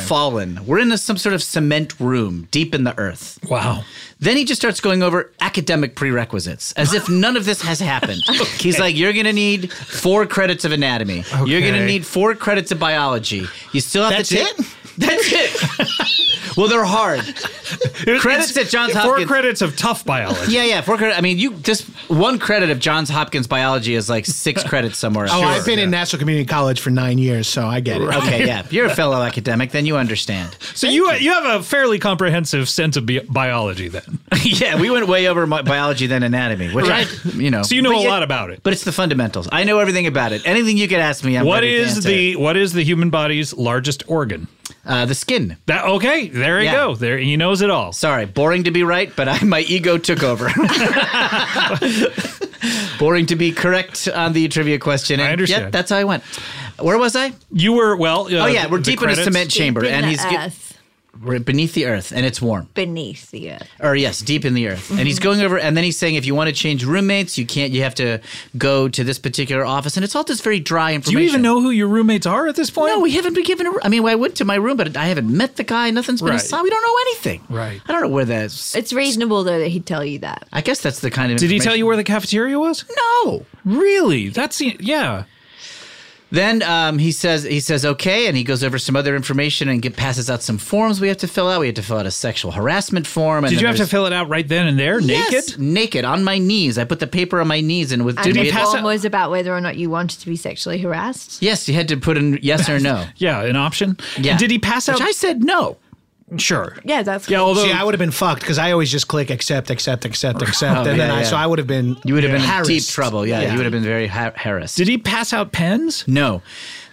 Speaker 9: fallen. We're in a, some sort of cement room deep in the earth.
Speaker 1: wow.
Speaker 9: Then he just starts going over academic prerequisites as if none of this has
Speaker 1: *laughs*
Speaker 9: happened. He's like, You're going to need four credits of anatomy. You're going to
Speaker 1: Okay.
Speaker 9: need four credits of biology. You still have
Speaker 11: That's
Speaker 9: to.
Speaker 11: it?
Speaker 9: *laughs*
Speaker 11: *laughs*
Speaker 9: That's it. well, they're hard. Credits at Johns
Speaker 1: Four
Speaker 9: Hopkins.
Speaker 1: credits of tough biology.
Speaker 9: Yeah, yeah, four credit. I mean, you just one credit of Johns Hopkins biology is like six
Speaker 11: *laughs*
Speaker 9: credits somewhere.
Speaker 11: Oh,
Speaker 9: else.
Speaker 11: I've been in National Community College for nine years, so I get it.
Speaker 9: Okay, yeah. If *laughs* you're a fellow academic, then you understand.
Speaker 1: So you you have a fairly comprehensive sense of bi- biology then.
Speaker 9: *laughs* yeah, we went way over my biology than anatomy, which I, you know.
Speaker 1: So you know
Speaker 9: but
Speaker 1: a
Speaker 9: yet-
Speaker 1: lot about it.
Speaker 9: But it's the fundamentals. I know everything about it. Anything you could ask me, I'm
Speaker 1: What
Speaker 9: ready to
Speaker 1: is
Speaker 9: answer.
Speaker 1: the what is the human body's largest organ?
Speaker 9: uh, the skin?
Speaker 1: That okay? There you
Speaker 9: Yeah.
Speaker 1: go. There he knows it all.
Speaker 9: Sorry, boring to be right, but I, my ego took
Speaker 1: *laughs*
Speaker 9: over. boring to be correct on the trivia question. And
Speaker 1: I understand.
Speaker 9: Yep, that's how I went. Where was I?
Speaker 1: You were well. Uh,
Speaker 9: Oh yeah, we're
Speaker 1: the
Speaker 9: deep in
Speaker 1: credits-
Speaker 9: a cement chamber,
Speaker 10: Deep in
Speaker 9: and
Speaker 10: the
Speaker 9: he's get-
Speaker 10: earth,
Speaker 9: we're beneath the earth, and it's warm.
Speaker 10: beneath the earth.
Speaker 9: or yes, deep in the earth. And
Speaker 1: Mm-hmm.
Speaker 9: he's going over, and then he's saying, if you want to change roommates, you can't. You have to go to this particular office, and it's all just very dry
Speaker 1: Do
Speaker 9: information.
Speaker 1: you even know who your roommates are at this point?
Speaker 9: No, we haven't been given. A, I mean, I went to my room, but I haven't met the guy. Nothing's been
Speaker 1: Right.
Speaker 9: assigned. We don't know anything.
Speaker 1: Right.
Speaker 9: I don't know where that's.
Speaker 10: It's reasonable though that he'd tell you that.
Speaker 9: I guess that's the kind of.
Speaker 1: Did he tell you where the cafeteria was?
Speaker 9: No.
Speaker 1: Really? That's the- yeah.
Speaker 9: Then um, he says he says okay, and he goes over some other information and get, passes out some forms we have to fill out. We had to fill out a sexual harassment form. And
Speaker 1: Did
Speaker 9: then
Speaker 1: you have to
Speaker 9: there's-
Speaker 1: fill it out right then and there,
Speaker 9: Yes,
Speaker 1: naked?
Speaker 9: naked on my knees. I put the paper on my knees and with.
Speaker 10: and
Speaker 9: we
Speaker 10: the
Speaker 9: had-
Speaker 10: form
Speaker 1: out-
Speaker 10: was about whether or not you wanted to be sexually harassed.
Speaker 9: Yes, you had to put in yes or no.
Speaker 1: *laughs* Yeah, an option. And did he pass out?
Speaker 9: Which I said no.
Speaker 1: sure.
Speaker 10: Yeah, that's
Speaker 1: Yeah, although
Speaker 11: See, I would have been fucked because I always just click accept, accept, accept, accept, and then
Speaker 9: Oh, yeah,
Speaker 11: I
Speaker 9: yeah.
Speaker 11: so I would have been
Speaker 9: You would have been
Speaker 11: harassed.
Speaker 9: in deep trouble. Yeah, you would have been very ha- harassed.
Speaker 1: did he pass out pens?
Speaker 9: no,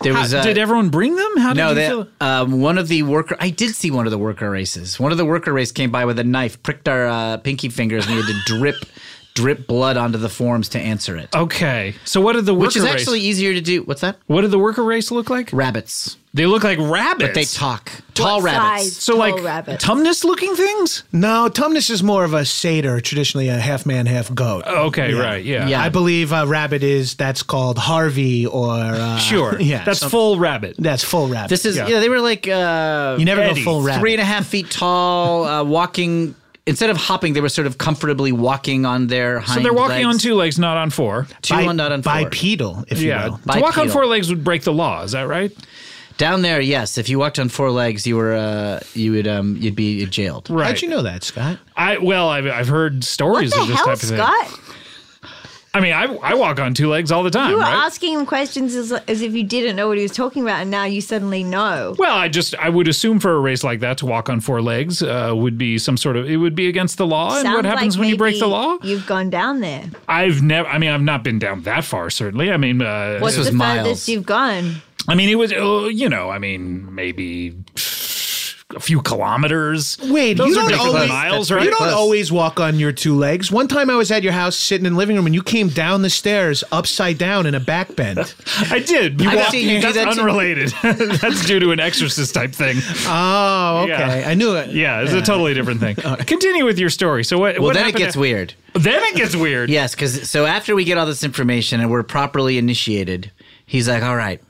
Speaker 9: there was.
Speaker 1: How-
Speaker 9: uh,
Speaker 1: did everyone bring them? How did
Speaker 9: no,
Speaker 1: you
Speaker 9: they,
Speaker 1: feel?
Speaker 9: um, one of the worker. I did see one of the worker races. One of the worker race came by with a knife, pricked our uh, pinky fingers, and we had to drip, *laughs* drip blood onto the forms to answer it.
Speaker 1: Okay. So what did the worker
Speaker 9: Which is
Speaker 1: race?
Speaker 9: actually easier to do. What's that?
Speaker 1: what did the worker race look like?
Speaker 9: Rabbits.
Speaker 1: They look like rabbits.
Speaker 9: But they talk. Tall rabbits.
Speaker 10: So like rabbit.
Speaker 1: Tumnus looking things?
Speaker 11: No, Tumnus is more of a satyr, traditionally a half man, half goat.
Speaker 1: Oh, Okay, right. Yeah.
Speaker 9: Yeah.
Speaker 11: I believe uh, rabbit is that's called Harvey or uh, *laughs*
Speaker 1: Sure.
Speaker 11: yeah,
Speaker 1: That's
Speaker 11: some-
Speaker 1: full rabbit.
Speaker 11: that's full rabbit.
Speaker 9: This is yeah. they were like uh,
Speaker 11: you never
Speaker 1: Eddie,
Speaker 11: go full rabbit.
Speaker 9: three and a half feet tall, uh, walking. Instead of hopping, they were sort of comfortably walking on their hind
Speaker 1: So they're walking
Speaker 9: legs.
Speaker 1: on two legs, not on four.
Speaker 9: two
Speaker 11: Bi-
Speaker 9: on not on four.
Speaker 11: bipedal, if
Speaker 1: Yeah.
Speaker 11: you will.
Speaker 1: To walk on
Speaker 9: Bipedal.
Speaker 1: four legs would break the law. Is that right?
Speaker 9: Down there, yes. If you walked on four legs, you were uh, you would um, you'd be jailed.
Speaker 1: Right.
Speaker 11: How'd you know that, Scott?
Speaker 1: I well, I've, I've heard
Speaker 10: What
Speaker 1: stories
Speaker 10: the
Speaker 1: of this
Speaker 10: hell,
Speaker 1: type of thing.
Speaker 10: Scott?
Speaker 1: I mean, I, I walk on two legs all the time,
Speaker 10: You were
Speaker 1: right?
Speaker 10: asking him questions as, as if you didn't know what he was talking about, and now you suddenly know.
Speaker 1: well, I just I would assume for a race like that to walk on four legs uh, would be some sort of it would be against the law. Oh, and what
Speaker 10: Sounds
Speaker 1: happens
Speaker 10: like
Speaker 1: when you break the
Speaker 10: maybe
Speaker 1: law?
Speaker 10: You've gone down there.
Speaker 1: I've never. I mean, I've not been down that far. Certainly. I mean, uh,
Speaker 10: What's
Speaker 9: was
Speaker 10: the
Speaker 9: miles.
Speaker 10: furthest you've gone?
Speaker 1: I mean, it was uh, you know, I mean, maybe a few kilometers.
Speaker 11: Wait,
Speaker 1: Those
Speaker 11: you
Speaker 1: are
Speaker 11: don't
Speaker 1: different
Speaker 11: always
Speaker 1: miles,
Speaker 11: you
Speaker 1: right?
Speaker 11: don't always walk on your two legs. One time I was at your house sitting in the living room and you came down the stairs upside down in a back
Speaker 1: *laughs*
Speaker 11: bend.
Speaker 1: I did. You
Speaker 9: I've
Speaker 1: walked-
Speaker 9: seen you do
Speaker 1: that's
Speaker 9: that too.
Speaker 1: unrelated. *laughs* that's due to an exorcist type thing.
Speaker 11: oh, okay.
Speaker 1: Yeah.
Speaker 11: I knew it.
Speaker 1: Yeah, it's a totally different
Speaker 11: *laughs*
Speaker 1: thing. Continue with your story. So what?
Speaker 9: Well,
Speaker 1: what
Speaker 9: then it
Speaker 1: happened
Speaker 9: gets
Speaker 1: a-
Speaker 9: weird.
Speaker 1: Then it gets
Speaker 9: *laughs*
Speaker 1: weird.
Speaker 9: Yes, because so after we get all this information and we're properly initiated, he's like, "All right,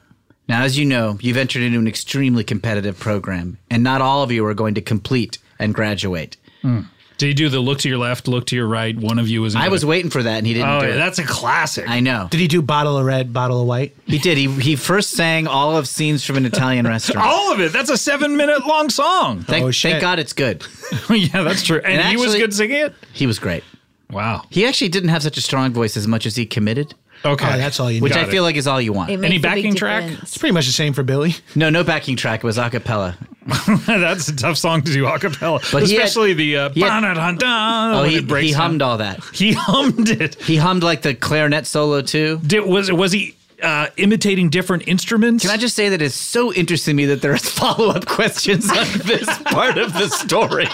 Speaker 9: now as you know, you've entered into an extremely competitive program, and not all of you are going to complete and graduate."
Speaker 1: Do you Hmm. do the look to your left, look to your right? One of you is.
Speaker 9: I was waiting for that, and he didn't
Speaker 1: Oh,
Speaker 9: do
Speaker 1: yeah,
Speaker 9: it.
Speaker 1: that's a classic.
Speaker 9: I know.
Speaker 11: Did he do bottle of red, bottle of white?
Speaker 9: He did. He he first sang all of scenes from an
Speaker 1: *laughs*
Speaker 9: Italian restaurant.
Speaker 1: All of it. That's a seven-minute long song.
Speaker 9: Thank,
Speaker 11: Oh,
Speaker 9: thank
Speaker 11: shit.
Speaker 9: God it's good.
Speaker 1: *laughs* yeah, that's true. And,
Speaker 9: And
Speaker 1: he was
Speaker 9: actually-
Speaker 1: good singing it.
Speaker 9: He was great.
Speaker 1: Wow.
Speaker 9: He actually didn't have such a strong voice as much as he committed,
Speaker 1: Okay,
Speaker 11: Oh, that's all you
Speaker 9: which
Speaker 11: need.
Speaker 9: I feel like is all you
Speaker 10: It
Speaker 9: want.
Speaker 10: makes a big
Speaker 1: backing track?
Speaker 10: difference.
Speaker 11: It's pretty much the same for Billy.
Speaker 9: No, no backing track. It was a cappella.
Speaker 1: Oh, *laughs* that's a tough song to do a cappella,
Speaker 9: But he had-
Speaker 1: especially the uh,
Speaker 9: he had-
Speaker 1: "Ba-na-da-da,"
Speaker 9: Oh,
Speaker 1: when
Speaker 9: he,
Speaker 1: it breaks
Speaker 9: he
Speaker 1: down.
Speaker 9: hummed all that.
Speaker 1: *laughs* He hummed it.
Speaker 9: He hummed like the clarinet solo too.
Speaker 1: Did, was was he uh, imitating different instruments?
Speaker 9: Can I just say that it's so interesting to me that there are *laughs* follow up questions on
Speaker 1: *laughs*
Speaker 9: this part of
Speaker 5: *laughs*
Speaker 9: the story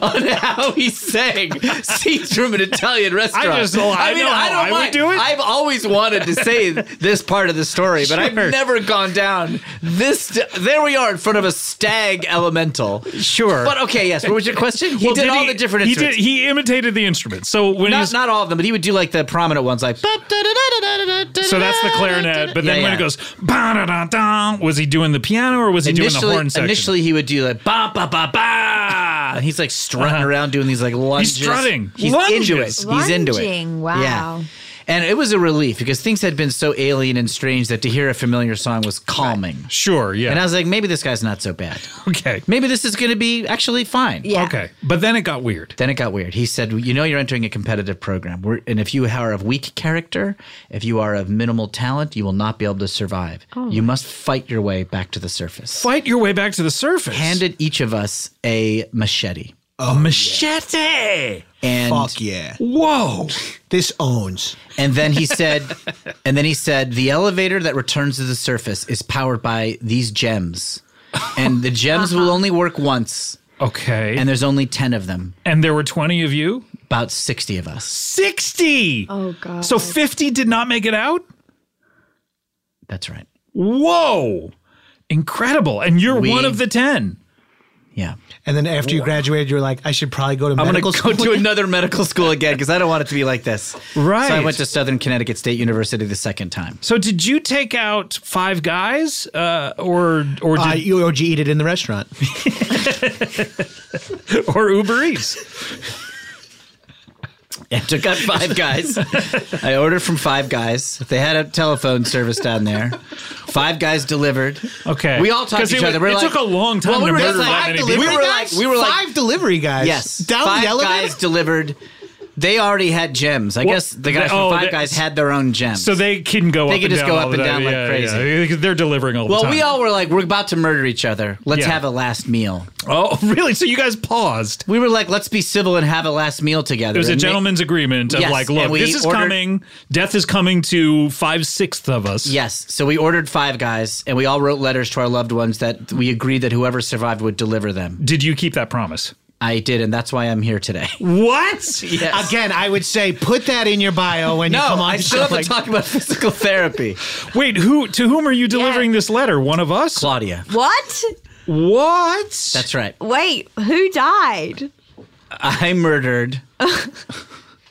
Speaker 9: on how he sang scenes from an Italian restaurant.
Speaker 1: just- well, I know how I would
Speaker 9: mind-
Speaker 1: do it.
Speaker 9: I've always wanted to say this part of the story, but I've
Speaker 1: Sure.
Speaker 9: never gone down this. d- there we are in front of a stag elemental.
Speaker 1: Sure.
Speaker 9: But okay, yes. What was your question? He
Speaker 1: Well,
Speaker 9: did, all the different
Speaker 1: he, did,
Speaker 9: instruments.
Speaker 1: he imitated the instruments. So when
Speaker 9: not,
Speaker 1: he's
Speaker 9: not all of them, but he would do like the prominent ones, like.
Speaker 1: so
Speaker 9: So
Speaker 1: that's the clarinet, but then when it goes "Ba-da-da-da," was he doing the piano or was he doing the horn section?
Speaker 9: Initially, he would do like ba ba ba ba, and he's like strutting
Speaker 1: Uh-huh.
Speaker 9: around doing these like lunges.
Speaker 1: strutting.
Speaker 9: He's into
Speaker 1: Lunges.
Speaker 9: it. He's into it.
Speaker 10: Lunging, wow.
Speaker 9: Yeah. And it was a relief because things had been so alien and strange that to hear a familiar song was calming.
Speaker 1: sure, yeah.
Speaker 9: And I was like, maybe this guy's not so bad.
Speaker 1: *laughs* okay.
Speaker 9: Maybe this is going to be actually fine.
Speaker 10: Yeah.
Speaker 1: Okay. But then it got weird.
Speaker 9: Then it got weird. He said, "You know, you're entering a competitive program, We're, and if you are of weak character, if you are of minimal talent, you will not be able to survive. you must fight your way back to the surface."
Speaker 1: Fight your way back to the surface.
Speaker 9: Handed each of us a machete,
Speaker 1: a machete.
Speaker 9: and
Speaker 11: Fuck yeah.
Speaker 1: Whoa.
Speaker 11: This owns.
Speaker 9: and then he said, *laughs* and then he said, "The elevator that returns to the surface is powered by these gems, and the gems will only work once,
Speaker 1: Okay.
Speaker 9: and
Speaker 1: And,
Speaker 9: there's only ten of them,
Speaker 1: there were 20 of you?
Speaker 9: about sixty of us.
Speaker 1: 60.
Speaker 10: Oh god.
Speaker 1: So 50 did not make it out?
Speaker 9: That's right.
Speaker 1: Whoa. Incredible. And you're
Speaker 9: We-
Speaker 1: one of the 10.
Speaker 9: Yeah."
Speaker 11: And then after you graduated, you were like, I should probably go to
Speaker 9: I'm
Speaker 11: medical
Speaker 9: going to go
Speaker 11: school. *laughs*
Speaker 9: to another medical school again because I don't want it to be like this.
Speaker 1: Right.
Speaker 9: So I went to Southern Connecticut State University the second time.
Speaker 1: So did you take out five guys uh, or or
Speaker 11: Uh,
Speaker 1: did,
Speaker 11: you, or you eat it in the restaurant.
Speaker 1: *laughs* or Uber Eats?
Speaker 9: I took out five guys. I ordered from Five Guys. They had a telephone service down there. Five Guys delivered.
Speaker 1: Okay.
Speaker 9: We all talked
Speaker 1: 'Cause
Speaker 9: to each
Speaker 1: it,
Speaker 9: other. We're
Speaker 1: it
Speaker 9: like-
Speaker 1: took a long time
Speaker 9: Well, we
Speaker 1: to
Speaker 9: were
Speaker 1: murder
Speaker 9: just like-
Speaker 1: that many people.
Speaker 9: We were like,
Speaker 11: guys?
Speaker 9: we were like,
Speaker 11: five delivery guys.
Speaker 9: yes,
Speaker 11: Down
Speaker 9: Five
Speaker 11: the elevator.
Speaker 9: Guys delivered. They already had gems. I guess the guys
Speaker 1: they- oh,
Speaker 9: from Five
Speaker 1: they-
Speaker 9: Guys had their own gems.
Speaker 1: So they can go
Speaker 9: They
Speaker 1: up
Speaker 9: could
Speaker 1: and
Speaker 9: just
Speaker 1: down
Speaker 9: go
Speaker 1: all
Speaker 9: up and
Speaker 1: the time.
Speaker 9: down like
Speaker 1: Yeah,
Speaker 9: crazy.
Speaker 1: yeah. They're delivering all
Speaker 9: well,
Speaker 1: the time.
Speaker 9: we all were like, we're about to murder each other. Let's
Speaker 1: Yeah.
Speaker 9: have a last meal. *laughs*
Speaker 1: Oh, really? So you guys paused.
Speaker 9: We were like, let's be civil and have a last meal together.
Speaker 1: It was a
Speaker 9: And they-
Speaker 1: gentleman's agreement of
Speaker 9: Yes,
Speaker 1: like,
Speaker 9: and
Speaker 1: look,
Speaker 9: we
Speaker 1: this is
Speaker 9: ordered-
Speaker 1: coming. Death is coming to five sixth of us.
Speaker 9: Yes. So we ordered five guys and we all wrote letters to our loved ones that we agreed that whoever survived would deliver them.
Speaker 1: Did you keep that promise?
Speaker 9: I did, and that's why I'm here
Speaker 1: *laughs*
Speaker 9: today.
Speaker 11: What?
Speaker 9: Yes.
Speaker 11: Again, I would say put that in your bio when you
Speaker 9: No,
Speaker 11: come on.
Speaker 9: I
Speaker 11: to
Speaker 9: still
Speaker 11: stuff
Speaker 9: have to
Speaker 11: like-
Speaker 9: talk about physical therapy.
Speaker 1: Wait, who to whom are you delivering this letter? One of us?
Speaker 9: Claudia,
Speaker 10: What?
Speaker 1: What?
Speaker 9: that's right.
Speaker 10: Wait, who died?
Speaker 9: I murdered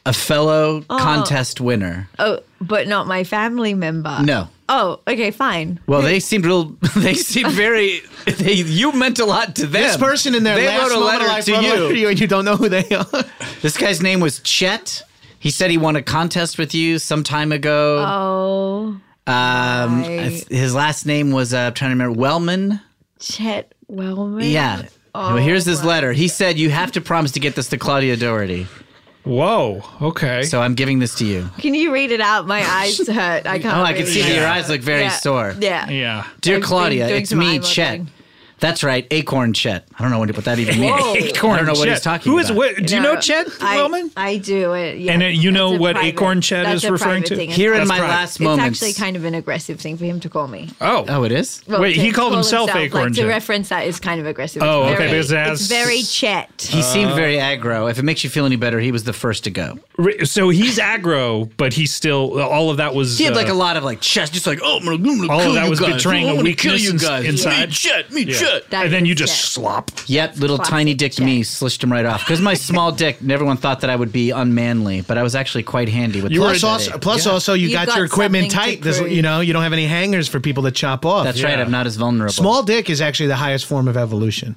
Speaker 9: a fellow contest winner.
Speaker 10: Oh, but not my family member.
Speaker 9: No.
Speaker 10: Oh, okay, fine.
Speaker 9: Well, they seemed real. *laughs* They seemed very. They, you meant a lot to them.
Speaker 11: This person in their
Speaker 9: They
Speaker 11: last
Speaker 9: wrote a
Speaker 11: moment
Speaker 9: letter
Speaker 11: of life
Speaker 9: to
Speaker 11: wrote a letter
Speaker 9: you.
Speaker 11: to you, and you don't know who they are.
Speaker 9: This guy's name was Chet. He said he won a contest with you some time ago.
Speaker 10: Oh,
Speaker 9: um,
Speaker 10: right.
Speaker 9: his last name was uh, I'm trying to remember Wellman.
Speaker 10: Chet Wellman. Oh,
Speaker 9: Yeah.
Speaker 11: Oh,
Speaker 9: well, here's this letter. He said you have to promise to get this to Claudia Doherty.
Speaker 1: Whoa. Okay.
Speaker 9: So I'm giving this to you.
Speaker 10: Can you read it out? My eyes hurt. I can't.
Speaker 9: *laughs* Oh, I can
Speaker 10: read
Speaker 9: see
Speaker 10: it.
Speaker 9: that your eyes look very
Speaker 10: Yeah.
Speaker 9: sore.
Speaker 10: Yeah.
Speaker 1: yeah.
Speaker 9: Dear
Speaker 10: I've been
Speaker 9: Claudia,
Speaker 10: doing
Speaker 9: it's
Speaker 10: some eye
Speaker 9: me,
Speaker 10: modeling.
Speaker 9: Chet. That's right, Acorn Chet. I don't know what, what that even means. *laughs* I don't know what he's talking
Speaker 1: Who
Speaker 9: about.
Speaker 1: is what? Do you
Speaker 10: No,
Speaker 1: know Chet
Speaker 10: I,
Speaker 1: Wellman?
Speaker 10: I do it. Yeah.
Speaker 1: And, uh, you know
Speaker 10: That's a
Speaker 1: what Acorn Chet
Speaker 10: that's
Speaker 1: is
Speaker 10: a
Speaker 1: referring
Speaker 10: private
Speaker 1: to?
Speaker 10: thing. It's
Speaker 9: Here in
Speaker 10: actually-
Speaker 9: my
Speaker 1: private.
Speaker 9: last
Speaker 10: It's
Speaker 9: moments.
Speaker 10: actually kind of an aggressive thing for him to call me.
Speaker 1: Oh.
Speaker 9: oh, it is.
Speaker 10: Well,
Speaker 1: Wait,
Speaker 10: to
Speaker 1: he called
Speaker 10: call
Speaker 1: himself Acorn
Speaker 10: like,
Speaker 1: Chet.
Speaker 10: To reference that is kind of aggressive. It's
Speaker 1: Oh, okay,
Speaker 10: very-
Speaker 1: because that's-
Speaker 10: it's very Chet.
Speaker 9: He
Speaker 1: Uh.
Speaker 9: seemed very aggro. If it makes you feel any better, he was the first to go.
Speaker 1: Re- So he's aggro, but he still all of that was
Speaker 9: He had
Speaker 1: uh,
Speaker 9: like a lot of like chest, just like oh, I'm gonna, I'm gonna
Speaker 1: all
Speaker 9: kill
Speaker 1: of that
Speaker 9: you
Speaker 1: was
Speaker 9: guys.
Speaker 1: betraying
Speaker 9: I'm
Speaker 1: a
Speaker 9: gonna kill
Speaker 1: weakness
Speaker 9: you
Speaker 1: in-
Speaker 9: guys.
Speaker 1: inside.
Speaker 9: Me Chet, me
Speaker 1: Yeah.
Speaker 9: Chet.
Speaker 10: That
Speaker 1: and then
Speaker 10: is
Speaker 1: you just
Speaker 10: Chet.
Speaker 1: slop.
Speaker 9: Yep, little
Speaker 10: Classic
Speaker 9: tiny dick
Speaker 10: Chet.
Speaker 9: me slished him right off because my small dick. and Everyone thought that I would be unmanly, but I was actually quite handy with.
Speaker 1: You were
Speaker 9: that
Speaker 11: plus, also,
Speaker 9: headache.
Speaker 11: plus also, you
Speaker 10: You've
Speaker 11: got,
Speaker 10: got
Speaker 11: your equipment
Speaker 10: something to
Speaker 11: tight. This,
Speaker 10: prove.
Speaker 11: you know, you don't have any hangers for people to chop off.
Speaker 9: That's right.
Speaker 1: Yeah.
Speaker 9: I'm not as vulnerable.
Speaker 11: Small dick is actually the highest form of evolution.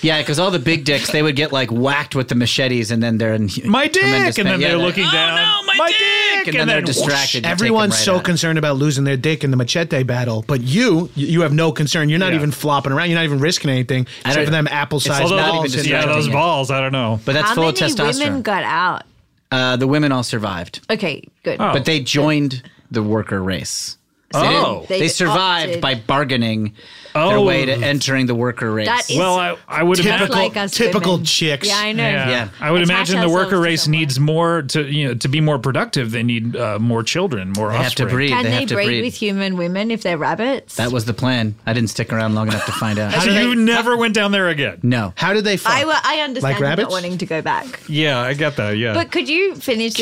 Speaker 9: Yeah, because all the big dicks they would get like whacked with the machetes, and then they're in
Speaker 1: My dick,
Speaker 9: tremendous
Speaker 1: and
Speaker 9: pain.
Speaker 1: then
Speaker 9: Yeah,
Speaker 1: they're looking down.
Speaker 9: Oh, no, my, dick, and, then, they're
Speaker 1: whoosh.
Speaker 9: distracted. You take 'em
Speaker 11: Everyone's
Speaker 9: right
Speaker 11: so
Speaker 9: out.
Speaker 11: concerned about losing their dick in the machete battle, but you, you- you have no concern. You're not
Speaker 1: Yeah.
Speaker 11: even flopping around. You're not even risking anything except
Speaker 9: don't-
Speaker 11: for them apple sized
Speaker 9: although-
Speaker 11: balls.
Speaker 9: not even
Speaker 11: and-
Speaker 1: yeah,
Speaker 9: distracting
Speaker 1: those
Speaker 9: it.
Speaker 1: balls. I don't know.
Speaker 9: but that's
Speaker 10: How
Speaker 9: full
Speaker 10: many
Speaker 9: of testosterone.
Speaker 10: women got out?
Speaker 9: uh, the women all survived,
Speaker 10: Okay, good.
Speaker 9: but they joined the worker race. So they
Speaker 1: Oh.
Speaker 9: didn't-
Speaker 10: They
Speaker 9: they, survived
Speaker 10: opted.
Speaker 9: by bargaining their
Speaker 1: Oh.
Speaker 9: way to entering the worker race.
Speaker 10: That is
Speaker 1: well, I, I would
Speaker 10: not
Speaker 1: imagine.
Speaker 10: like us
Speaker 11: typical
Speaker 10: women.
Speaker 11: chicks.
Speaker 10: Yeah, I know.
Speaker 1: Yeah.
Speaker 9: Yeah.
Speaker 1: I would
Speaker 10: Attach
Speaker 1: imagine the
Speaker 10: ourselves to
Speaker 1: worker race
Speaker 10: someone.
Speaker 1: needs more to you know to be more productive. They need uh, more children, more
Speaker 9: they have to
Speaker 1: offspring.
Speaker 9: breed.
Speaker 10: Can
Speaker 9: they
Speaker 10: they,
Speaker 9: have to
Speaker 10: breed,
Speaker 9: breed.
Speaker 10: with human women if they're rabbits?
Speaker 9: That was the plan. I didn't stick around long enough to find out.
Speaker 1: So you never went down there again.
Speaker 9: no.
Speaker 11: How did they fuck?
Speaker 10: I, wa- I understand
Speaker 11: Like
Speaker 10: you not
Speaker 11: rabbits?
Speaker 10: wanting to go back.
Speaker 1: Yeah, I get that. Yeah.
Speaker 10: But could you finish this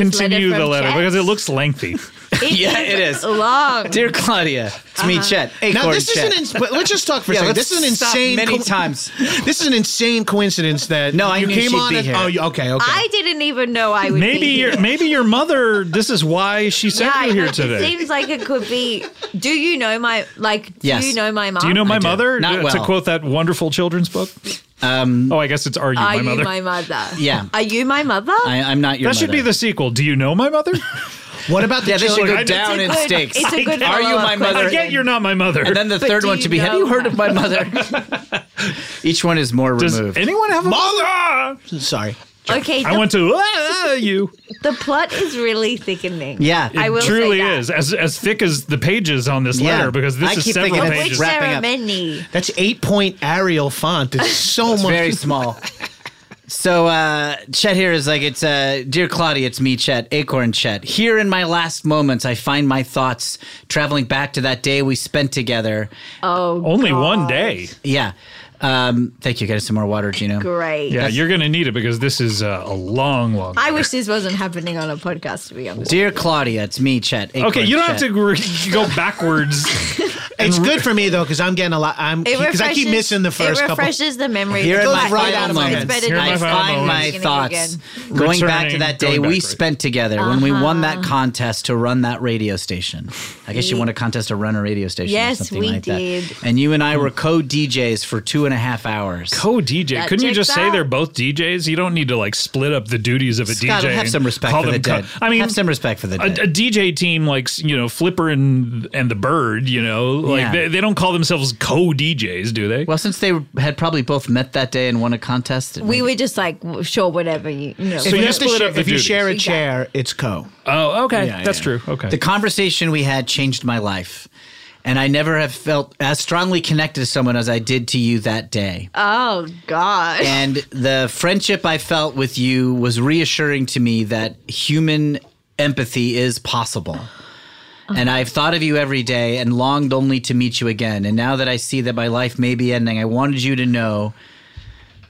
Speaker 10: letter
Speaker 1: Continue the
Speaker 10: from
Speaker 1: letter
Speaker 10: Chet? Oh.
Speaker 1: because it
Speaker 10: *laughs*
Speaker 1: looks lengthy. *laughs*
Speaker 10: It
Speaker 9: Yeah, it is.
Speaker 10: long.
Speaker 9: Dear Claudia, it's
Speaker 10: Uh-huh.
Speaker 9: me, Chet. Acorn
Speaker 11: now this
Speaker 9: Chet.
Speaker 11: is an. Ins- but let's just talk for a
Speaker 9: *laughs* Yeah,
Speaker 11: second.
Speaker 9: let's
Speaker 11: This is an
Speaker 9: stop
Speaker 11: insane.
Speaker 9: many times.
Speaker 11: This is an insane coincidence that
Speaker 9: No, I
Speaker 11: you
Speaker 9: knew
Speaker 11: came
Speaker 9: she'd
Speaker 11: on.
Speaker 9: be
Speaker 11: and-
Speaker 9: here.
Speaker 11: Oh, you- okay, okay.
Speaker 10: I didn't even know I would.
Speaker 1: maybe
Speaker 10: be here.
Speaker 1: your maybe your mother. This is why she sent
Speaker 10: I
Speaker 1: you here
Speaker 10: know. It
Speaker 1: today.
Speaker 10: seems like it could be. Do you know my like? Do
Speaker 9: Yes.
Speaker 10: you know my mom?
Speaker 1: Do you know my
Speaker 9: do.
Speaker 1: mother?
Speaker 9: Not
Speaker 1: to, to
Speaker 9: well.
Speaker 1: quote that wonderful children's book. Um, oh, I guess it's Are You
Speaker 10: Are
Speaker 1: My
Speaker 10: you
Speaker 1: Mother?
Speaker 10: my mother?
Speaker 9: Yeah.
Speaker 10: Are you my mother?
Speaker 9: I, I'm not your.
Speaker 1: that should be
Speaker 9: mother.
Speaker 1: the sequel. Do you know my mother?
Speaker 11: what about the
Speaker 9: Yeah, they should
Speaker 11: children?
Speaker 9: go
Speaker 10: it's
Speaker 9: down
Speaker 10: a
Speaker 9: in
Speaker 10: good-
Speaker 9: stakes.
Speaker 10: It's a good.
Speaker 9: Are you
Speaker 10: follow-up
Speaker 9: my mother?
Speaker 10: question.
Speaker 1: I get you're not my mother.
Speaker 9: And then the
Speaker 10: But
Speaker 9: third
Speaker 10: do
Speaker 9: one
Speaker 10: you
Speaker 9: should be, have
Speaker 10: know
Speaker 9: you heard of
Speaker 10: my-
Speaker 9: my
Speaker 1: *laughs*
Speaker 9: mother? Each one is more
Speaker 1: Does
Speaker 9: removed.
Speaker 1: anyone have a mother?
Speaker 11: Sorry.
Speaker 10: Okay,
Speaker 1: I
Speaker 10: the,
Speaker 1: want to ah, you.
Speaker 10: the plot is really thickening.
Speaker 9: Yeah.
Speaker 10: I will
Speaker 1: Truly
Speaker 10: say that.
Speaker 1: is as as thick as the pages on this
Speaker 9: Yeah.
Speaker 1: letter because this
Speaker 9: I
Speaker 1: is
Speaker 9: keep
Speaker 1: several
Speaker 9: thinking
Speaker 10: Of
Speaker 9: it's
Speaker 10: which
Speaker 1: pages.
Speaker 9: wrapping
Speaker 10: there are
Speaker 9: up.
Speaker 10: many.
Speaker 11: That's eight point Arial font.
Speaker 9: *laughs*
Speaker 11: It's so much.
Speaker 9: very small. So uh, Chet here is like it's uh, dear Claudia, it's me, Chet, Acorn Chet. Here in my last moments, I find my thoughts traveling back to that day we spent together.
Speaker 10: Oh,
Speaker 1: Only one day.
Speaker 9: Yeah, um, thank you. Get us some more water, Gino.
Speaker 10: Great.
Speaker 1: Yeah, you're gonna need it because this is uh, a long, long.
Speaker 10: I wish this wasn't happening on a podcast. To be honest,
Speaker 9: Dear Claudia, it's me, Chet. Acorn
Speaker 1: Okay, you don't have
Speaker 9: Chet.
Speaker 1: to re- go
Speaker 10: *laughs*
Speaker 1: backwards.
Speaker 11: It's good for me though because I'm getting a lot. I'm
Speaker 10: it
Speaker 11: because I keep
Speaker 10: refreshes-
Speaker 11: missing the first
Speaker 10: It
Speaker 11: couple.
Speaker 10: refreshes the memory.
Speaker 9: Here
Speaker 10: It
Speaker 9: in
Speaker 10: goes
Speaker 9: my
Speaker 11: right
Speaker 9: final
Speaker 11: out of my head.
Speaker 10: It's
Speaker 9: moments,
Speaker 10: better
Speaker 1: Here in
Speaker 10: to
Speaker 9: I
Speaker 1: my
Speaker 10: start from
Speaker 1: final
Speaker 9: find
Speaker 10: the
Speaker 9: my
Speaker 10: beginning
Speaker 9: thoughts
Speaker 10: again.
Speaker 9: going back to
Speaker 1: Returning,
Speaker 9: that
Speaker 1: going
Speaker 9: day
Speaker 1: back,
Speaker 9: we
Speaker 1: right.
Speaker 9: spent together when we won
Speaker 10: Uh-huh.
Speaker 9: that contest to run that radio station. I guess you won a contest to run a radio station
Speaker 10: Yes,
Speaker 9: or something
Speaker 10: we
Speaker 9: like
Speaker 10: did.
Speaker 9: that. And you and I were co-DJs for two and a half hours.
Speaker 1: Co DJ,
Speaker 10: That
Speaker 1: couldn't you just
Speaker 10: checks
Speaker 1: say
Speaker 10: out.
Speaker 1: they're both DJs? You don't need to like split up the duties of a
Speaker 9: Scott,
Speaker 1: DJ.
Speaker 9: have some respect
Speaker 1: Call
Speaker 9: for the
Speaker 1: them co-
Speaker 9: dead.
Speaker 1: I mean,
Speaker 9: have some respect for the
Speaker 1: a,
Speaker 9: dead.
Speaker 1: a DJ team like you know Flipper and and the Bird, you know, like
Speaker 9: Yeah.
Speaker 1: they, they don't call themselves co DJs, do they?
Speaker 9: well, since they had probably both met that day and won a contest, it
Speaker 10: We
Speaker 9: made-
Speaker 10: were just like, w- sure, whatever you. you know,
Speaker 11: If
Speaker 1: So
Speaker 11: you,
Speaker 1: you
Speaker 11: have to
Speaker 1: split
Speaker 11: share,
Speaker 1: up the
Speaker 11: if you share a
Speaker 10: duties.
Speaker 11: chair, it's co.
Speaker 1: oh, okay,
Speaker 11: Yeah,
Speaker 1: that's
Speaker 11: yeah.
Speaker 1: true. Okay,
Speaker 9: the conversation we had changed my life. And I never have felt as strongly connected to someone as I did to you that day.
Speaker 10: oh god.
Speaker 9: *laughs* and the friendship I felt with you was reassuring to me that human empathy is possible. And I've thought of you every day and longed only to meet you again. And now that I see that my life may be ending, I wanted you to know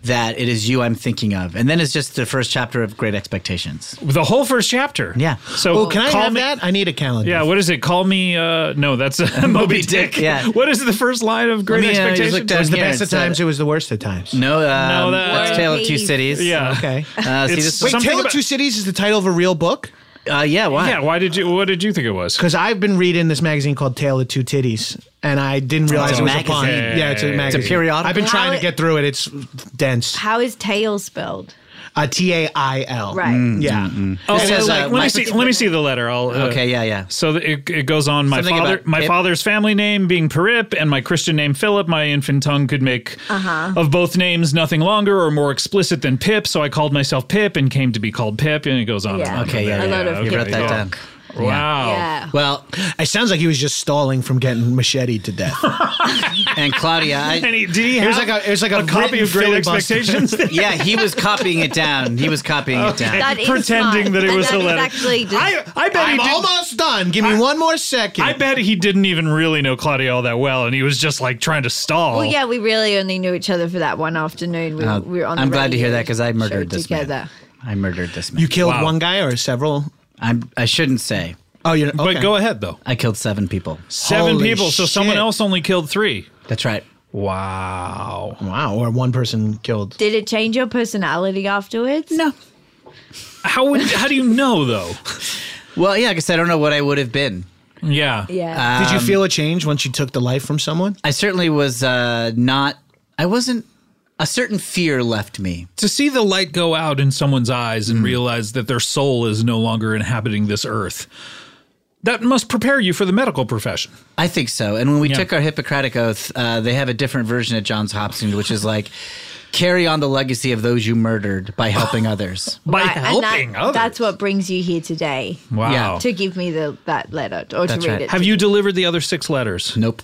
Speaker 9: that it is you I'm thinking of. And then it's just the first chapter of Great Expectations.
Speaker 1: The whole first chapter.
Speaker 9: Yeah.
Speaker 1: So
Speaker 11: Oh, can I
Speaker 1: call
Speaker 11: have
Speaker 1: me,
Speaker 11: that? I need a calendar.
Speaker 1: Yeah, what is it? Call me. Uh, *laughs* no, that's Moby Dick.
Speaker 9: yeah.
Speaker 1: *laughs* What is the first line of Great
Speaker 9: me, uh, just look
Speaker 1: Expectations?
Speaker 9: down
Speaker 11: It was the
Speaker 9: here,
Speaker 11: best of
Speaker 9: it's, uh,
Speaker 11: times. It was the worst of times.
Speaker 9: No, um,
Speaker 1: that-
Speaker 9: that's Tale of Two
Speaker 10: Please.
Speaker 9: Cities.
Speaker 1: yeah. *laughs*
Speaker 11: Okay.
Speaker 9: Uh, see,
Speaker 11: Wait,
Speaker 9: this
Speaker 1: It's
Speaker 9: was,
Speaker 1: some- Something
Speaker 11: Tale of
Speaker 1: about-
Speaker 11: Two Cities is the title of a real book?
Speaker 9: uh, yeah, why?
Speaker 1: Yeah. Why did you? What did you think it was?
Speaker 11: Because I've been reading this magazine called Tale of Two Titties, and I didn't realize
Speaker 9: it's
Speaker 11: it
Speaker 9: a
Speaker 11: was a pun.
Speaker 9: magazine.
Speaker 11: Yeah, it's a magazine.
Speaker 9: periodical.
Speaker 11: I've been trying to
Speaker 10: How-
Speaker 11: get through it. It's dense.
Speaker 10: How is tail spelled?
Speaker 11: Uh, T A I L. Mm,
Speaker 10: Right.
Speaker 11: Yeah.
Speaker 1: Oh,
Speaker 9: It says,
Speaker 1: so,
Speaker 9: uh,
Speaker 1: like, let me
Speaker 9: Michael
Speaker 1: see. Let me see the letter. I'll. Uh,
Speaker 9: Okay, yeah, yeah.
Speaker 1: So that it, it goes on. My
Speaker 9: Something
Speaker 1: father,
Speaker 9: about
Speaker 1: my
Speaker 9: Pip.
Speaker 1: father's family name being Perip, and my Christian name Philip. My infant tongue could make
Speaker 3: Uh-huh.
Speaker 1: of both names nothing longer or more explicit than Pip. So I called myself Pip and came to be called Pip. And it goes on.
Speaker 10: Yeah.
Speaker 1: And on
Speaker 9: Okay, yeah,
Speaker 1: Yeah,
Speaker 9: yeah.
Speaker 10: A lot of
Speaker 1: okay,
Speaker 9: you wrote that
Speaker 1: yeah.
Speaker 9: down.
Speaker 1: Wow.
Speaker 10: Yeah.
Speaker 9: Well,
Speaker 11: It sounds like he was just stalling from getting macheted to death.
Speaker 9: and Claudia, I,
Speaker 1: And he, did he
Speaker 11: It
Speaker 1: have
Speaker 11: was like a, it was like a,
Speaker 1: copy
Speaker 11: written
Speaker 1: of Great
Speaker 11: filibuster.
Speaker 1: Expectations?
Speaker 9: *laughs* yeah, he was copying it down. He was copying it down.
Speaker 10: That is
Speaker 1: pretending
Speaker 10: fine.
Speaker 1: that it
Speaker 10: And
Speaker 1: was
Speaker 10: that
Speaker 1: a
Speaker 10: is
Speaker 1: letter.
Speaker 10: actually just-
Speaker 1: I, I bet he
Speaker 11: I'm
Speaker 1: didn't.
Speaker 11: almost done. Give me one more second.
Speaker 1: I bet he didn't even really know Claudia all that well, and he was just like trying to stall.
Speaker 10: Well, yeah, we really only knew each other for that one afternoon. We,
Speaker 9: Uh,
Speaker 10: we were on. the
Speaker 9: I'm glad to hear
Speaker 10: radio
Speaker 9: that because I murdered
Speaker 10: show
Speaker 9: this
Speaker 10: together.
Speaker 9: man. I murdered this man.
Speaker 11: you killed one guy or several.
Speaker 9: I'm, I shouldn't say.
Speaker 11: Oh, you're. Okay.
Speaker 1: But go ahead though.
Speaker 9: I killed seven people.
Speaker 1: Seven
Speaker 11: Holy
Speaker 1: people, so someone
Speaker 11: shit.
Speaker 1: else only killed three.
Speaker 9: That's right.
Speaker 1: Wow.
Speaker 11: Wow, or one person killed.
Speaker 10: Did it change your personality afterwards? No.
Speaker 1: How would how do you know though?
Speaker 9: *laughs* Well, yeah, I guess I don't know what I would have been. Um,
Speaker 1: Yeah.
Speaker 10: Yeah.
Speaker 11: Did you feel a change once you took the life from someone?
Speaker 9: I certainly was uh, not. I wasn't. A certain fear left me. Hmm.
Speaker 1: To see the light go out in someone's eyes and realize that their soul is no longer inhabiting this earth. That must prepare you for the medical profession.
Speaker 9: I think so. And when we
Speaker 1: Yeah.
Speaker 9: took our Hippocratic oath, uh, they have a different version at Johns Hopkins, which is like carry on the legacy of those you murdered by
Speaker 1: *laughs*
Speaker 9: helping others.
Speaker 1: By
Speaker 10: Right, and that-
Speaker 1: helping others.
Speaker 10: That's what brings you here today
Speaker 1: wow.
Speaker 9: Yeah.
Speaker 10: to give me the that letter or
Speaker 9: That's
Speaker 10: to read
Speaker 9: right.
Speaker 10: it.
Speaker 1: Have
Speaker 10: to
Speaker 1: you delivered the other six letters?
Speaker 9: Nope.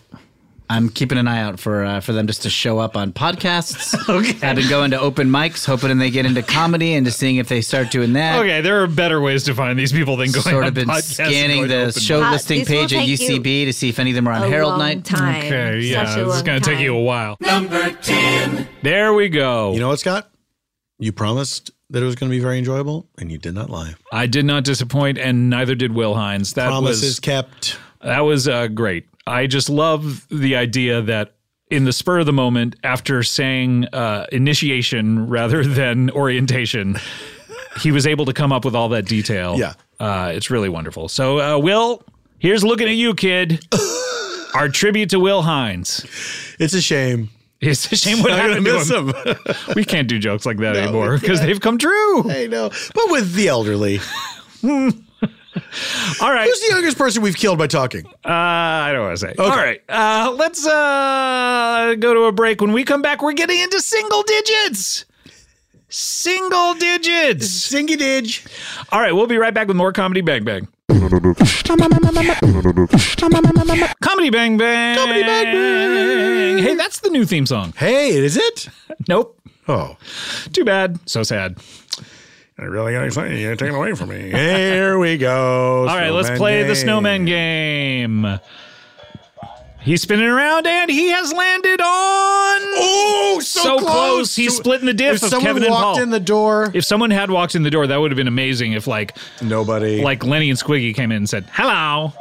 Speaker 9: I'm keeping an eye out for uh, for them just to show up on
Speaker 1: *laughs*
Speaker 9: podcasts. okay. I've been going to open mics, hoping they get into comedy and just seeing if they start doing that.
Speaker 1: Okay, there are better ways to find these people than going
Speaker 9: Sort
Speaker 1: on
Speaker 9: of been
Speaker 1: podcasts and
Speaker 9: scanning
Speaker 1: going to
Speaker 9: the
Speaker 1: open
Speaker 9: show
Speaker 10: mic.
Speaker 9: listing
Speaker 10: Uh, This will
Speaker 9: page at
Speaker 10: take you
Speaker 9: UCB to see if any of them are on
Speaker 10: a
Speaker 9: Herald
Speaker 10: long
Speaker 9: Night.
Speaker 10: Time.
Speaker 1: Okay, yeah,
Speaker 10: Such a
Speaker 1: this is
Speaker 10: long
Speaker 1: going to take
Speaker 10: time.
Speaker 1: you a while. Number 10. There we go.
Speaker 3: You know what, Scott? You promised that it was going to be very enjoyable, and you did not lie.
Speaker 1: I did not disappoint, and neither did Will Hines. That
Speaker 3: Promises
Speaker 1: was
Speaker 3: kept.
Speaker 1: that was uh, great. I just love the idea that in the spur of the moment, after saying uh, initiation rather than orientation, he was able to come up with all that detail.
Speaker 3: Yeah.
Speaker 1: uh, it's really wonderful. So, uh, Will, here's looking at
Speaker 3: *laughs*
Speaker 1: you, kid. Our tribute to Will Hines.
Speaker 3: It's a shame.
Speaker 1: It's a shame
Speaker 3: *laughs*
Speaker 1: what
Speaker 3: I'm gonna
Speaker 1: happened to
Speaker 3: miss
Speaker 1: him.
Speaker 3: him.
Speaker 1: *laughs* We can't do jokes like
Speaker 3: *laughs*
Speaker 1: that anymore because they've come true.
Speaker 3: I know, but with the
Speaker 1: *laughs*
Speaker 3: elderly,
Speaker 1: All right.
Speaker 3: who's the youngest person we've killed by talking?
Speaker 1: Uh, I don't want to say. All right. Uh, let's uh, go to a break. When we come back, we're getting into single digits. Single digits.
Speaker 3: Singy Didge.
Speaker 1: All right. We'll be right back with more Comedy Bang Bang. Comedy Bang Bang. Comedy Bang Bang. Hey, that's the new theme song.
Speaker 3: Hey, is it?
Speaker 1: Nope.
Speaker 3: Oh,
Speaker 1: Too bad. So sad.
Speaker 7: I really got excited. You're taking it away from me.
Speaker 3: here we go.
Speaker 1: All right. Let's play the snowman game. He's spinning around and he has landed on.
Speaker 3: Oh, so,
Speaker 1: so close.
Speaker 3: close.
Speaker 1: He's
Speaker 3: to-
Speaker 1: splitting the diff
Speaker 3: If
Speaker 1: of
Speaker 3: someone
Speaker 1: Kevin and
Speaker 3: walked
Speaker 1: Paul.
Speaker 3: in the door,
Speaker 1: If someone had walked in the door, that would have been amazing. If like
Speaker 3: nobody.
Speaker 1: like Lenny and Squiggy came in and said hello,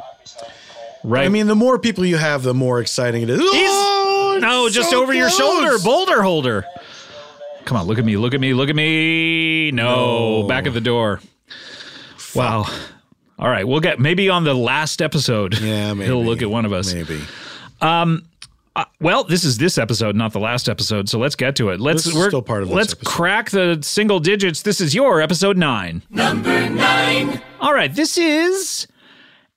Speaker 1: right?
Speaker 3: I mean, the more people you have, the more exciting it is. oh,
Speaker 1: no,
Speaker 3: it's
Speaker 1: just
Speaker 3: so
Speaker 1: over your
Speaker 3: close.
Speaker 1: shoulder, boulder holder. Come on, look at me, look at me, look at me. No, back at the door. Wow. All right, we'll get maybe on the last episode.
Speaker 3: Yeah,
Speaker 1: *laughs* he'll
Speaker 3: maybe.
Speaker 1: look at one of us. Um, uh,
Speaker 3: Maybe.
Speaker 1: Well, this is this episode, not the last episode, so let's get to it. Let's
Speaker 3: This is
Speaker 1: we're,
Speaker 3: still part of this
Speaker 1: let's
Speaker 3: episode.
Speaker 1: crack the single digits. This is your episode nine. Number nine. All right, this is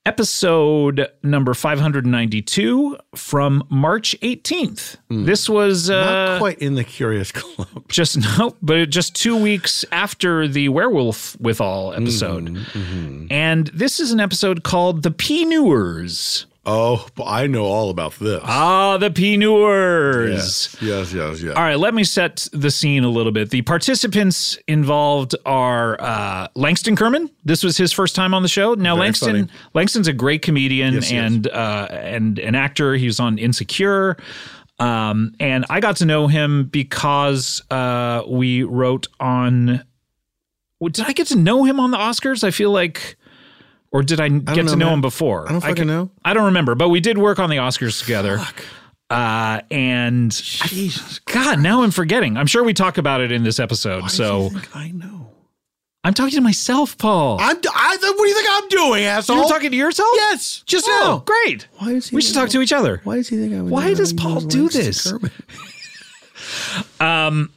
Speaker 1: episode number five hundred ninety-two from March eighteenth. This was uh,
Speaker 3: Hmm. Not quite in the curious club.
Speaker 1: *laughs* just no, but just two weeks after the werewolf with all episode,
Speaker 3: Mm-hmm,
Speaker 1: and this is an episode called the Penewers.
Speaker 3: Oh, but I know all about this.
Speaker 1: Ah, the Penewers.
Speaker 3: yes, yes, yes, yes.
Speaker 1: All right, let me set the scene a little bit. The participants involved are uh, Langston Kerman. This was his first time on the show. Now,
Speaker 3: funny.
Speaker 1: Langston Langston's a great comedian
Speaker 3: Yes, he
Speaker 1: and uh, and an actor. He was on Insecure. Um, and I got to know him because uh, we wrote on. Well, Did I get to know him on the Oscars? I feel like, or did I, get
Speaker 3: know,
Speaker 1: to know
Speaker 3: man.
Speaker 1: him before?
Speaker 3: I don't fucking
Speaker 1: can-
Speaker 3: know.
Speaker 1: I don't remember, but we did work on the Oscars together. Uh, and God, now I'm forgetting. I'm sure we talk about it in this episode. so
Speaker 3: I know.
Speaker 1: I'm talking to myself, Paul.
Speaker 3: I'm. I, what do you think I'm doing, asshole?
Speaker 1: You're talking to yourself?
Speaker 3: Yes, just now.
Speaker 1: Oh, great.
Speaker 3: Why is he?
Speaker 1: We should talk to each other.
Speaker 3: Why does he think I would?
Speaker 1: Why does Paul do this? *laughs* Um,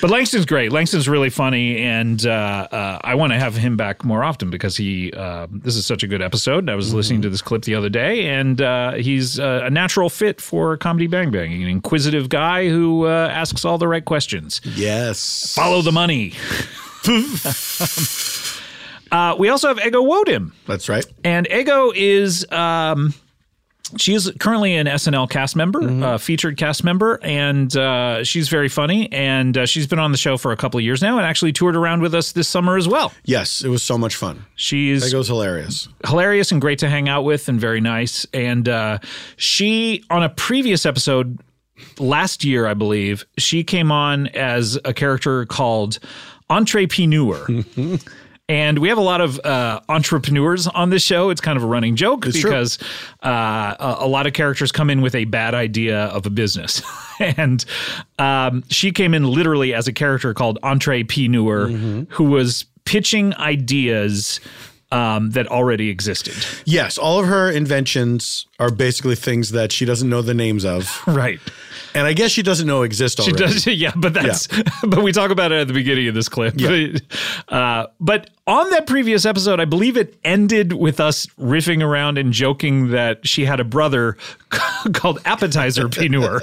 Speaker 1: But Langston's great. Langston's really funny, and uh, uh, I want to have him back more often because he. Uh, this is such a good episode. and I
Speaker 3: Mm-hmm.
Speaker 1: was listening to this clip the other day, and uh, he's uh, a natural fit for comedy bang bang. An inquisitive guy who uh, asks all the right questions.
Speaker 3: Yes.
Speaker 1: Follow the money. *laughs* uh, we also have Ego Wodim.
Speaker 3: That's right.
Speaker 1: And Ego is um, she is currently an SNL cast member,
Speaker 3: Mm-hmm.
Speaker 1: uh, featured cast member, and uh, she's very funny. And uh, she's been on the show for a couple of years now, and actually toured around with us this summer as well.
Speaker 3: Yes, it was so much fun.
Speaker 1: She's
Speaker 3: That goes hilarious.
Speaker 1: hilarious and great to hang out with, and very nice. And uh, she on a previous episode last year, I believe, she came on as a character called
Speaker 3: *laughs*
Speaker 1: entrepreneur. And we have a lot of uh, entrepreneurs on this show. It's kind of a running joke
Speaker 3: true.
Speaker 1: because uh, a, a lot of characters come in with a bad idea of a business. *laughs* and um, she came in literally as a character called Entrepreneur who was pitching ideas um, that already existed.
Speaker 3: Yes, all of her inventions are basically things that she doesn't know the names of,
Speaker 1: *laughs* Right.
Speaker 3: and I guess she doesn't know exist
Speaker 1: She
Speaker 3: already.
Speaker 1: does, *laughs* yeah, but that's but we talk about it at the beginning of this clip. *laughs* Uh, but on that previous episode, I believe it ended with us riffing around and joking that she had a brother *laughs* called
Speaker 3: *laughs*
Speaker 1: Appetizer Pineur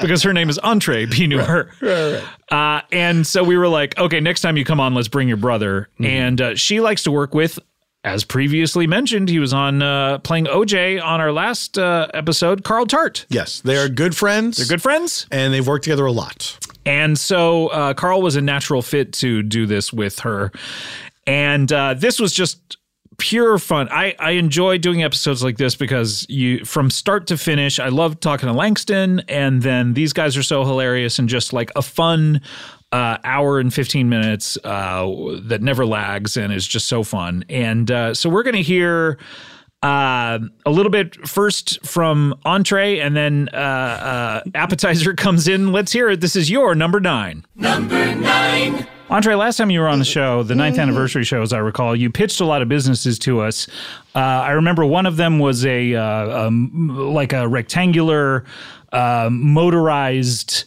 Speaker 1: because her name is Entree Pineur. Uh, and so we were like, okay, next time you come on, let's bring your brother.
Speaker 3: Mm-hmm.
Speaker 1: And uh, she likes to work with. As previously mentioned, he was on uh, playing OJ on our last uh, episode. Carl Tart,
Speaker 3: Yes, they are good friends. They're
Speaker 1: good friends.
Speaker 3: and they've worked together a lot.
Speaker 1: And so uh, Carl was a natural fit to do this with her. And uh, this was just pure fun. I, I enjoy doing episodes like this because you from start to finish, I love talking to Langston. And then these guys are so hilarious and just like a fun uh, hour and 15 minutes uh, that never lags and is just so fun. And uh, so we're going to hear uh, a little bit first from entree and then uh, uh, appetizer *laughs* comes in. Let's hear it. This is your number nine. Number nine. Entree, last time you were on the show, the
Speaker 8: Mm-hmm.
Speaker 1: ninth anniversary show, as I recall, you pitched a lot of businesses to us. Uh, I remember one of them was a uh, um, like a rectangular uh, motorized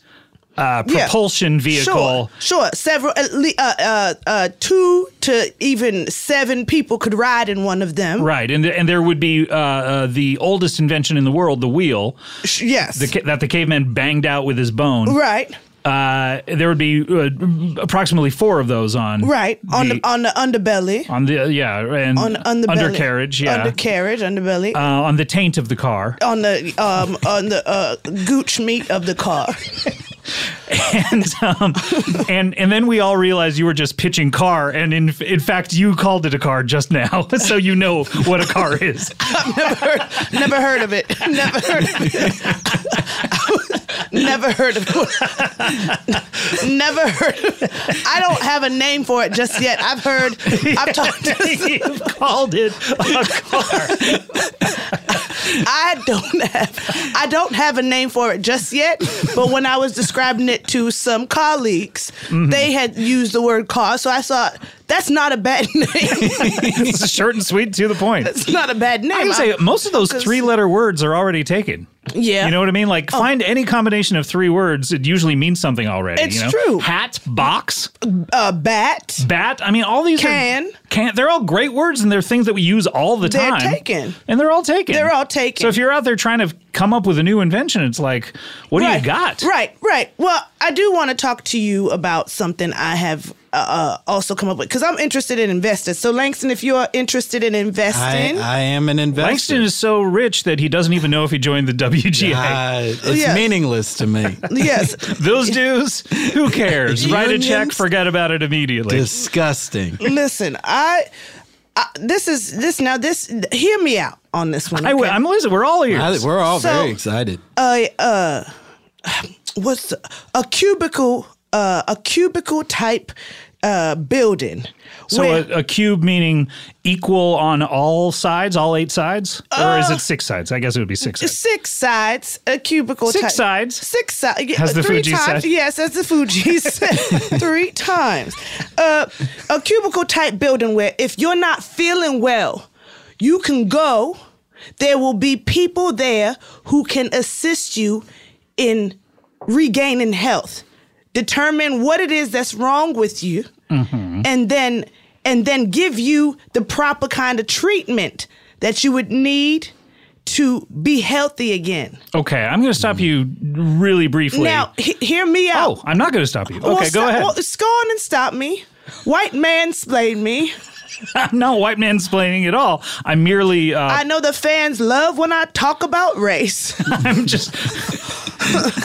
Speaker 1: uh,
Speaker 8: Yeah.
Speaker 1: propulsion vehicle.
Speaker 8: Sure, sure. Several, at le- uh, uh, uh, two to even seven people could ride in one of them.
Speaker 1: Right, and th- and there would be uh, uh, the oldest invention in the world, the wheel,
Speaker 8: Sh- Yes.
Speaker 1: the ca- that the caveman banged out with his bone.
Speaker 8: right.
Speaker 1: uh, there would be uh, approximately four of those on
Speaker 8: Right. On the,
Speaker 1: the-
Speaker 8: on the underbelly.
Speaker 1: on the yeah and
Speaker 8: On on the belly.
Speaker 1: undercarriage yeah
Speaker 8: Undercarriage, underbelly.
Speaker 1: uh, on the taint of the car
Speaker 8: on the um on the uh gooch meat of the car.
Speaker 1: *laughs* and um, and and then we all realized you were just pitching car and in in fact you called it a car just now *laughs* so you know what a car is *laughs*
Speaker 8: never heard never heard of it. Never heard of it. never heard of it. never heard of it. I don't have a name for it just yet. I've heard I've talked to
Speaker 1: *laughs* you've called it a car
Speaker 8: I don't have I don't have a name for it just yet, but when I was describing it to some colleagues,
Speaker 1: Mm-hmm.
Speaker 8: they had used the word car, so I thought that's not a bad *laughs* name.
Speaker 1: it's short and sweet to the point.
Speaker 8: it's not a bad name.
Speaker 1: I can say most of those
Speaker 8: 'cause-
Speaker 1: three letter words are already taken.
Speaker 8: Yeah. Oh.
Speaker 1: You know what I mean? Like find any combination of three words, it usually means something already.
Speaker 8: It's
Speaker 1: you know?
Speaker 8: true.
Speaker 1: Hat, box,
Speaker 8: a bat.
Speaker 1: bat. I mean, all these are-
Speaker 8: Can.
Speaker 1: can. They're all great words, and they're things that we use all the
Speaker 8: They're
Speaker 1: time.
Speaker 8: taken.
Speaker 1: and they're all taken.
Speaker 8: They're all taken.
Speaker 1: So if you're out there trying to come up with a new invention, it's like, what do
Speaker 8: right.
Speaker 1: you got?
Speaker 8: Right, right. Well, I do want to talk to you about something I have uh, uh, also come up with because I'm interested in investors. So, Langston, if you're interested in
Speaker 2: I,
Speaker 8: investing,
Speaker 2: I am an investor.
Speaker 1: Langston is so rich that he doesn't even know if he joined the
Speaker 8: *laughs*
Speaker 1: WGA.
Speaker 2: Uh, it's
Speaker 8: Yes.
Speaker 2: meaningless to me.
Speaker 8: *laughs* yes,
Speaker 1: Those dues,
Speaker 8: *laughs*
Speaker 1: who cares? Write a check,
Speaker 2: Unions?
Speaker 1: forget about it immediately.
Speaker 2: Disgusting.
Speaker 8: listen, I uh, this is this now. This hear me out on this one.
Speaker 1: I,
Speaker 8: okay?
Speaker 1: am Elizabeth. We're all
Speaker 12: I
Speaker 1: ears.
Speaker 12: think we're all
Speaker 8: So-
Speaker 12: very excited.
Speaker 8: a uh, what's the- a cubicle uh, a cubicle type uh, building.
Speaker 1: So uh,
Speaker 8: where-
Speaker 1: a, a cube meaning equal on all sides, all eight sides, or
Speaker 8: Oh.
Speaker 1: is it six sides? I guess it would be six sides.
Speaker 8: Six sides, a cubicle.
Speaker 1: Six
Speaker 8: type.
Speaker 1: sides.
Speaker 8: Six sides.
Speaker 1: Has the
Speaker 8: three
Speaker 1: Fuji
Speaker 8: times.
Speaker 1: said.
Speaker 8: Yes, that's the Fuji
Speaker 1: *laughs*
Speaker 8: said. three times. Uh, a cubicle type building where if you're not feeling well, you can go. There will be people there who can assist you in regaining health. Determine what it is that's wrong with you
Speaker 1: Mm-hmm.
Speaker 8: and then and then give you the proper kind of treatment that you would need to be healthy again.
Speaker 1: Okay, I'm going to stop you really briefly.
Speaker 8: Now, he- hear me out.
Speaker 1: oh, I'm not going to stop you. Okay,
Speaker 8: Well,
Speaker 1: go
Speaker 8: stop-
Speaker 1: ahead.
Speaker 8: Well, just go on and stop me. White man splayed
Speaker 1: *laughs*
Speaker 8: me.
Speaker 1: I'm not white man explaining at all. I'm merely. Uh,
Speaker 8: I know the fans love when I talk about race.
Speaker 1: *laughs* I'm just. *laughs*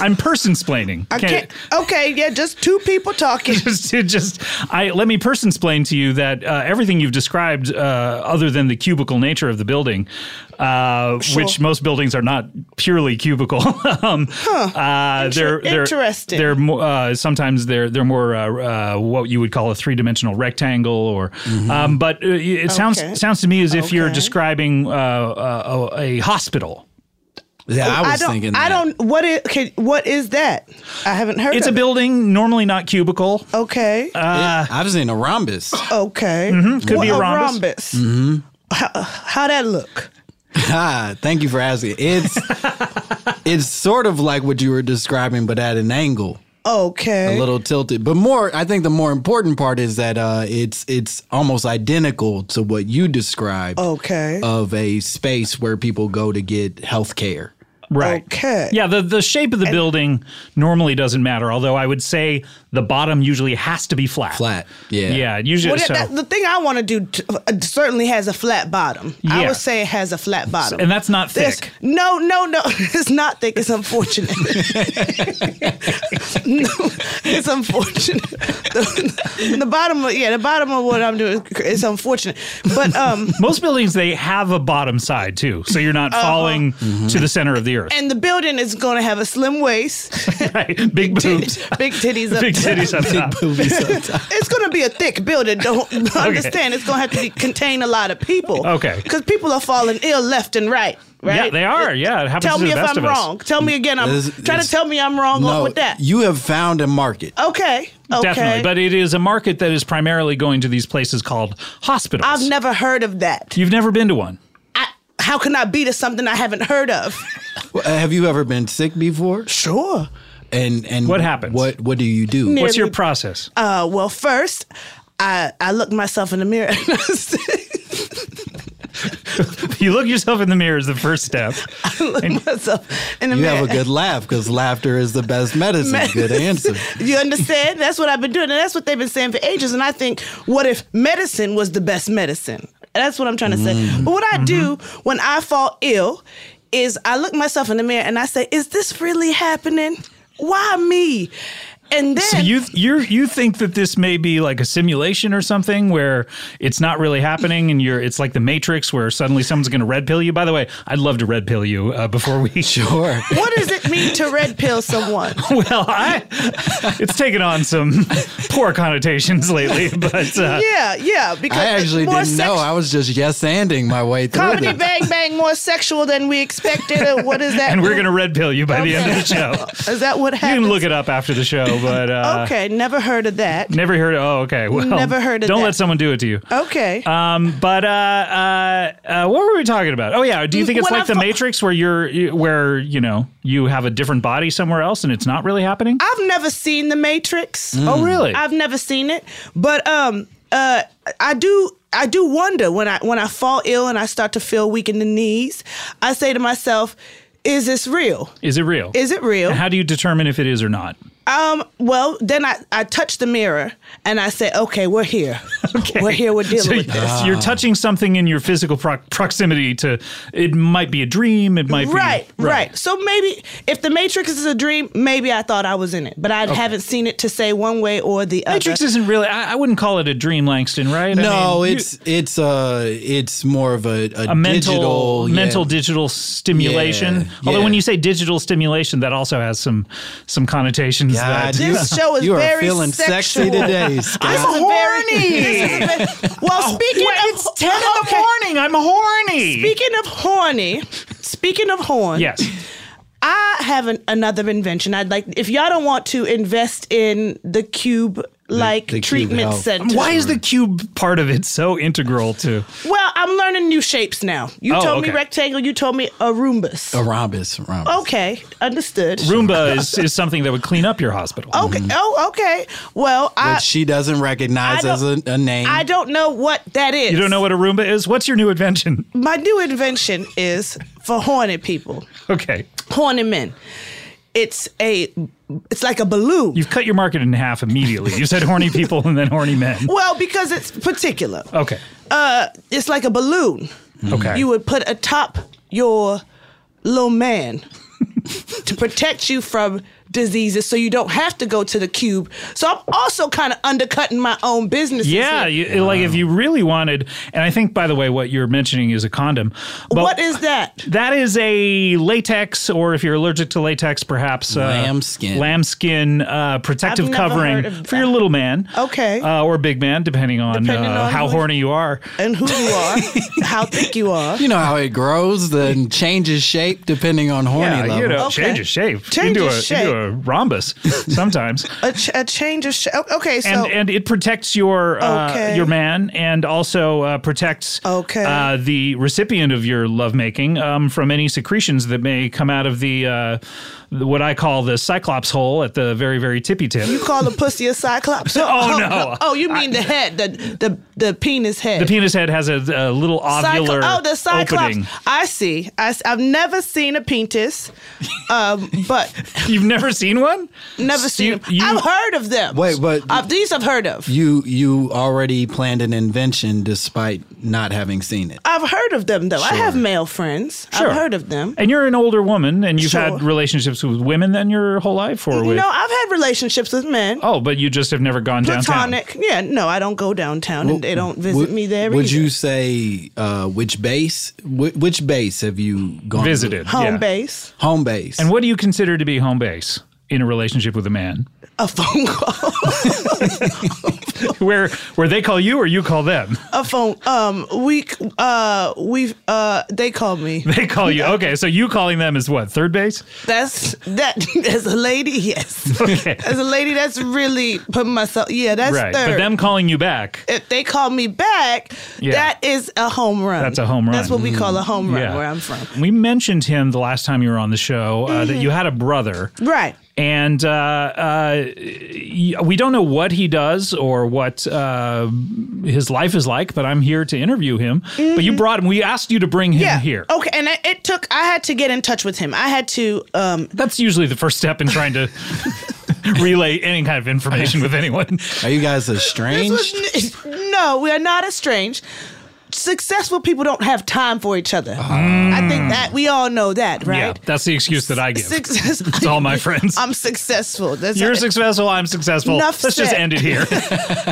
Speaker 1: I'm person splaining.
Speaker 8: *laughs* I can't. Okay, yeah, just two people talking.
Speaker 1: *laughs* just, it just, I let me person explain to you that uh, everything you've described, uh, other than the cubical nature of the building, uh,
Speaker 8: Sure.
Speaker 1: which most buildings are not purely cubicle. *laughs* um, uh, they're, they're
Speaker 8: interesting.
Speaker 1: They're mo- uh, sometimes they're they're more uh, uh, what you would call a three dimensional rectangle, or
Speaker 12: Mm-hmm.
Speaker 1: um, but uh, it sounds
Speaker 8: Okay.
Speaker 1: sounds to me as if you're
Speaker 8: Okay.
Speaker 1: describing uh, uh, a, a hospital.
Speaker 12: Yeah, I was
Speaker 8: don't,
Speaker 12: thinking.
Speaker 8: Oh, I
Speaker 12: that.
Speaker 8: don't. What is? Okay, what is that? I haven't heard.
Speaker 1: It's a
Speaker 8: of it.
Speaker 1: building, normally not cubicle.
Speaker 8: Okay.
Speaker 1: Uh,
Speaker 12: I was in a
Speaker 1: *gasps*
Speaker 12: rhombus.
Speaker 8: okay.
Speaker 1: Mm-hmm, could be
Speaker 8: What-
Speaker 1: a rhombus.
Speaker 12: Mm-hmm. *laughs*
Speaker 8: How that look?
Speaker 12: Ah, thank you for asking.
Speaker 1: *laughs*
Speaker 12: It's it's sort of like what you were describing, but at an angle.
Speaker 8: Okay.
Speaker 12: a little tilted. But more, I think the more important part is that uh, it's it's almost identical to what you described
Speaker 8: Okay.
Speaker 12: of a space where people go to get health care.
Speaker 1: Right.
Speaker 8: Okay.
Speaker 1: Yeah, the, the shape of the building normally doesn't matter, although I would say the bottom usually has to be flat.
Speaker 12: Flat. Yeah.
Speaker 1: Yeah, usually
Speaker 8: Well, that,
Speaker 1: so.
Speaker 8: that- the thing I want to do t- uh, certainly has a flat bottom. I
Speaker 1: Yeah.
Speaker 8: would say it has a flat bottom.
Speaker 1: and that's not
Speaker 8: There's-
Speaker 1: thick.
Speaker 8: no, no, no. *laughs* It's not thick. It's unfortunate. *laughs* no, it's unfortunate. The, the bottom, of, yeah, the bottom of what I'm doing is unfortunate. But um,
Speaker 1: *laughs* Most buildings they have a bottom side too, so you're
Speaker 8: Uh-huh.
Speaker 1: not falling
Speaker 12: Mm-hmm.
Speaker 1: to the center of the earth.
Speaker 8: and the building is going to have a slim waist,
Speaker 1: *laughs* right.
Speaker 8: *laughs*
Speaker 1: Big boobs.
Speaker 8: big titties up.
Speaker 1: *laughs* Big
Speaker 8: top.
Speaker 1: titties up top.
Speaker 8: *laughs* it's going to be a thick building.
Speaker 1: *laughs*
Speaker 8: Don't understand. It's going to have to be, contain a lot of people.
Speaker 1: Okay.
Speaker 8: Because people are falling ill left and right. Right?
Speaker 1: Yeah, they are. Yeah, it happens
Speaker 8: Tell
Speaker 1: to
Speaker 8: me
Speaker 1: the
Speaker 8: if
Speaker 1: best
Speaker 8: I'm
Speaker 1: of us.
Speaker 8: wrong. Tell me again. I'm
Speaker 12: This-
Speaker 8: trying to
Speaker 12: this-
Speaker 8: tell me I'm wrong with that.
Speaker 12: you have found a market.
Speaker 8: okay. Okay.
Speaker 1: Definitely, but it is a market that is primarily going to these places called hospitals.
Speaker 8: I've never heard of that.
Speaker 1: You've never been to one.
Speaker 8: I, how can I be to something I haven't heard of?
Speaker 12: Well, uh, Have you ever been sick before?
Speaker 8: Sure.
Speaker 12: And and
Speaker 1: What happens?
Speaker 12: What what do you do?
Speaker 8: Nearly.
Speaker 1: What's your process?
Speaker 8: Uh, well, first, I I looked myself in the mirror. *laughs* And I said,
Speaker 1: *laughs* you look yourself in the mirror is the first step.
Speaker 8: I looked myself in the
Speaker 12: You
Speaker 8: mirror.
Speaker 12: have a good laugh because laughter is the best
Speaker 8: *laughs*
Speaker 12: medicine. Good answer.
Speaker 8: You understand? That's what I've been doing. And that's what they've been saying for ages. And I think, what if medicine was the best medicine? And that's what I'm trying to say.
Speaker 12: Mm-hmm.
Speaker 8: But what I do when I fall ill is I look myself in the mirror and I say, is this really happening? Why me? And then
Speaker 1: So you you you think that this may be like a simulation or something where it's not really happening and you're it's like the Matrix where suddenly someone's going to red pill you. By the way, I'd love to red pill you uh, before we
Speaker 12: *laughs* Sure.
Speaker 8: what does it mean to red pill
Speaker 12: *laughs*
Speaker 8: someone?
Speaker 1: well, I *laughs* it's taken on some *laughs* poor connotations lately, *laughs* but uh,
Speaker 8: yeah, yeah. Because
Speaker 12: I actually
Speaker 8: more
Speaker 12: didn't know. I was just yes anding my way through
Speaker 8: Comedy
Speaker 12: this.
Speaker 8: bang bang more sexual than we expected. Uh, What
Speaker 12: *laughs*
Speaker 8: is that?
Speaker 1: and we're
Speaker 8: mean?
Speaker 1: going to red pill you by the end of the
Speaker 8: *laughs*
Speaker 1: show.
Speaker 8: Is that what
Speaker 1: You
Speaker 8: happened?
Speaker 1: can look it up after the show, but uh,
Speaker 8: okay, never heard of that.
Speaker 1: Never heard. Oh, okay. Well,
Speaker 8: Never heard of
Speaker 1: Don't
Speaker 8: that.
Speaker 1: let someone do it to you.
Speaker 8: Okay.
Speaker 1: Um, but uh, uh, uh, what were we talking about? Oh yeah, do you think it's
Speaker 8: When
Speaker 1: like
Speaker 8: I fo-
Speaker 1: the Matrix where you're you- where you know you have a different body somewhere else and it's not really happening?
Speaker 8: I've never seen The Matrix.
Speaker 1: Oh, really?
Speaker 8: I've never seen it, but um, uh, I do. I do wonder when I when I fall ill and I start to feel weak in the knees. I say to myself, "Is this real?
Speaker 1: Is it real?
Speaker 8: Is it real?"
Speaker 1: And how do you determine if it is or not?
Speaker 8: Um, well, then I, I touched the mirror and I said, okay, we're
Speaker 1: *laughs*
Speaker 8: here. We're here, we're dealing
Speaker 1: So
Speaker 8: with this.
Speaker 1: *laughs* you're touching something in your physical pro- proximity to. It might be a dream. It might
Speaker 8: Right,
Speaker 1: be
Speaker 8: right, So maybe if the Matrix is a dream, maybe I thought I was in it, but I
Speaker 1: Okay.
Speaker 8: haven't seen it to say one way or the other.
Speaker 1: Matrix isn't really. I, I wouldn't call it a dream, Langston. Right? I
Speaker 12: no,
Speaker 1: mean, you-
Speaker 12: it's it's uh it's more of a, a,
Speaker 1: a mental
Speaker 12: digital, yeah.
Speaker 1: mental digital stimulation.
Speaker 12: Yeah,
Speaker 1: Although
Speaker 12: yeah.
Speaker 1: when you say digital stimulation, that also has some some connotations. that *laughs*
Speaker 8: this show is very sexual. *laughs*
Speaker 1: Scott.
Speaker 8: horny. well,
Speaker 1: Oh,
Speaker 8: speaking of it's ten in the morning,
Speaker 1: I'm horny.
Speaker 8: Speaking of horny, speaking of horn,
Speaker 1: yes.
Speaker 8: I have an, another invention. I'd like if y'all don't want to invest in the cube like
Speaker 1: The cube
Speaker 8: treatment
Speaker 1: help.
Speaker 8: center.
Speaker 1: Why is the cube part of it so integral to
Speaker 8: Well, I'm learning new shapes now. You
Speaker 1: Oh,
Speaker 8: told me
Speaker 1: okay.
Speaker 8: rectangle. You told me a rhombus.
Speaker 12: a rhombus? rhombus.
Speaker 8: Okay, understood.
Speaker 1: *laughs* Roomba is, is something that would clean up your hospital.
Speaker 8: Okay. Oh, okay. Well, I
Speaker 12: Mm-hmm. Which she doesn't recognize
Speaker 8: I
Speaker 12: as a, a name.
Speaker 8: I don't know what that is.
Speaker 1: You don't know what a Roomba is? What's your new invention? *laughs*
Speaker 8: My new invention is for horny people.
Speaker 1: Okay.
Speaker 8: Horny men. It's a it's like a balloon.
Speaker 1: You've cut your market in half immediately. You said horny people and then horny men.
Speaker 8: Well, because it's particular.
Speaker 1: Okay.
Speaker 8: Uh it's like a balloon.
Speaker 1: Okay.
Speaker 8: You would put atop your little man *laughs* to protect you from diseases so you don't have to go to the cube. So I'm also kind of undercutting my own business.
Speaker 1: Yeah, you, like if you really wanted, and I think by the way, what you're mentioning is a condom. But
Speaker 8: What is that?
Speaker 1: That is a latex, or if you're allergic to latex, perhaps uh,
Speaker 12: Lambskin.
Speaker 1: lambskin uh, protective
Speaker 8: I've never
Speaker 1: covering
Speaker 8: heard of
Speaker 1: for your little man.
Speaker 8: Okay.
Speaker 1: uh, or big man, depending on,
Speaker 8: Depending
Speaker 1: uh,
Speaker 8: on
Speaker 1: how
Speaker 8: who-
Speaker 1: horny you are.
Speaker 8: and who you are, *laughs* how thick you are.
Speaker 12: You know how it
Speaker 8: *laughs*
Speaker 12: grows, then changes shape depending on horny
Speaker 1: yeah,
Speaker 12: level.
Speaker 1: you know, changes shape
Speaker 8: Changes
Speaker 1: into a
Speaker 8: shape.
Speaker 1: into a rhombus sometimes.
Speaker 8: A, ch- a change of sh- oh, okay, so
Speaker 1: and and it protects your uh,
Speaker 8: Okay.
Speaker 1: your man and also uh, protects uh, the recipient of your lovemaking um, from any secretions that may come out of the uh, the- what I call the cyclops hole at the very very tippy tip.
Speaker 8: you call the pussy a cyclops?
Speaker 1: *laughs* Oh, no.
Speaker 8: Oh, you mean the head, the the the penis head.
Speaker 1: the penis head has a, a little
Speaker 8: Cyclo-
Speaker 1: ovular
Speaker 8: oh, the cyclops.
Speaker 1: opening.
Speaker 8: I see. I, have never seen a penis,
Speaker 1: *laughs*
Speaker 8: um, but
Speaker 1: you've never seen one.
Speaker 8: Never seen. them. I've heard of them.
Speaker 12: Wait, but
Speaker 8: Uh, these I've heard of.
Speaker 12: you you already planned an invention despite not having seen it.
Speaker 8: I've heard of them though. I have male friends.
Speaker 1: Sure.
Speaker 8: I've heard of them.
Speaker 1: And you're an older woman, and you've
Speaker 8: Um, Sure.
Speaker 1: had relationships with women then your whole life, or with
Speaker 8: No, I've had relationships with men.
Speaker 1: oh, but you just have never gone downtown.
Speaker 8: Platonic. Yeah, no, I don't go downtown and they don't visit
Speaker 12: Would-
Speaker 8: me there.
Speaker 12: Would
Speaker 8: either.
Speaker 12: you say uh, which base? Wh- which base have you gone
Speaker 1: Visited, Home yeah.
Speaker 8: base.
Speaker 12: Home base.
Speaker 1: And what do you consider to be home base in a relationship with a man? *laughs*
Speaker 8: A phone call.
Speaker 1: where where they call you or you call them?
Speaker 8: A phone. Um, we uh we uh they call me.
Speaker 1: *laughs* They call you. Okay, so you calling them is what third base?
Speaker 8: That's that. *laughs* As a lady, yes.
Speaker 1: Okay.
Speaker 8: As a lady, that's really putting myself. Yeah, that's
Speaker 1: right.
Speaker 8: third.
Speaker 1: But them calling you back.
Speaker 8: if they call me back,
Speaker 1: Yeah.
Speaker 8: that is a home run.
Speaker 1: That's a home run. Mm,
Speaker 8: That's what we call a home run
Speaker 1: Yeah.
Speaker 8: where I'm from.
Speaker 1: We mentioned him the last time you were on the show uh, that
Speaker 8: Mhm.
Speaker 1: you had a brother.
Speaker 8: Right.
Speaker 1: And uh, uh, y- we don't know what he does or what uh, his life is like, but I'm here to interview him. But you brought him. We asked you to bring him
Speaker 8: Mm-hmm. yeah.
Speaker 1: here.
Speaker 8: Okay, and it, it took. I had to get in touch with him. I had to. Um,
Speaker 1: That's usually the first step in
Speaker 8: *laughs*
Speaker 1: trying to relay any kind of information with anyone.
Speaker 12: Are you guys estranged?
Speaker 8: no, we are not estranged. Successful people don't have time for each other.
Speaker 1: Mm.
Speaker 8: I think that we all know that,
Speaker 1: Yeah,
Speaker 8: right?
Speaker 1: that's the excuse that I give.
Speaker 8: Success-
Speaker 1: It's all
Speaker 8: *laughs*
Speaker 1: my friends.
Speaker 8: I'm successful. That's
Speaker 1: You're successful. I'm successful.
Speaker 8: Enough
Speaker 1: Let's just
Speaker 8: said.
Speaker 1: end
Speaker 8: *laughs*
Speaker 1: it here.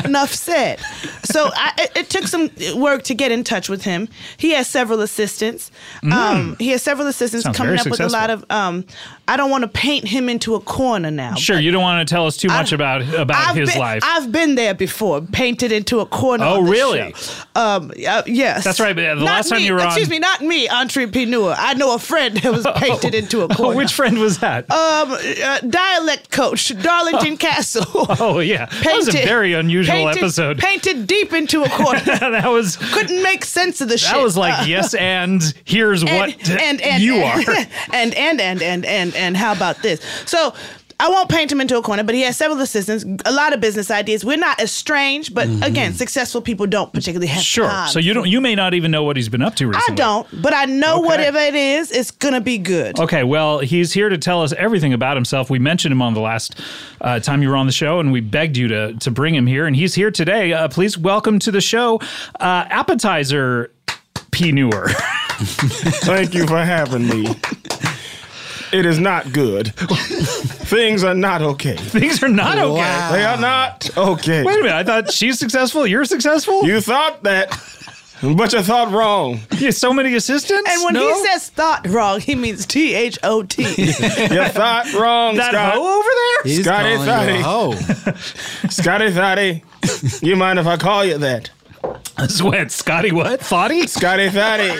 Speaker 8: Enough said. So I, it, it took some work to get in touch with him. He has several assistants. Um,
Speaker 1: Mm.
Speaker 8: he has several assistants
Speaker 1: Sounds
Speaker 8: coming
Speaker 1: very
Speaker 8: up with a lot of.
Speaker 1: successful.
Speaker 8: Um, I don't want to paint him into a corner now.
Speaker 1: sure, you don't want to tell us too much about about
Speaker 8: I've
Speaker 1: his
Speaker 8: been,
Speaker 1: life.
Speaker 8: I've been there before, painted into a corner.
Speaker 1: Oh,
Speaker 8: on this
Speaker 1: really?
Speaker 8: show. Um, uh, yes.
Speaker 1: That's right, but the
Speaker 8: not
Speaker 1: last time
Speaker 8: me,
Speaker 1: you were
Speaker 8: excuse
Speaker 1: on- Oh.
Speaker 8: me, not me, entrepreneur. I know a friend that
Speaker 1: *laughs*
Speaker 8: was painted into a corner.
Speaker 1: Which friend was that?
Speaker 8: Um, uh, dialect coach, Darlington Castle.
Speaker 1: *laughs* Oh yeah, that was a
Speaker 8: Painted-
Speaker 1: very unusual
Speaker 8: painted-
Speaker 1: episode.
Speaker 8: Painted deep into a corner.
Speaker 1: *laughs* that was
Speaker 8: couldn't make sense of the shit.
Speaker 1: that was like
Speaker 8: Uh, *laughs*
Speaker 1: yes, and here's
Speaker 8: and,
Speaker 1: what
Speaker 8: and, and,
Speaker 1: *laughs*
Speaker 8: *laughs*
Speaker 1: you
Speaker 8: and,
Speaker 1: are.
Speaker 8: and and and and and and how about this? So I won't paint him into a corner, but he has several assistants, a lot of business ideas. We're not estranged, but again, successful people don't particularly have
Speaker 1: Sure.
Speaker 8: time.
Speaker 1: So you don't. You may not even know what he's been up to recently.
Speaker 8: I don't, but I know whatever it is, it's gonna be good.
Speaker 1: Okay, well, he's here to tell us everything about himself. We mentioned him on the last uh, time you were on the show, and we begged you to to bring him here, and he's here today. Uh, please welcome to the show, uh, appetizer P. Newer.
Speaker 13: Thank you for having me. It is not good. Things are not okay.
Speaker 1: *laughs* Things are not okay. Wow.
Speaker 13: They are not okay.
Speaker 1: Wait a minute. I thought she's successful. You're successful.
Speaker 13: You thought that, but you thought wrong.
Speaker 1: You so many assistants.
Speaker 8: And when
Speaker 13: No?
Speaker 8: he says thought wrong, he means T H O T.
Speaker 13: You thought wrong,
Speaker 8: That
Speaker 13: Scott.
Speaker 8: hoe over there? He's
Speaker 13: Scotty
Speaker 8: calling you a
Speaker 13: Thotty. *laughs* Scotty Thotty. You mind if I call you that?
Speaker 1: Sweat, Scotty what? Thotty?
Speaker 13: Scotty Thotty.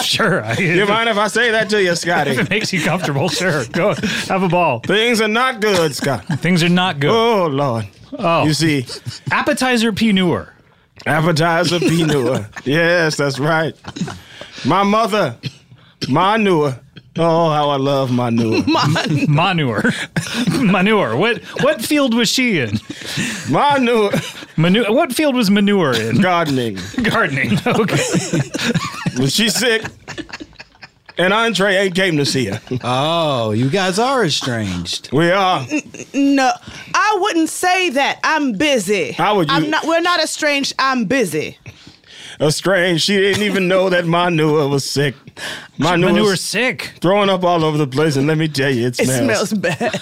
Speaker 1: *laughs* sure. I,
Speaker 13: you mind if I say that to you, Scotty?
Speaker 1: If it makes you comfortable, sure. Go have a ball.
Speaker 13: Things are not good, Scott.
Speaker 1: Things are not good.
Speaker 13: Oh Lord.
Speaker 1: Oh.
Speaker 13: You see.
Speaker 1: Appetizer P newer.
Speaker 13: Appetizer P newer.
Speaker 1: *laughs*
Speaker 13: yes, that's right. My mother. My newer. Oh, how I love my newer.
Speaker 1: *laughs* manure. manure. What what field was she in?
Speaker 13: Manure.
Speaker 1: Manure. What field was manure in?
Speaker 13: Gardening.
Speaker 1: Gardening. Okay.
Speaker 13: When she's sick. And Andre ain't came to see her.
Speaker 12: Oh, you guys are estranged.
Speaker 13: We are.
Speaker 8: No, I wouldn't say that. I'm busy. How
Speaker 13: would you-
Speaker 8: I'm not. We're not estranged. I'm busy.
Speaker 13: Estranged. She didn't even know that Manure was sick. Manure
Speaker 1: Manure's sick.
Speaker 13: Throwing up all over the place, and let me tell you, it
Speaker 8: It
Speaker 13: smells.
Speaker 8: smells bad.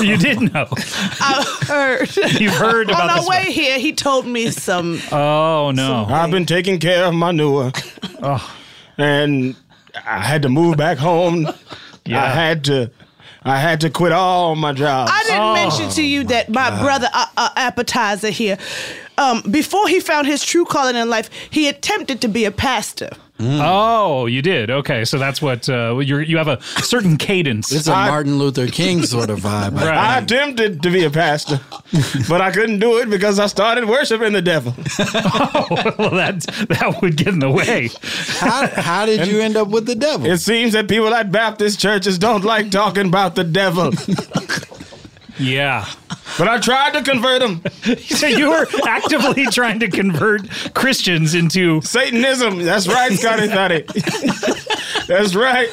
Speaker 1: *laughs* you didn't know.
Speaker 8: I've heard.
Speaker 1: You've heard
Speaker 8: On
Speaker 13: about
Speaker 8: our
Speaker 13: this
Speaker 8: way here, he told me some.
Speaker 1: Oh no! Oh.
Speaker 13: I've been taking care of my newer, and I had to move back home. I had to, I had to quit all my jobs.
Speaker 8: I didn't mention to you that Oh my
Speaker 13: God.
Speaker 8: brother uh, uh, appetizer here, um, before he found his true calling in life, he attempted to be a pastor.
Speaker 1: Oh, you did. Okay, so that's what uh, you you have a certain cadence.
Speaker 13: It's a I- Martin
Speaker 1: Luther King sort of vibe.
Speaker 13: I attempted to be a pastor, but I couldn't do it because I started worshiping the
Speaker 1: *laughs*
Speaker 13: devil.
Speaker 1: Oh, well, that that would get in the way.
Speaker 13: How, how did you end up with the devil? It seems that people at Baptist churches don't like talking about the
Speaker 12: *laughs*
Speaker 13: devil.
Speaker 1: Yeah.
Speaker 13: But I tried to convert them.
Speaker 1: *laughs* so you were
Speaker 13: *laughs*
Speaker 1: actively trying to convert Christians into
Speaker 13: Satanism. That's right, Scotty
Speaker 1: *laughs*
Speaker 13: Thotty. That's right.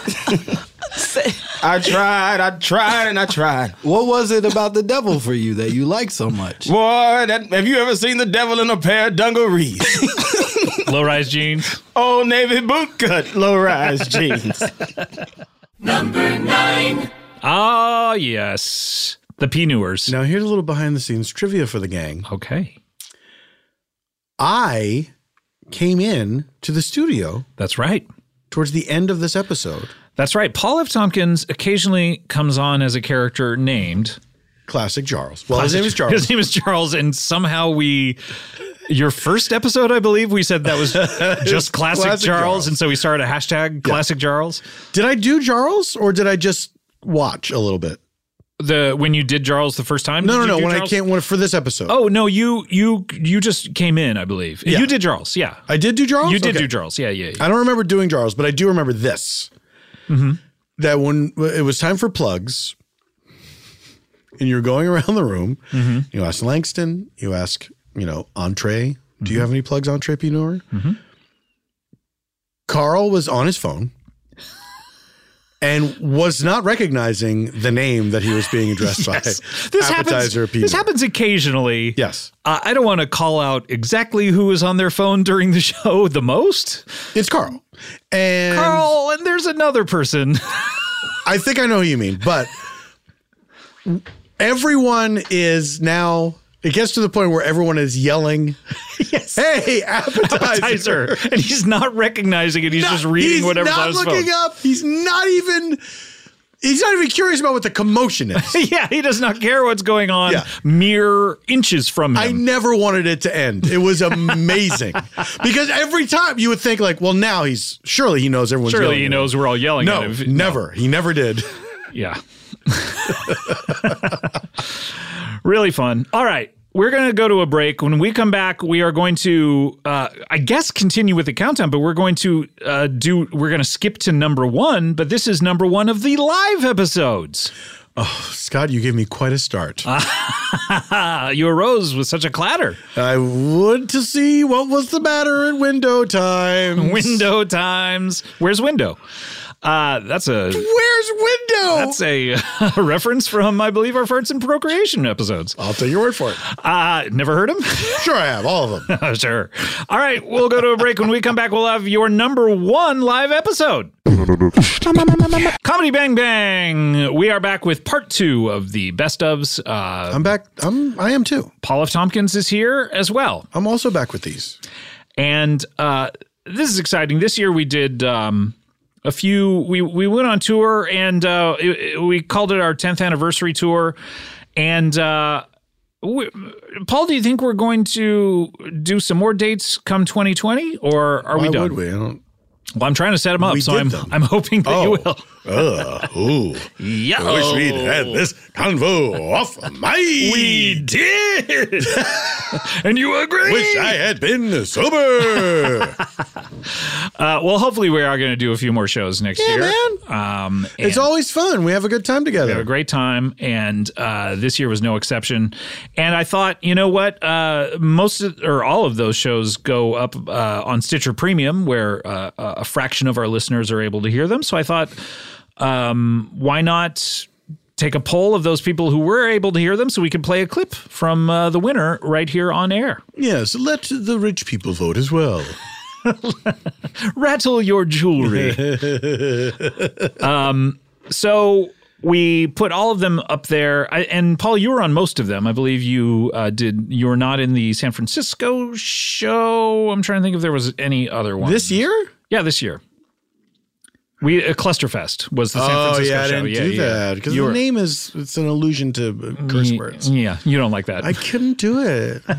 Speaker 13: I tried, I tried, and I tried.
Speaker 12: What was it about the devil for you that you like so much?
Speaker 13: Boy, that, have you ever seen the devil in a pair of dungarees?
Speaker 1: low rise jeans.
Speaker 13: Old Navy bootcut, low
Speaker 1: *laughs*
Speaker 13: rise jeans.
Speaker 1: Ah, yes. The Pinewers.
Speaker 3: Now, here's a little behind the scenes trivia for the gang.
Speaker 1: Okay.
Speaker 3: I came in to the studio.
Speaker 1: That's right.
Speaker 3: Towards the end of this episode.
Speaker 1: That's right. Paul F. Tompkins occasionally comes on as a character named
Speaker 3: Classic Charles. Well, his name is Charles.
Speaker 1: His name is Charles, and somehow we. Your first episode, I believe, we
Speaker 13: *laughs*
Speaker 1: said that was just classic,
Speaker 3: Classic
Speaker 1: Charles,
Speaker 3: Charles.
Speaker 1: and so we started a hashtag classic Charles.
Speaker 3: Did I do Charles or did I just watch a little bit?
Speaker 1: The when you did Charles the first time?
Speaker 3: No,
Speaker 1: did
Speaker 3: no,
Speaker 1: you
Speaker 3: no.
Speaker 1: do
Speaker 3: When
Speaker 1: Charles?
Speaker 3: I came when, for this episode.
Speaker 1: Oh no, you you you just came in, I believe.
Speaker 3: Yeah.
Speaker 1: You did Charles, yeah.
Speaker 3: I did do Charles?
Speaker 1: You did
Speaker 3: Okay.
Speaker 1: do Charles, yeah, yeah. yeah.
Speaker 3: I don't remember doing Charles, but I do remember this.
Speaker 1: Mhm.
Speaker 3: That when it was time for plugs, and you're going around the room,
Speaker 1: Mm-hmm.
Speaker 3: you ask Langston, you ask, you know, Entree, do
Speaker 1: Mm-hmm.
Speaker 3: you have any plugs, Entree Pinor? Carl was on his phone and was not recognizing the name that he was being
Speaker 1: *laughs*
Speaker 3: addressed
Speaker 1: Yes.
Speaker 3: by.
Speaker 1: This
Speaker 3: Appetizer
Speaker 1: happens. This
Speaker 3: Pinor.
Speaker 1: happens occasionally.
Speaker 3: Yes.
Speaker 1: Uh, I don't want to call out exactly who was on their phone during the *laughs* show the most.
Speaker 3: It's Carl. And *laughs*
Speaker 1: Carl, and there's another person. *laughs*
Speaker 3: I think I know who you mean, but everyone is now. It gets to the point where everyone is yelling,
Speaker 1: *laughs* yes.
Speaker 3: "Hey, appetizer!" *laughs*
Speaker 1: Appetizer. And he's not recognizing it. He's just reading
Speaker 3: he's
Speaker 1: whatever's
Speaker 3: not
Speaker 1: on his
Speaker 3: looking
Speaker 1: phone.
Speaker 3: up. He's not even. He's not even curious about what the commotion is.
Speaker 1: *laughs* yeah, he does not care what's going on mere inches from him.
Speaker 3: I never wanted it to end. It was
Speaker 1: *laughs*
Speaker 3: amazing because every time you would think like, well, now he's surely he knows everyone's
Speaker 1: Surely
Speaker 3: yelling
Speaker 1: he
Speaker 3: at
Speaker 1: knows we're all yelling
Speaker 3: No,
Speaker 1: at him.
Speaker 3: never. He never did.
Speaker 1: Yeah. really fun. All right. We're going to go to a break. When we come back, we are going to, uh, I guess, continue with the countdown, but we're going to uh, do, we're going to skip to number one, but this is number one of the live episodes.
Speaker 3: Oh, Scott, you gave me quite a start.
Speaker 1: *laughs* you arose with such a clatter.
Speaker 3: I would to see what was the matter at window times.
Speaker 1: Window times. Where's window? Uh, that's a
Speaker 3: Where's window?
Speaker 1: That's a, *laughs* a reference from, I believe, our farts and procreation episodes.
Speaker 3: I'll take your word for it.
Speaker 1: Uh, never heard *laughs* them?
Speaker 3: sure, I have all of
Speaker 1: them. *laughs* sure. All right, we'll go to a break. When we come back, we'll have your number one live episode. Mm-hmm. *laughs* Comedy Bang Bang. We are back with part two of the best ofs. Uh,
Speaker 3: I'm back. I'm. I am too.
Speaker 1: Paul F. Tompkins is here as well.
Speaker 3: I'm also back with these.
Speaker 1: And uh, this is exciting. This year we did. Um, a few we we went on tour and uh, it- it- we called it our 10th anniversary tour and uh, we, paul do you think we're going to do some more dates come 2020 or are we
Speaker 3: Why
Speaker 1: done
Speaker 3: would we? I don't-
Speaker 1: well i'm trying to set them up
Speaker 3: We
Speaker 1: so
Speaker 3: did
Speaker 1: i'm
Speaker 3: them.
Speaker 1: i'm hoping that you will
Speaker 3: uh,
Speaker 1: *laughs*
Speaker 3: ooh.
Speaker 1: yeah
Speaker 7: Oh. I wish we'd had this convo off my.
Speaker 1: We
Speaker 3: *laughs*
Speaker 1: did. and you agree?
Speaker 7: Wish I had been sober.
Speaker 1: *laughs* uh, well hopefully we are going to do a few more shows next
Speaker 3: Yeah,
Speaker 1: year
Speaker 3: man.
Speaker 1: um
Speaker 3: It's
Speaker 1: and-
Speaker 3: always fun. We have a good time
Speaker 1: We
Speaker 3: together.
Speaker 1: had a great time, and uh, this year was no exception. And I thought, you know what? Uh, most of, or all of those shows go up uh, on Stitcher Premium, where uh, a fraction of our listeners are able to hear them. So I thought, um, why not take a poll of those people who were able to hear them, so we can play a clip from uh, the winner right here on air.
Speaker 3: Yes, let the rich people vote as
Speaker 1: *laughs*
Speaker 3: well.
Speaker 1: Rattle
Speaker 3: *laughs*
Speaker 1: your jewelry. um, so we put all of them up there, I, and Paul, you were on most of them. I believe you uh, did. You were not in the San Francisco show. I'm trying to think if there was any other one
Speaker 3: This year.
Speaker 1: Yeah, this year. We uh, Clusterfest was the San
Speaker 3: oh
Speaker 1: Francisco
Speaker 3: yeah, I
Speaker 1: show.
Speaker 3: didn't do that because
Speaker 1: You
Speaker 3: the
Speaker 1: were-
Speaker 3: name is it's an allusion to uh, curse words.
Speaker 1: Yeah, you don't like that.
Speaker 3: I couldn't do it.
Speaker 1: *laughs*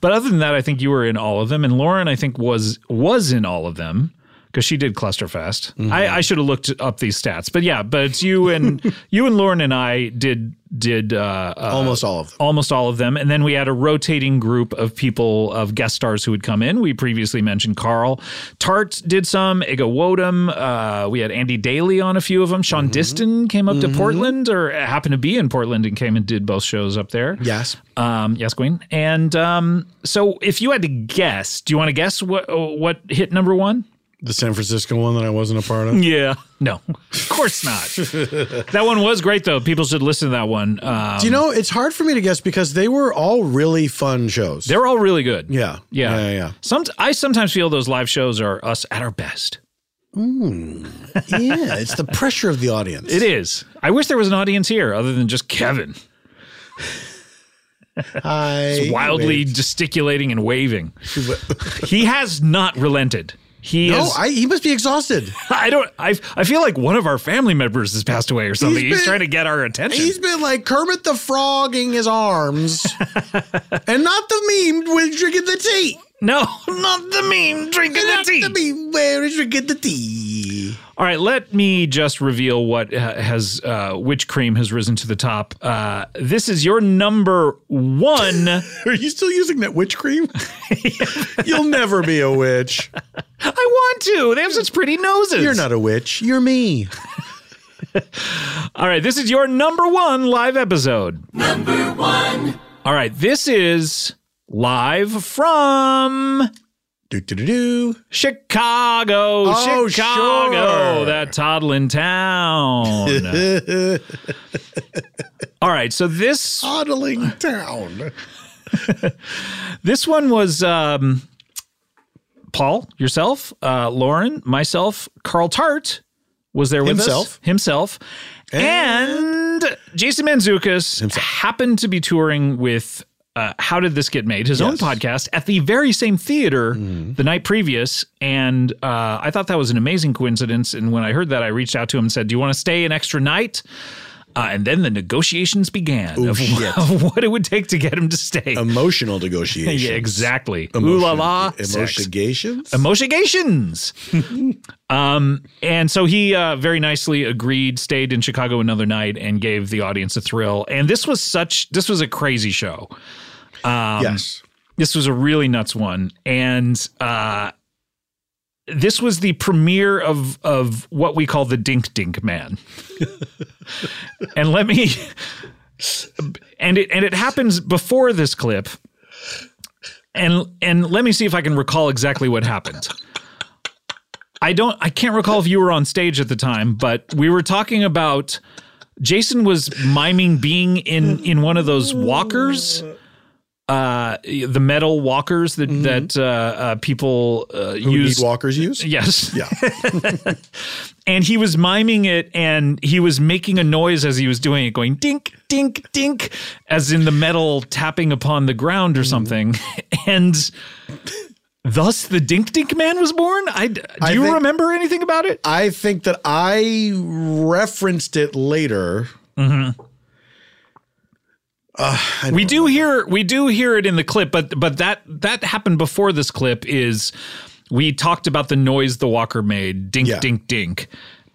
Speaker 1: But other than that, I think you were in all of them, and Lauren, I think was was in all of them because she did Clusterfest.
Speaker 3: Mm-hmm.
Speaker 1: I, I should have looked up these stats, but yeah, but it's you and
Speaker 3: *laughs*
Speaker 1: you and Lauren and I did did uh, uh,
Speaker 3: Almost all of them.
Speaker 1: almost all of them, and then we had a rotating group of people of guest stars who would come in. We previously mentioned Carl Tart did some, Ego Wodum. Uh, we had Andy Daly on a few of them.
Speaker 3: Mm-hmm.
Speaker 1: Sean Diston came up to Portland or happened to be in Portland and came and did both shows up there.
Speaker 3: Yes.
Speaker 1: Um, yes, Queen. And um, so, if you had to guess, do you want to guess what what hit number one?
Speaker 3: The San Francisco one that I wasn't a part of.
Speaker 1: Yeah. No, *laughs* of course not. that one was great, though. People should listen to that one. Um,
Speaker 3: Do you know it's hard for me to guess because they were all really fun shows.
Speaker 1: They're all really good.
Speaker 3: Yeah.
Speaker 1: Yeah.
Speaker 3: Yeah. yeah.
Speaker 1: Some I sometimes feel those live shows are us at our best.
Speaker 3: Mm. yeah, it's the pressure of the
Speaker 1: *laughs*
Speaker 3: audience.
Speaker 1: It is. I wish there was an audience here other than just Kevin,
Speaker 3: I
Speaker 1: Just wildly gesticulating and waving. *laughs* he has not relented. He
Speaker 3: No,
Speaker 1: is, *laughs*
Speaker 3: I, he must be exhausted.
Speaker 1: I don't. I I feel like one of our family members has passed away or something. He's,
Speaker 3: been-
Speaker 1: trying to get our attention.
Speaker 3: He's been like Kermit the Frog in his
Speaker 1: *laughs*
Speaker 3: arms, and not the meme with drinking the tea.
Speaker 1: No, *laughs* not the meme drinking
Speaker 3: the tea. Not the meme where he's drinking the tea.
Speaker 1: All right, let me just reveal what uh, has uh, which cream has risen to the top. Uh, this is your number one.
Speaker 3: *laughs* Are you still using that witch cream? You'll never be a *laughs* witch.
Speaker 1: I want to. They have such pretty noses.
Speaker 3: You're not a witch. You're me.
Speaker 1: All right, this is your number one live episode. Number one. All right, this is live from
Speaker 3: Do do do do.
Speaker 1: Chicago.
Speaker 3: Oh,
Speaker 1: Chicago,
Speaker 3: sure.
Speaker 1: that
Speaker 3: *laughs*
Speaker 1: toddling town. All right, so this
Speaker 3: Toddling down.
Speaker 1: This one was um, Paul, yourself, uh, Lauren, myself, Carl Tart was there with
Speaker 3: Himself.
Speaker 1: us. Himself. And, Jason Manzukis happened to be touring with uh, How Did This Get Made, his own podcast, at the very same theater
Speaker 3: Mm-hmm.
Speaker 1: the night previous. And uh, I thought that was an amazing coincidence. And when I heard that, I reached out to him and said, Do you want to stay an extra night? Uh, and then the negotiations began
Speaker 3: Oh,
Speaker 1: of, *laughs*
Speaker 3: shit.
Speaker 1: of what it would take to get him to stay.
Speaker 3: Emotional negotiations.
Speaker 1: Yeah, exactly. Ooh la la. sex.
Speaker 3: Emotigations? *laughs*
Speaker 1: Emotigations. um, and so he uh, very nicely agreed, stayed in Chicago another night, and gave the audience a thrill. And this was such, this was a crazy show. Um,
Speaker 3: Yes.
Speaker 1: This was a really nuts one. And uh, this was the premiere of of what we call the Dink
Speaker 3: *laughs*
Speaker 1: Dink Man. and let me and it and it happens before this clip. And and let me see if I can recall exactly what happened. I don't I can't recall if you were on stage at the time, but we were talking about Jason was miming being in in one of those walkers. Uh, the metal walkers that that uh, uh, people uh, use
Speaker 3: Mm-hmm. walkers use
Speaker 1: yes
Speaker 3: yeah
Speaker 1: and he was miming it and he was making a noise as he was doing it going dink dink dink as in the metal tapping upon the ground
Speaker 3: Mm-hmm.
Speaker 1: or something *laughs* and thus the dink dink man was born i do you remember anything about it
Speaker 3: i think that i referenced it later
Speaker 1: Mm-hmm.
Speaker 3: uh,
Speaker 1: we do hear we do hear it in the clip, but but that that happened before this clip is we talked about the noise the walker made, dink
Speaker 3: Yeah.
Speaker 1: dink dink,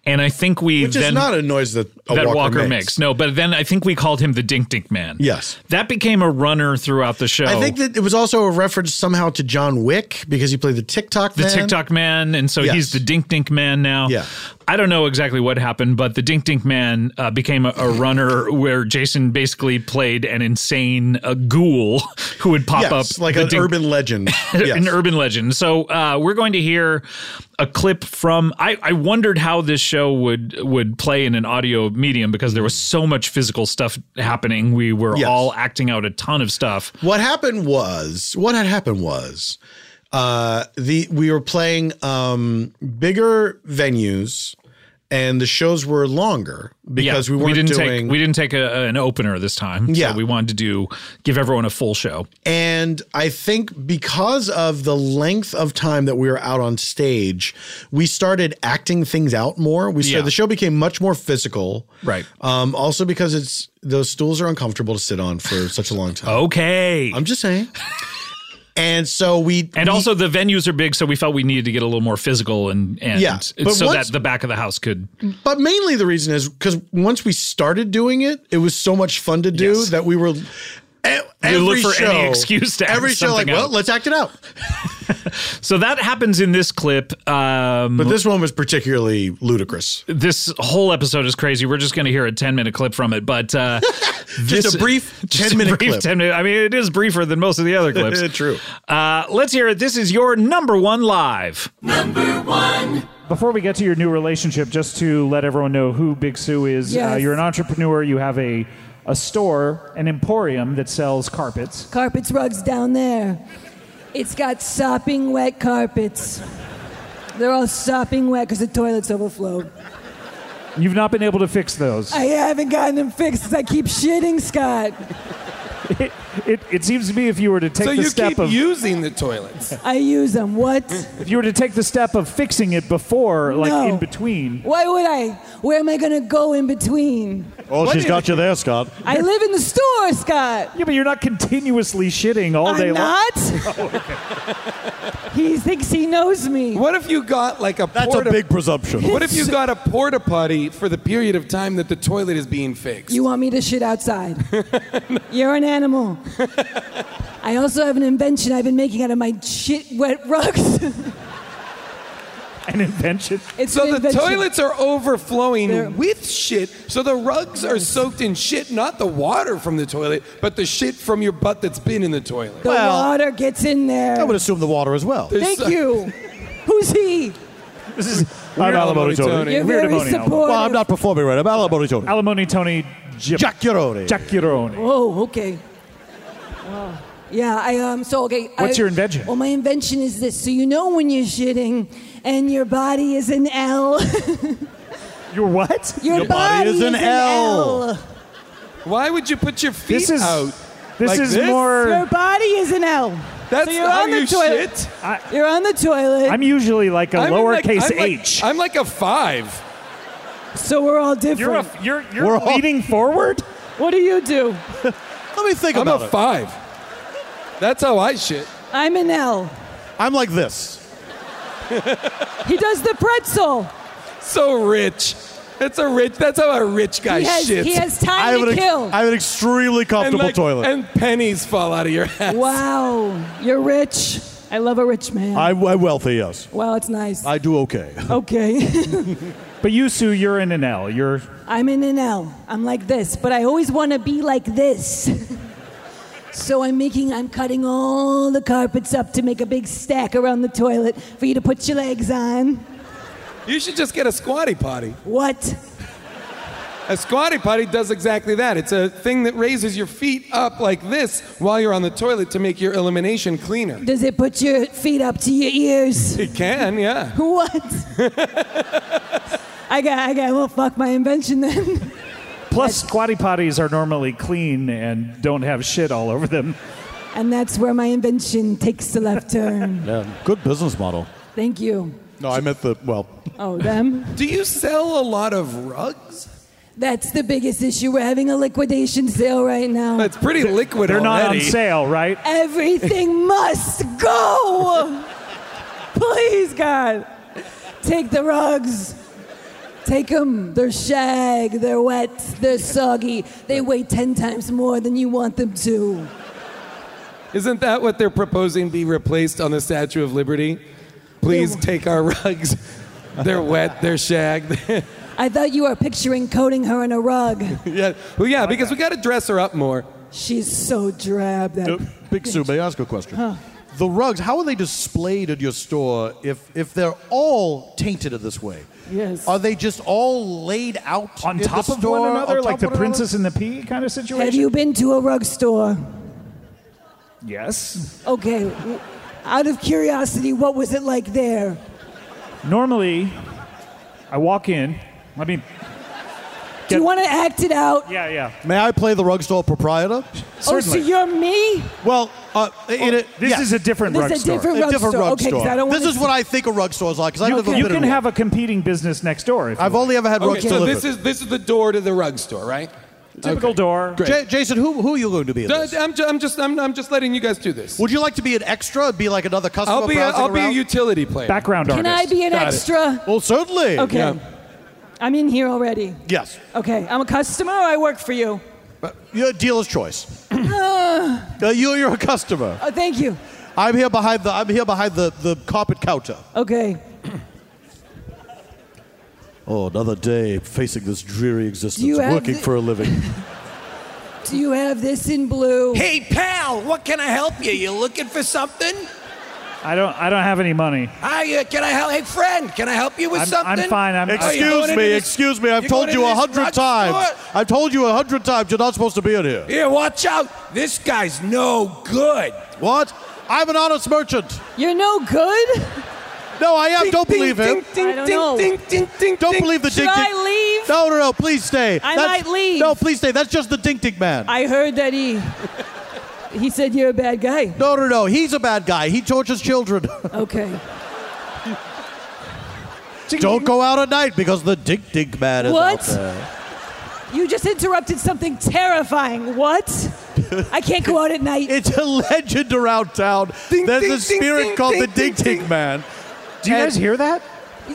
Speaker 1: and I think we
Speaker 3: which
Speaker 1: then
Speaker 3: is not a noise that a
Speaker 1: that
Speaker 3: walker, makes.
Speaker 1: No, but then I think we called him the dink dink man.
Speaker 3: Yes.
Speaker 1: that became a runner throughout the show.
Speaker 3: I think that it was also a reference somehow to John Wick because he played the TikTok
Speaker 1: the
Speaker 3: man.
Speaker 1: TikTok man, and so he's
Speaker 3: Yes.
Speaker 1: the Dink Dink man now.
Speaker 3: Yeah.
Speaker 1: I don't know exactly what happened, but the Dink Dink man uh, became a, a runner where Jason basically played an insane uh, ghoul *laughs* who would pop
Speaker 3: Yes,
Speaker 1: up
Speaker 3: like
Speaker 1: the
Speaker 3: an
Speaker 1: Dink-
Speaker 3: urban legend. *laughs* Yes.
Speaker 1: *laughs* an urban legend. So uh, we're going to hear a clip from. I, I wondered how this show would would play in an audio medium because there was so much physical stuff happening. We were
Speaker 3: Yes.
Speaker 1: all acting out a ton of stuff.
Speaker 3: What happened was what had happened was uh the we were playing um bigger venues and the shows were longer because
Speaker 1: Yeah,
Speaker 3: we weren't
Speaker 1: didn't
Speaker 3: doing
Speaker 1: take we didn't take a, an opener this time.
Speaker 3: Yeah.
Speaker 1: so we wanted to do give everyone a full show.
Speaker 3: And I think because of the length of time that we were out on stage, we started acting things out more. We started,
Speaker 1: Yeah.
Speaker 3: the show became much more physical.
Speaker 1: Right.
Speaker 3: Um, also because it's those stools are uncomfortable to sit on for *laughs* such a long time.
Speaker 1: Okay.
Speaker 3: I'm just
Speaker 1: *laughs*
Speaker 3: saying. And so we
Speaker 1: And also the venues are big, so we felt we needed to get a little more physical and and
Speaker 3: Yeah, but
Speaker 1: so
Speaker 3: once-
Speaker 1: that the back of the house could
Speaker 3: But mainly the reason is because once we started doing it, it was so much fun to do that we were. e- Every
Speaker 1: look for
Speaker 3: show,
Speaker 1: any excuse to act
Speaker 3: every show like
Speaker 1: something
Speaker 3: well
Speaker 1: out.
Speaker 3: let's act it out
Speaker 1: So that happens in this clip. Um,
Speaker 3: but this one was particularly ludicrous
Speaker 1: this whole episode is crazy. We're just going to hear a 10 minute clip from it, but uh,
Speaker 3: *laughs* Just a
Speaker 1: *laughs*
Speaker 3: brief 10 minute clip.
Speaker 1: 10 minute, I mean, it is briefer than most of the other clips.
Speaker 3: *laughs* True.
Speaker 1: Uh, let's hear it. This is your number one live.
Speaker 6: Before we get to your new relationship, just to let everyone know who Big Sue is, uh,
Speaker 14: Yes.
Speaker 6: you're an entrepreneur. You have a a store, an emporium that sells carpets.
Speaker 14: Carpets, rugs down there. It's got sopping wet carpets. They're all sopping wet because the toilets overflowed.
Speaker 6: You've not been able to fix those.
Speaker 14: I haven't gotten them fixed 'cause I keep shitting, Scott.
Speaker 6: it, it, it seems to me if you were to take
Speaker 14: So
Speaker 6: the
Speaker 14: you
Speaker 6: step
Speaker 14: keep
Speaker 6: of
Speaker 14: using
Speaker 6: the toilets.
Speaker 14: I use them. What?
Speaker 6: If you were to take the step of fixing it before, like
Speaker 14: No.
Speaker 6: in between.
Speaker 14: Why would I? Where am I going to go in between?
Speaker 6: Oh, she's got you there, Scott.
Speaker 14: I live in the store, Scott.
Speaker 6: Yeah, but you're not continuously shitting all
Speaker 14: I'm
Speaker 6: day long. *laughs* Oh,
Speaker 14: not. he thinks he knows me.
Speaker 15: What if you got like a
Speaker 16: That's a
Speaker 15: porta-
Speaker 16: big presumption.
Speaker 15: What if you got a porta potty for the period of time that the toilet is being fixed?
Speaker 14: You want me to shit outside? You're an animal. I also have an invention I've been making out of my shit wet rugs. *laughs*
Speaker 6: An invention.
Speaker 14: It's
Speaker 15: so
Speaker 14: an
Speaker 15: the
Speaker 14: invention.
Speaker 15: toilets are overflowing
Speaker 14: They're-
Speaker 15: with shit. So the rugs are soaked in shit, not the water from the toilet, but the shit from your butt that's been in the toilet.
Speaker 14: The water gets in there.
Speaker 16: I would assume the water as well.
Speaker 14: Thank you. Who's he?
Speaker 6: This is
Speaker 16: I'm Alimony Tony.
Speaker 14: You're very supportive.
Speaker 16: Well, I'm not performing right. I'm Alimony Tony.
Speaker 6: Alimony Tony.
Speaker 16: Giacchirone.
Speaker 6: Giacchirone.
Speaker 14: Oh, okay. Wow. Yeah, I um. So okay.
Speaker 6: What's
Speaker 14: I-
Speaker 6: your invention?
Speaker 14: Well, my invention is this. So you know when you're shitting and your body is an L.
Speaker 6: Your what?
Speaker 14: *laughs* Your, body, is an, L.
Speaker 15: Why would you put your feet
Speaker 6: This is-
Speaker 15: out?
Speaker 6: this
Speaker 15: like
Speaker 6: is more-
Speaker 14: Your body is an L.
Speaker 15: That's
Speaker 14: so you're
Speaker 15: how
Speaker 14: on the
Speaker 15: you
Speaker 14: toilet.
Speaker 15: shit?
Speaker 14: you're on the toilet.
Speaker 6: I'm usually like a
Speaker 15: I'm like-
Speaker 6: lowercase
Speaker 15: I'm like-
Speaker 6: h.
Speaker 15: I'm like a five.
Speaker 14: so we're all different.
Speaker 6: You're a, you're you're leaning forward.
Speaker 14: What do
Speaker 6: *laughs*
Speaker 14: you do?
Speaker 16: Let me think
Speaker 15: I'm
Speaker 16: about
Speaker 15: a
Speaker 16: it.
Speaker 15: five. That's how I shit.
Speaker 14: I'm an L.
Speaker 16: I'm like this.
Speaker 14: He does the pretzel.
Speaker 15: So rich. That's a rich. That's how a rich guy
Speaker 14: He has-
Speaker 15: shits.
Speaker 14: he has time I have to an ex- kill.
Speaker 16: I have an extremely comfortable
Speaker 15: and like-
Speaker 16: toilet.
Speaker 15: And pennies fall out of your ass.
Speaker 14: Wow, you're rich. I love a rich man.
Speaker 16: I'm, I'm wealthy, yes.
Speaker 14: well, it's nice.
Speaker 16: I do okay.
Speaker 14: okay. *laughs*
Speaker 6: But you, Sue, you're in an L. You're
Speaker 14: I'm in an L. I'm like this, but I always want to be like this. so I'm making, I'm cutting all the carpets up to make a big stack around the toilet for you to put your legs on.
Speaker 15: You should just get a squatty potty.
Speaker 14: What?
Speaker 15: A squatty potty does exactly that. It's a thing that raises your feet up like this while you're on the toilet to make your elimination cleaner.
Speaker 14: Does it put your feet up to your ears?
Speaker 15: It can, yeah. *laughs*
Speaker 14: *laughs* What? I got, I got, well, fuck my invention then.
Speaker 6: plus squatty potties are normally clean and don't have shit all over them.
Speaker 14: and that's where my invention takes the left turn.
Speaker 16: Yeah, good business model.
Speaker 14: Thank you.
Speaker 16: No, I meant the, well,
Speaker 14: Oh, them?
Speaker 15: Do you sell a lot of rugs?
Speaker 14: That's the biggest issue. We're having a liquidation sale right now.
Speaker 15: It's pretty liquid
Speaker 6: They're not on
Speaker 15: already.
Speaker 6: sale, right?
Speaker 14: Everything
Speaker 6: *laughs*
Speaker 14: must go. Please, God, take the rugs. Take them. They're shag. They're wet. They're soggy. They weigh ten times more than you want them to.
Speaker 15: Isn't that what they're proposing be replaced on the Statue of Liberty? Please take our *laughs* rugs. They're wet, they're shagged. *laughs*
Speaker 14: I thought you were picturing coating her in a rug.
Speaker 15: yeah. Well, yeah, because we got to dress her up more.
Speaker 14: She's so drab. That
Speaker 16: uh, Big Sue, may I ask a question?
Speaker 14: Huh.
Speaker 16: The rugs, how are they displayed at your store if, if they're all tainted in this way?
Speaker 14: Yes.
Speaker 16: Are they just all laid out
Speaker 6: On
Speaker 16: in
Speaker 6: top
Speaker 16: the
Speaker 6: of
Speaker 16: store,
Speaker 6: one
Speaker 16: on
Speaker 6: another,
Speaker 16: top
Speaker 6: like
Speaker 16: of
Speaker 6: the
Speaker 16: one another?
Speaker 6: Princess and the Pea kind of situation?
Speaker 14: Have you been to a rug store?
Speaker 6: Yes.
Speaker 14: Okay. w- Out of curiosity, what was it like there?
Speaker 6: Normally, I walk in. Let me.
Speaker 14: Do you want to act it out?
Speaker 6: Yeah, yeah.
Speaker 16: May I play the rug store proprietor?
Speaker 14: Oh, so you're me?
Speaker 16: Well, uh, in a,
Speaker 6: This
Speaker 16: yeah.
Speaker 6: is a different
Speaker 14: This
Speaker 6: rug
Speaker 14: is a
Speaker 6: store.
Speaker 14: different rug store.
Speaker 16: rug
Speaker 14: Okay, 'cause I don't
Speaker 16: this
Speaker 14: wanna
Speaker 16: is what
Speaker 14: see-
Speaker 16: I think a rug store is like. 'cause I
Speaker 6: You
Speaker 16: live
Speaker 6: can,
Speaker 16: in
Speaker 6: you
Speaker 16: Bitterwood.
Speaker 6: can have a competing business next door. If
Speaker 16: I've
Speaker 6: you
Speaker 16: only ever had
Speaker 15: Okay,
Speaker 16: rugs
Speaker 15: so this
Speaker 16: delivered.
Speaker 15: is this is the door to the rug store, right?
Speaker 6: typical door.
Speaker 15: Great.
Speaker 16: Ja- Jason, who, who are you going to be? In
Speaker 15: No,
Speaker 16: this?
Speaker 15: I'm, ju- I'm just I'm, I'm just letting you guys do this.
Speaker 16: Would you like to be an extra? Be like another customer?
Speaker 15: I'll be a,
Speaker 16: browsing
Speaker 15: I'll be a
Speaker 16: around?
Speaker 15: utility player.
Speaker 6: Background
Speaker 14: Can I be an
Speaker 15: Got it.
Speaker 14: extra? *laughs*
Speaker 16: Well, certainly.
Speaker 14: Okay. I'm in here already.
Speaker 16: Yes.
Speaker 14: Okay, I'm a customer. Or I work for you.
Speaker 16: Your dealer's choice.
Speaker 14: Uh,
Speaker 16: Uh, you, you're a customer.
Speaker 14: oh, thank you.
Speaker 16: I'm here behind the. I'm here behind the, the carpet counter.
Speaker 14: Okay.
Speaker 16: *clears throat* Oh, another day facing this dreary existence,
Speaker 14: You have
Speaker 16: working
Speaker 14: the-
Speaker 16: for a
Speaker 14: *laughs*
Speaker 16: living.
Speaker 14: *clears throat* Do you have this in blue?
Speaker 4: Hey, pal, what can I help you? You looking for something?
Speaker 6: I don't. I don't have any money.
Speaker 4: Hi, uh, can I help? Hey, friend, can I help you with
Speaker 6: I'm-
Speaker 4: something?
Speaker 6: I'm fine, I'm-
Speaker 4: Oh, you going
Speaker 16: excuse
Speaker 4: into
Speaker 16: me,
Speaker 4: this-
Speaker 16: excuse me. I've
Speaker 4: you're
Speaker 16: told
Speaker 4: going
Speaker 16: you a
Speaker 4: into this
Speaker 16: hundred
Speaker 4: rug
Speaker 16: times.
Speaker 4: store?
Speaker 16: I've told you a hundred times. You're not supposed to be in here.
Speaker 4: Here, watch out. This guy's no good.
Speaker 16: What? I'm an honest merchant.
Speaker 14: You're no good.
Speaker 16: No, I am. Don't
Speaker 14: ding,
Speaker 16: believe him.
Speaker 14: ding, ding, I don't ding, know. ding,
Speaker 16: Don't believe the
Speaker 14: Should
Speaker 16: dink dink.
Speaker 14: I leave?
Speaker 16: No, no, no. Please stay.
Speaker 14: I
Speaker 16: That's-
Speaker 14: might leave.
Speaker 16: No, please stay. That's just the dink dink man.
Speaker 14: I heard that he he said you're a bad guy.
Speaker 16: No, no, no. He's a bad guy. He tortures children. *laughs*
Speaker 14: Okay.
Speaker 16: Don't go out at night because the dink dink man is
Speaker 14: What?
Speaker 16: out there.
Speaker 14: You just interrupted something terrifying. What? I can't go out at night.
Speaker 16: It's a legend around town. There's a spirit called the dink dink man.
Speaker 6: Do you guys hear that?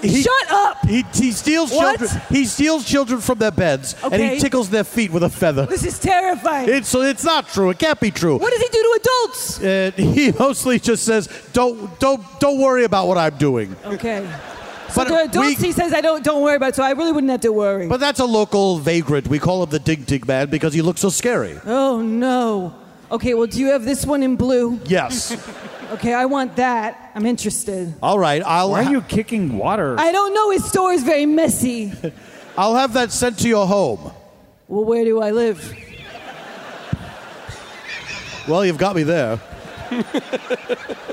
Speaker 14: Shut up!
Speaker 16: He, he steals
Speaker 14: What?
Speaker 16: children. He steals children from their beds and
Speaker 14: Okay.
Speaker 16: he tickles their feet with a feather.
Speaker 14: This is terrifying.
Speaker 16: It's it's not true. It can't be true.
Speaker 14: what does he do to adults?
Speaker 16: Uh, he *laughs* mostly just says, "Don't don't don't worry about what I'm doing." *laughs*
Speaker 14: Okay. So
Speaker 16: But uh,
Speaker 14: to adults,
Speaker 16: we-
Speaker 14: he says, "I don't don't worry about it." So I really wouldn't have to worry.
Speaker 16: But that's a local vagrant. We call him the Dig Dig Man because he looks so scary.
Speaker 14: oh no. Okay. Well, do you have this one in blue? *laughs*
Speaker 16: Yes.
Speaker 14: Okay, I want that. I'm interested.
Speaker 16: All right. I'll
Speaker 6: Why
Speaker 16: ha-
Speaker 6: are you kicking water?
Speaker 14: I don't know. His store is very messy.
Speaker 16: *laughs* I'll have that sent to
Speaker 14: *laughs*
Speaker 16: your home.
Speaker 14: Well, where do I live?
Speaker 16: Well, you've got me there.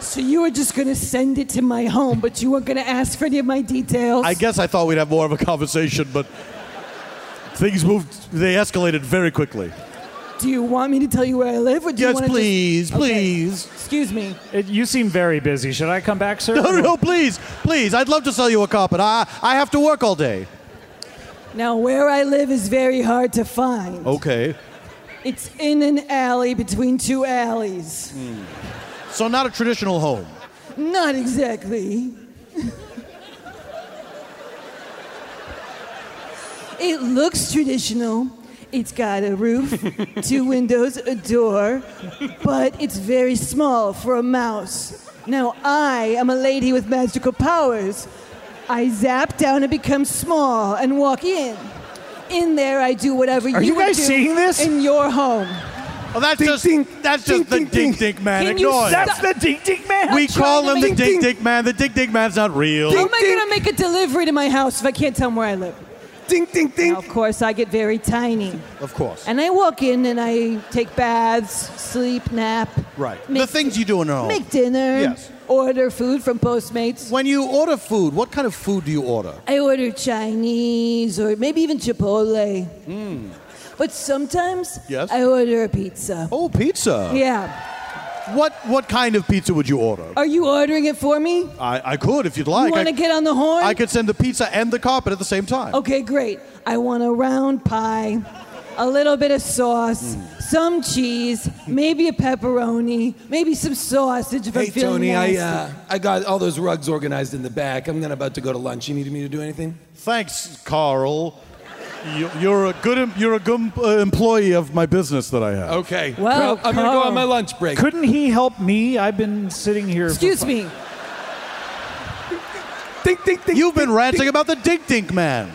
Speaker 14: So you were just gonna send it to my home, but you weren't gonna ask for any of my details.
Speaker 16: I guess I thought we'd have more of a conversation, but things moved. They escalated very quickly.
Speaker 14: Do you want me to tell you where I live, or do you
Speaker 16: Yes,
Speaker 14: want to?
Speaker 16: please,
Speaker 14: just... Okay,
Speaker 16: please.
Speaker 14: Excuse me.
Speaker 6: It- you seem very busy. Should I come back, sir?
Speaker 16: *laughs* No, no, no, please, please. I'd love to sell you a carpet. I I have to work all day.
Speaker 14: Now, where I live is very hard to find.
Speaker 16: Okay.
Speaker 14: It's in an alley between two alleys.
Speaker 16: So not a traditional home.
Speaker 14: Not exactly. it looks traditional. It's got a
Speaker 16: *laughs*
Speaker 14: roof, two windows, a door, but it's very small for a mouse. Now, I am a lady with magical powers. I zap down and become small and walk in. In there, I do whatever
Speaker 16: Are you
Speaker 14: would
Speaker 16: guys
Speaker 14: do
Speaker 16: seeing this?
Speaker 14: in your home.
Speaker 16: Oh, that's just that's just the Dink Dink Man.
Speaker 14: Can you
Speaker 16: Ignore it.
Speaker 14: stop- That's the Dink Dink Man?
Speaker 16: We
Speaker 14: I'm
Speaker 16: call
Speaker 14: trying
Speaker 16: him
Speaker 14: to
Speaker 16: the
Speaker 14: make-
Speaker 16: Dink Dink Man. The Dink Dink Man's not real.
Speaker 14: How am I gonna make a delivery to my house if I can't tell 'em where I live? Ding, ding, ding. of course, I get very tiny.
Speaker 11: Of course.
Speaker 14: And I walk in and I take baths, sleep, nap,
Speaker 11: Right.
Speaker 14: Make-
Speaker 17: the things you do in our home.
Speaker 14: make dinner,
Speaker 17: Yes.
Speaker 14: order food from Postmates.
Speaker 17: When you order food, what kind of food do you order?
Speaker 14: I order Chinese or maybe even Chipotle. But sometimes
Speaker 17: Hmm. Yes.
Speaker 14: I order a pizza.
Speaker 17: Oh, pizza.
Speaker 14: Yeah.
Speaker 17: What what kind of pizza would you order?
Speaker 14: Are you ordering it for me?
Speaker 17: I, I could if you'd like.
Speaker 14: you want
Speaker 17: I,
Speaker 14: to get on the horn?
Speaker 17: I could send the pizza and the carpet at the same time.
Speaker 14: Okay, great. I want a round pie, a little bit of sauce, some cheese, maybe a pepperoni, maybe some sausage if
Speaker 15: Hey
Speaker 14: I'm feeling
Speaker 15: Tony, I
Speaker 14: nasty.
Speaker 15: uh, I got all those rugs organized in the back. I'm gonna about to go to lunch. You needed me to do anything?
Speaker 16: Thanks, Carl. You- You're a good em- you're a good uh, employee of my business that I have.
Speaker 15: Okay. Well, I'm gonna go on my lunch break.
Speaker 6: Couldn't he help me? I've been sitting here.
Speaker 14: Excuse me.
Speaker 17: Dink, dink, dink, You've been ranting about the Dink Dink *laughs* Man.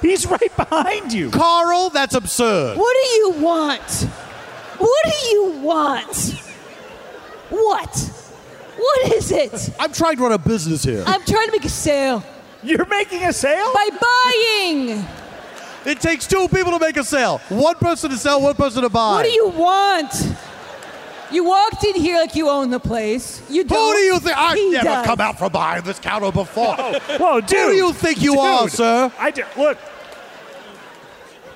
Speaker 6: He's right behind you.
Speaker 17: Carl, that's
Speaker 16: uh,
Speaker 17: absurd.
Speaker 14: What do you want? What do you want? What? What is it?
Speaker 17: I'm trying to run a business here.
Speaker 14: I'm trying to make a sale.
Speaker 6: You're making a sale?
Speaker 14: By buying.
Speaker 17: It takes two people to make a sale. One person to sell, one person to buy.
Speaker 14: What do you want? You walked in here like you own the place. You don't.
Speaker 17: Who do you think? I've
Speaker 14: He
Speaker 17: never
Speaker 14: does.
Speaker 17: come out from behind this counter *laughs* before.
Speaker 6: Whoa, dude.
Speaker 17: Who do you think you
Speaker 6: Dude.
Speaker 17: are, sir?
Speaker 6: I do, look.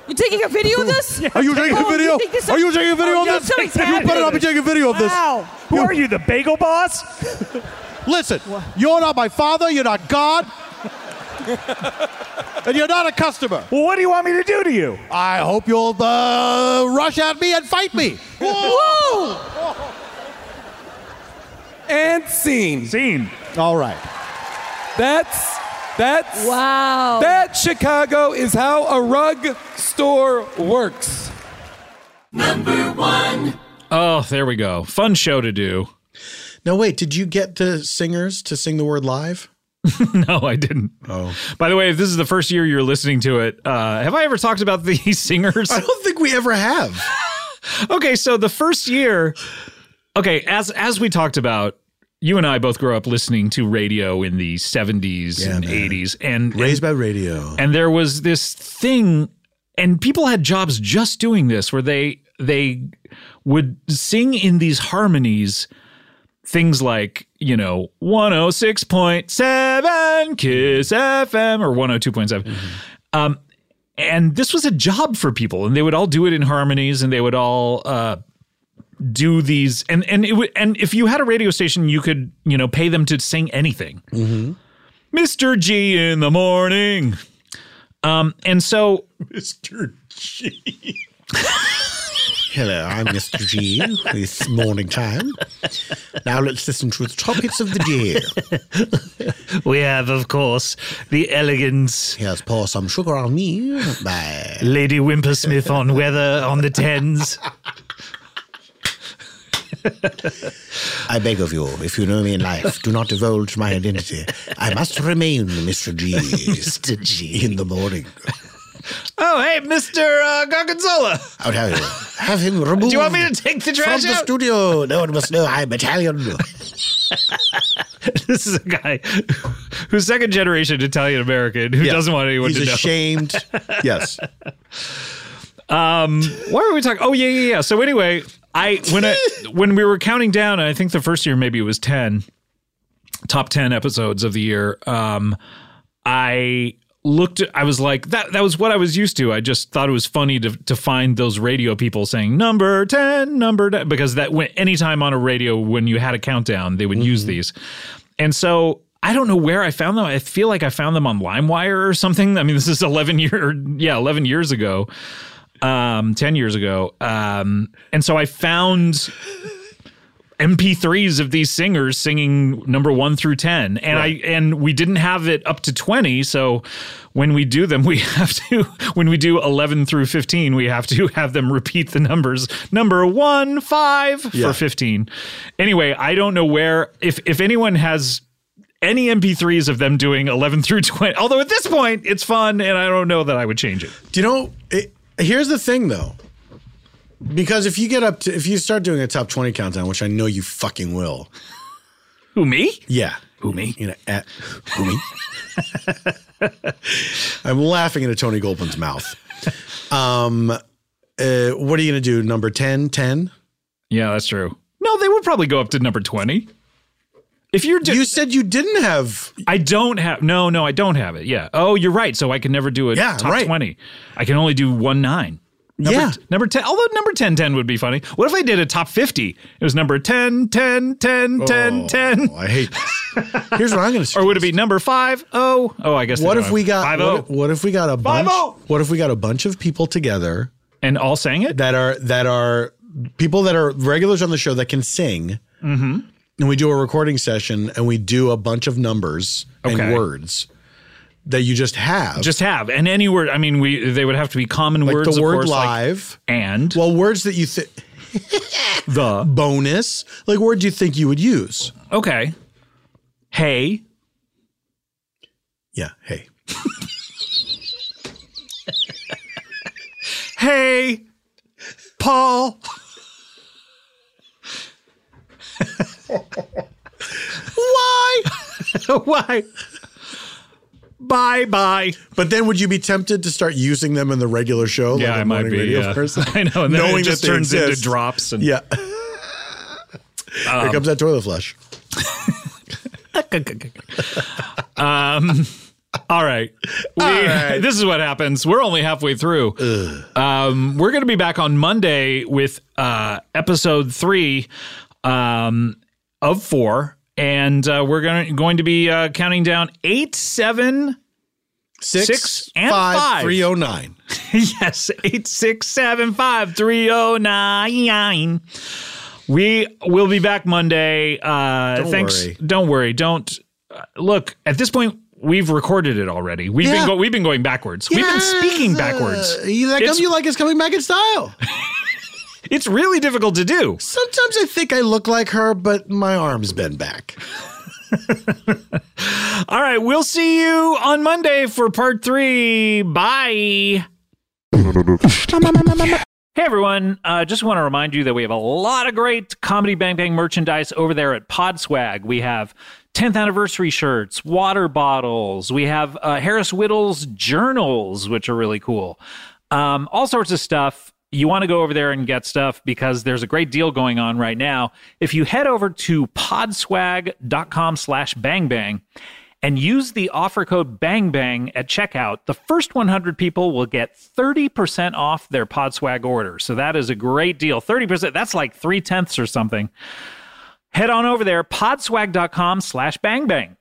Speaker 14: You taking a video of this?
Speaker 17: Are you taking a video? Are you taking a
Speaker 14: Oh,
Speaker 17: video of this? You better not be taking a video of this.
Speaker 6: Who are you, the bagel boss?
Speaker 17: *laughs* Listen, you're not my father. You're not God. and you're not a customer.
Speaker 6: Well, what do you want me to do to you?
Speaker 17: I hope you'll uh,
Speaker 16: *laughs*
Speaker 17: rush at me and fight me.
Speaker 14: Whoa!
Speaker 15: And scene.
Speaker 6: Scene.
Speaker 17: All right.
Speaker 15: That's that's
Speaker 14: wow.
Speaker 15: That Chicago is how a rug store works.
Speaker 1: Oh, there we go. Fun show to do.
Speaker 3: Now wait, did you get the singers to sing the word live?
Speaker 1: *laughs* no, I didn't. Oh. By the way, if this is the first year you're listening to it, uh, have I ever talked about the *laughs* singers? I
Speaker 3: don't think we ever have.
Speaker 1: *laughs* okay, so the first year, okay, as as we talked about, you and I both grew up listening to radio in the 70s
Speaker 3: Yeah,
Speaker 1: and
Speaker 3: man.
Speaker 1: 80s, and
Speaker 3: Raised by radio.
Speaker 1: and there was this thing and people had jobs just doing this where they they would sing in these harmonies things like you know 106.7 kiss fm or 102.7
Speaker 3: Mm-hmm.
Speaker 1: um, and this was a job for people and they would all do it in harmonies and they would all uh, do these and and it would and if you had a radio station you could you know pay them to sing anything
Speaker 2: Mm-hmm.
Speaker 1: Mr. G in the morning. Um, and so
Speaker 3: Mr.
Speaker 1: *laughs*
Speaker 3: G. Hello, I'm Mr. G. It's morning time. Now let's listen to the topics of the day.
Speaker 18: *laughs* We have, of course, the elegance.
Speaker 3: Yes, pour some sugar on me. Bye.
Speaker 18: Lady Whimpersmith on weather on the tens.
Speaker 3: I beg of you, if you know me in life, do not divulge my identity. I must remain Mr.
Speaker 18: *laughs*
Speaker 3: G. Mr. G. In the morning.
Speaker 18: Oh, hey, Mr. Uh, Gorgonzola.
Speaker 3: How dare you? Have him removed.
Speaker 18: Do you want me to take the trash
Speaker 3: from the
Speaker 18: out?
Speaker 3: studio? No one must know I'm
Speaker 18: *laughs*
Speaker 3: Italian.
Speaker 1: *laughs* this is a guy who's second generation Italian American who doesn't want anyone
Speaker 3: He's
Speaker 1: to know. *laughs*
Speaker 3: ashamed. yes.
Speaker 1: Um, why were we talking? Oh yeah, yeah, yeah. So anyway, I
Speaker 3: *laughs*
Speaker 1: when I when we were counting down, I think the first year maybe it was ten, top ten episodes of the year. Um, I looked. I was like that. That was what I was used to. I just thought it was funny to to find those radio people saying number ten, number 10, because that went anytime on a radio when you had a countdown, they would use these, and so. I don't know where I found them. I feel like I found them on LimeWire or something. I mean, this is 11 year, yeah, 11 years ago um, 10 years ago. Um, and so I found MP3s of these singers singing number one through ten, and I and we didn't have it up to twenty. So when we do them, *laughs* we have to when we do eleven through fifteen, we have to have them repeat the numbers number one five
Speaker 19: Yeah.
Speaker 1: for fifteen. Anyway, I don't know where if if anyone has any MP3s of them doing eleven through twenty. Although at this point, it's fun, and I don't know that I would change it.
Speaker 3: Do you know? It, here's the thing, though, because if you get up to if you start doing a top twenty countdown, which I know you fucking will.
Speaker 1: Who me?
Speaker 3: Yeah.
Speaker 1: Who me?
Speaker 3: You know, at, who me? *laughs* I'm laughing into Tony Goldwyn's mouth. Um, uh, what are you gonna do? Number 10, 10?
Speaker 1: Yeah, that's true. No, they would probably go up to number 20. If you're
Speaker 3: You said you didn't have
Speaker 1: I don't have No, no, I don't have it. Yeah. Oh, you're right. So I can never do a
Speaker 3: Yeah,
Speaker 1: top
Speaker 3: right.
Speaker 1: 20. I can only do 1 9. Number,
Speaker 3: Yeah.
Speaker 1: Number 10. Although number 10 10 would be funny. What if I did a top 50? It was number 10 10 10 10 10.
Speaker 3: Oh, I hate Here's what I'm going to
Speaker 1: *laughs* Or would it be number 5? Oh. Oh, I guess they
Speaker 3: What
Speaker 1: don't
Speaker 3: if we
Speaker 1: have-
Speaker 3: got
Speaker 1: oh,
Speaker 3: what,
Speaker 1: 50.
Speaker 3: if- what if we got a bunch?
Speaker 1: 50.
Speaker 3: What if we got a bunch of people together
Speaker 1: oh. and all sang it
Speaker 3: that are that are people that are regulars on the show that can sing,
Speaker 2: Mm-hmm.
Speaker 3: and we do a recording session and we do a bunch of numbers
Speaker 1: Okay.
Speaker 3: and words that you just have,
Speaker 1: Just have. And any word, I mean, we they would have to be common
Speaker 3: like
Speaker 1: words
Speaker 3: the
Speaker 1: of
Speaker 3: word
Speaker 1: course, like-
Speaker 3: live
Speaker 1: and
Speaker 3: well words that you think
Speaker 1: the
Speaker 3: bonus like words you think you would use.
Speaker 1: Okay. Hey.
Speaker 3: Yeah. Hey.
Speaker 1: *laughs* Hey, Paul.
Speaker 3: Why?
Speaker 1: *laughs* Why? Bye bye.
Speaker 3: But then would you be tempted to start using them in the regular show?
Speaker 1: Yeah,
Speaker 3: a
Speaker 1: I might
Speaker 3: morning
Speaker 1: be,
Speaker 3: radio
Speaker 1: yeah.
Speaker 3: person?
Speaker 1: *laughs* I know, and then it
Speaker 3: Knowing
Speaker 1: just
Speaker 3: that they
Speaker 1: turns into
Speaker 3: exist.
Speaker 1: drops and-
Speaker 3: yeah.
Speaker 1: Um,
Speaker 3: Here comes that toilet flush.
Speaker 1: Um, all right. We- *laughs*
Speaker 2: right.
Speaker 1: This is what happens. We're only halfway through. Um, we're going to be back on Monday with uh, episode three um, of four. And uh, we're gonna, going to be uh, counting down eight, seven,
Speaker 3: six,
Speaker 1: and
Speaker 3: five,
Speaker 1: five.
Speaker 3: three, oh, nine.
Speaker 1: *laughs* yes, eight, six, seven, five, three, oh, nine. We will be back Monday. Uh,
Speaker 3: Don't
Speaker 1: thanks.
Speaker 3: worry.
Speaker 1: Don't worry. Don't uh, look. At this point, we've recorded it already. We've
Speaker 3: Yeah.
Speaker 1: been go- we've been going backwards. We've been speaking backwards.
Speaker 3: Uh, you, like,
Speaker 1: It's-
Speaker 3: you like it's coming back in style.
Speaker 1: *laughs* it's really difficult to do.
Speaker 3: Sometimes I think I look like her, but my arms bend back.
Speaker 1: *laughs* All right, we'll see you on Monday for part three. Bye. Hey everyone, uh, just want to remind you that we have a lot of great Comedy Bang Bang merchandise over there at Podswag. We have 10th anniversary shirts, water bottles, we have uh, Harris Whittle's journals, which are really cool. Um, all sorts of stuff. You want to go over there and get stuff because there's a great deal going on right now. If you head over to podswag.com slash bangbang, and use the offer code BANGBANG at checkout, the first 100 people will get 30% off their Podswag order. So that is a great deal. 30%, that's like three tenths or something. Head on over there, podswag.com slash bangbang.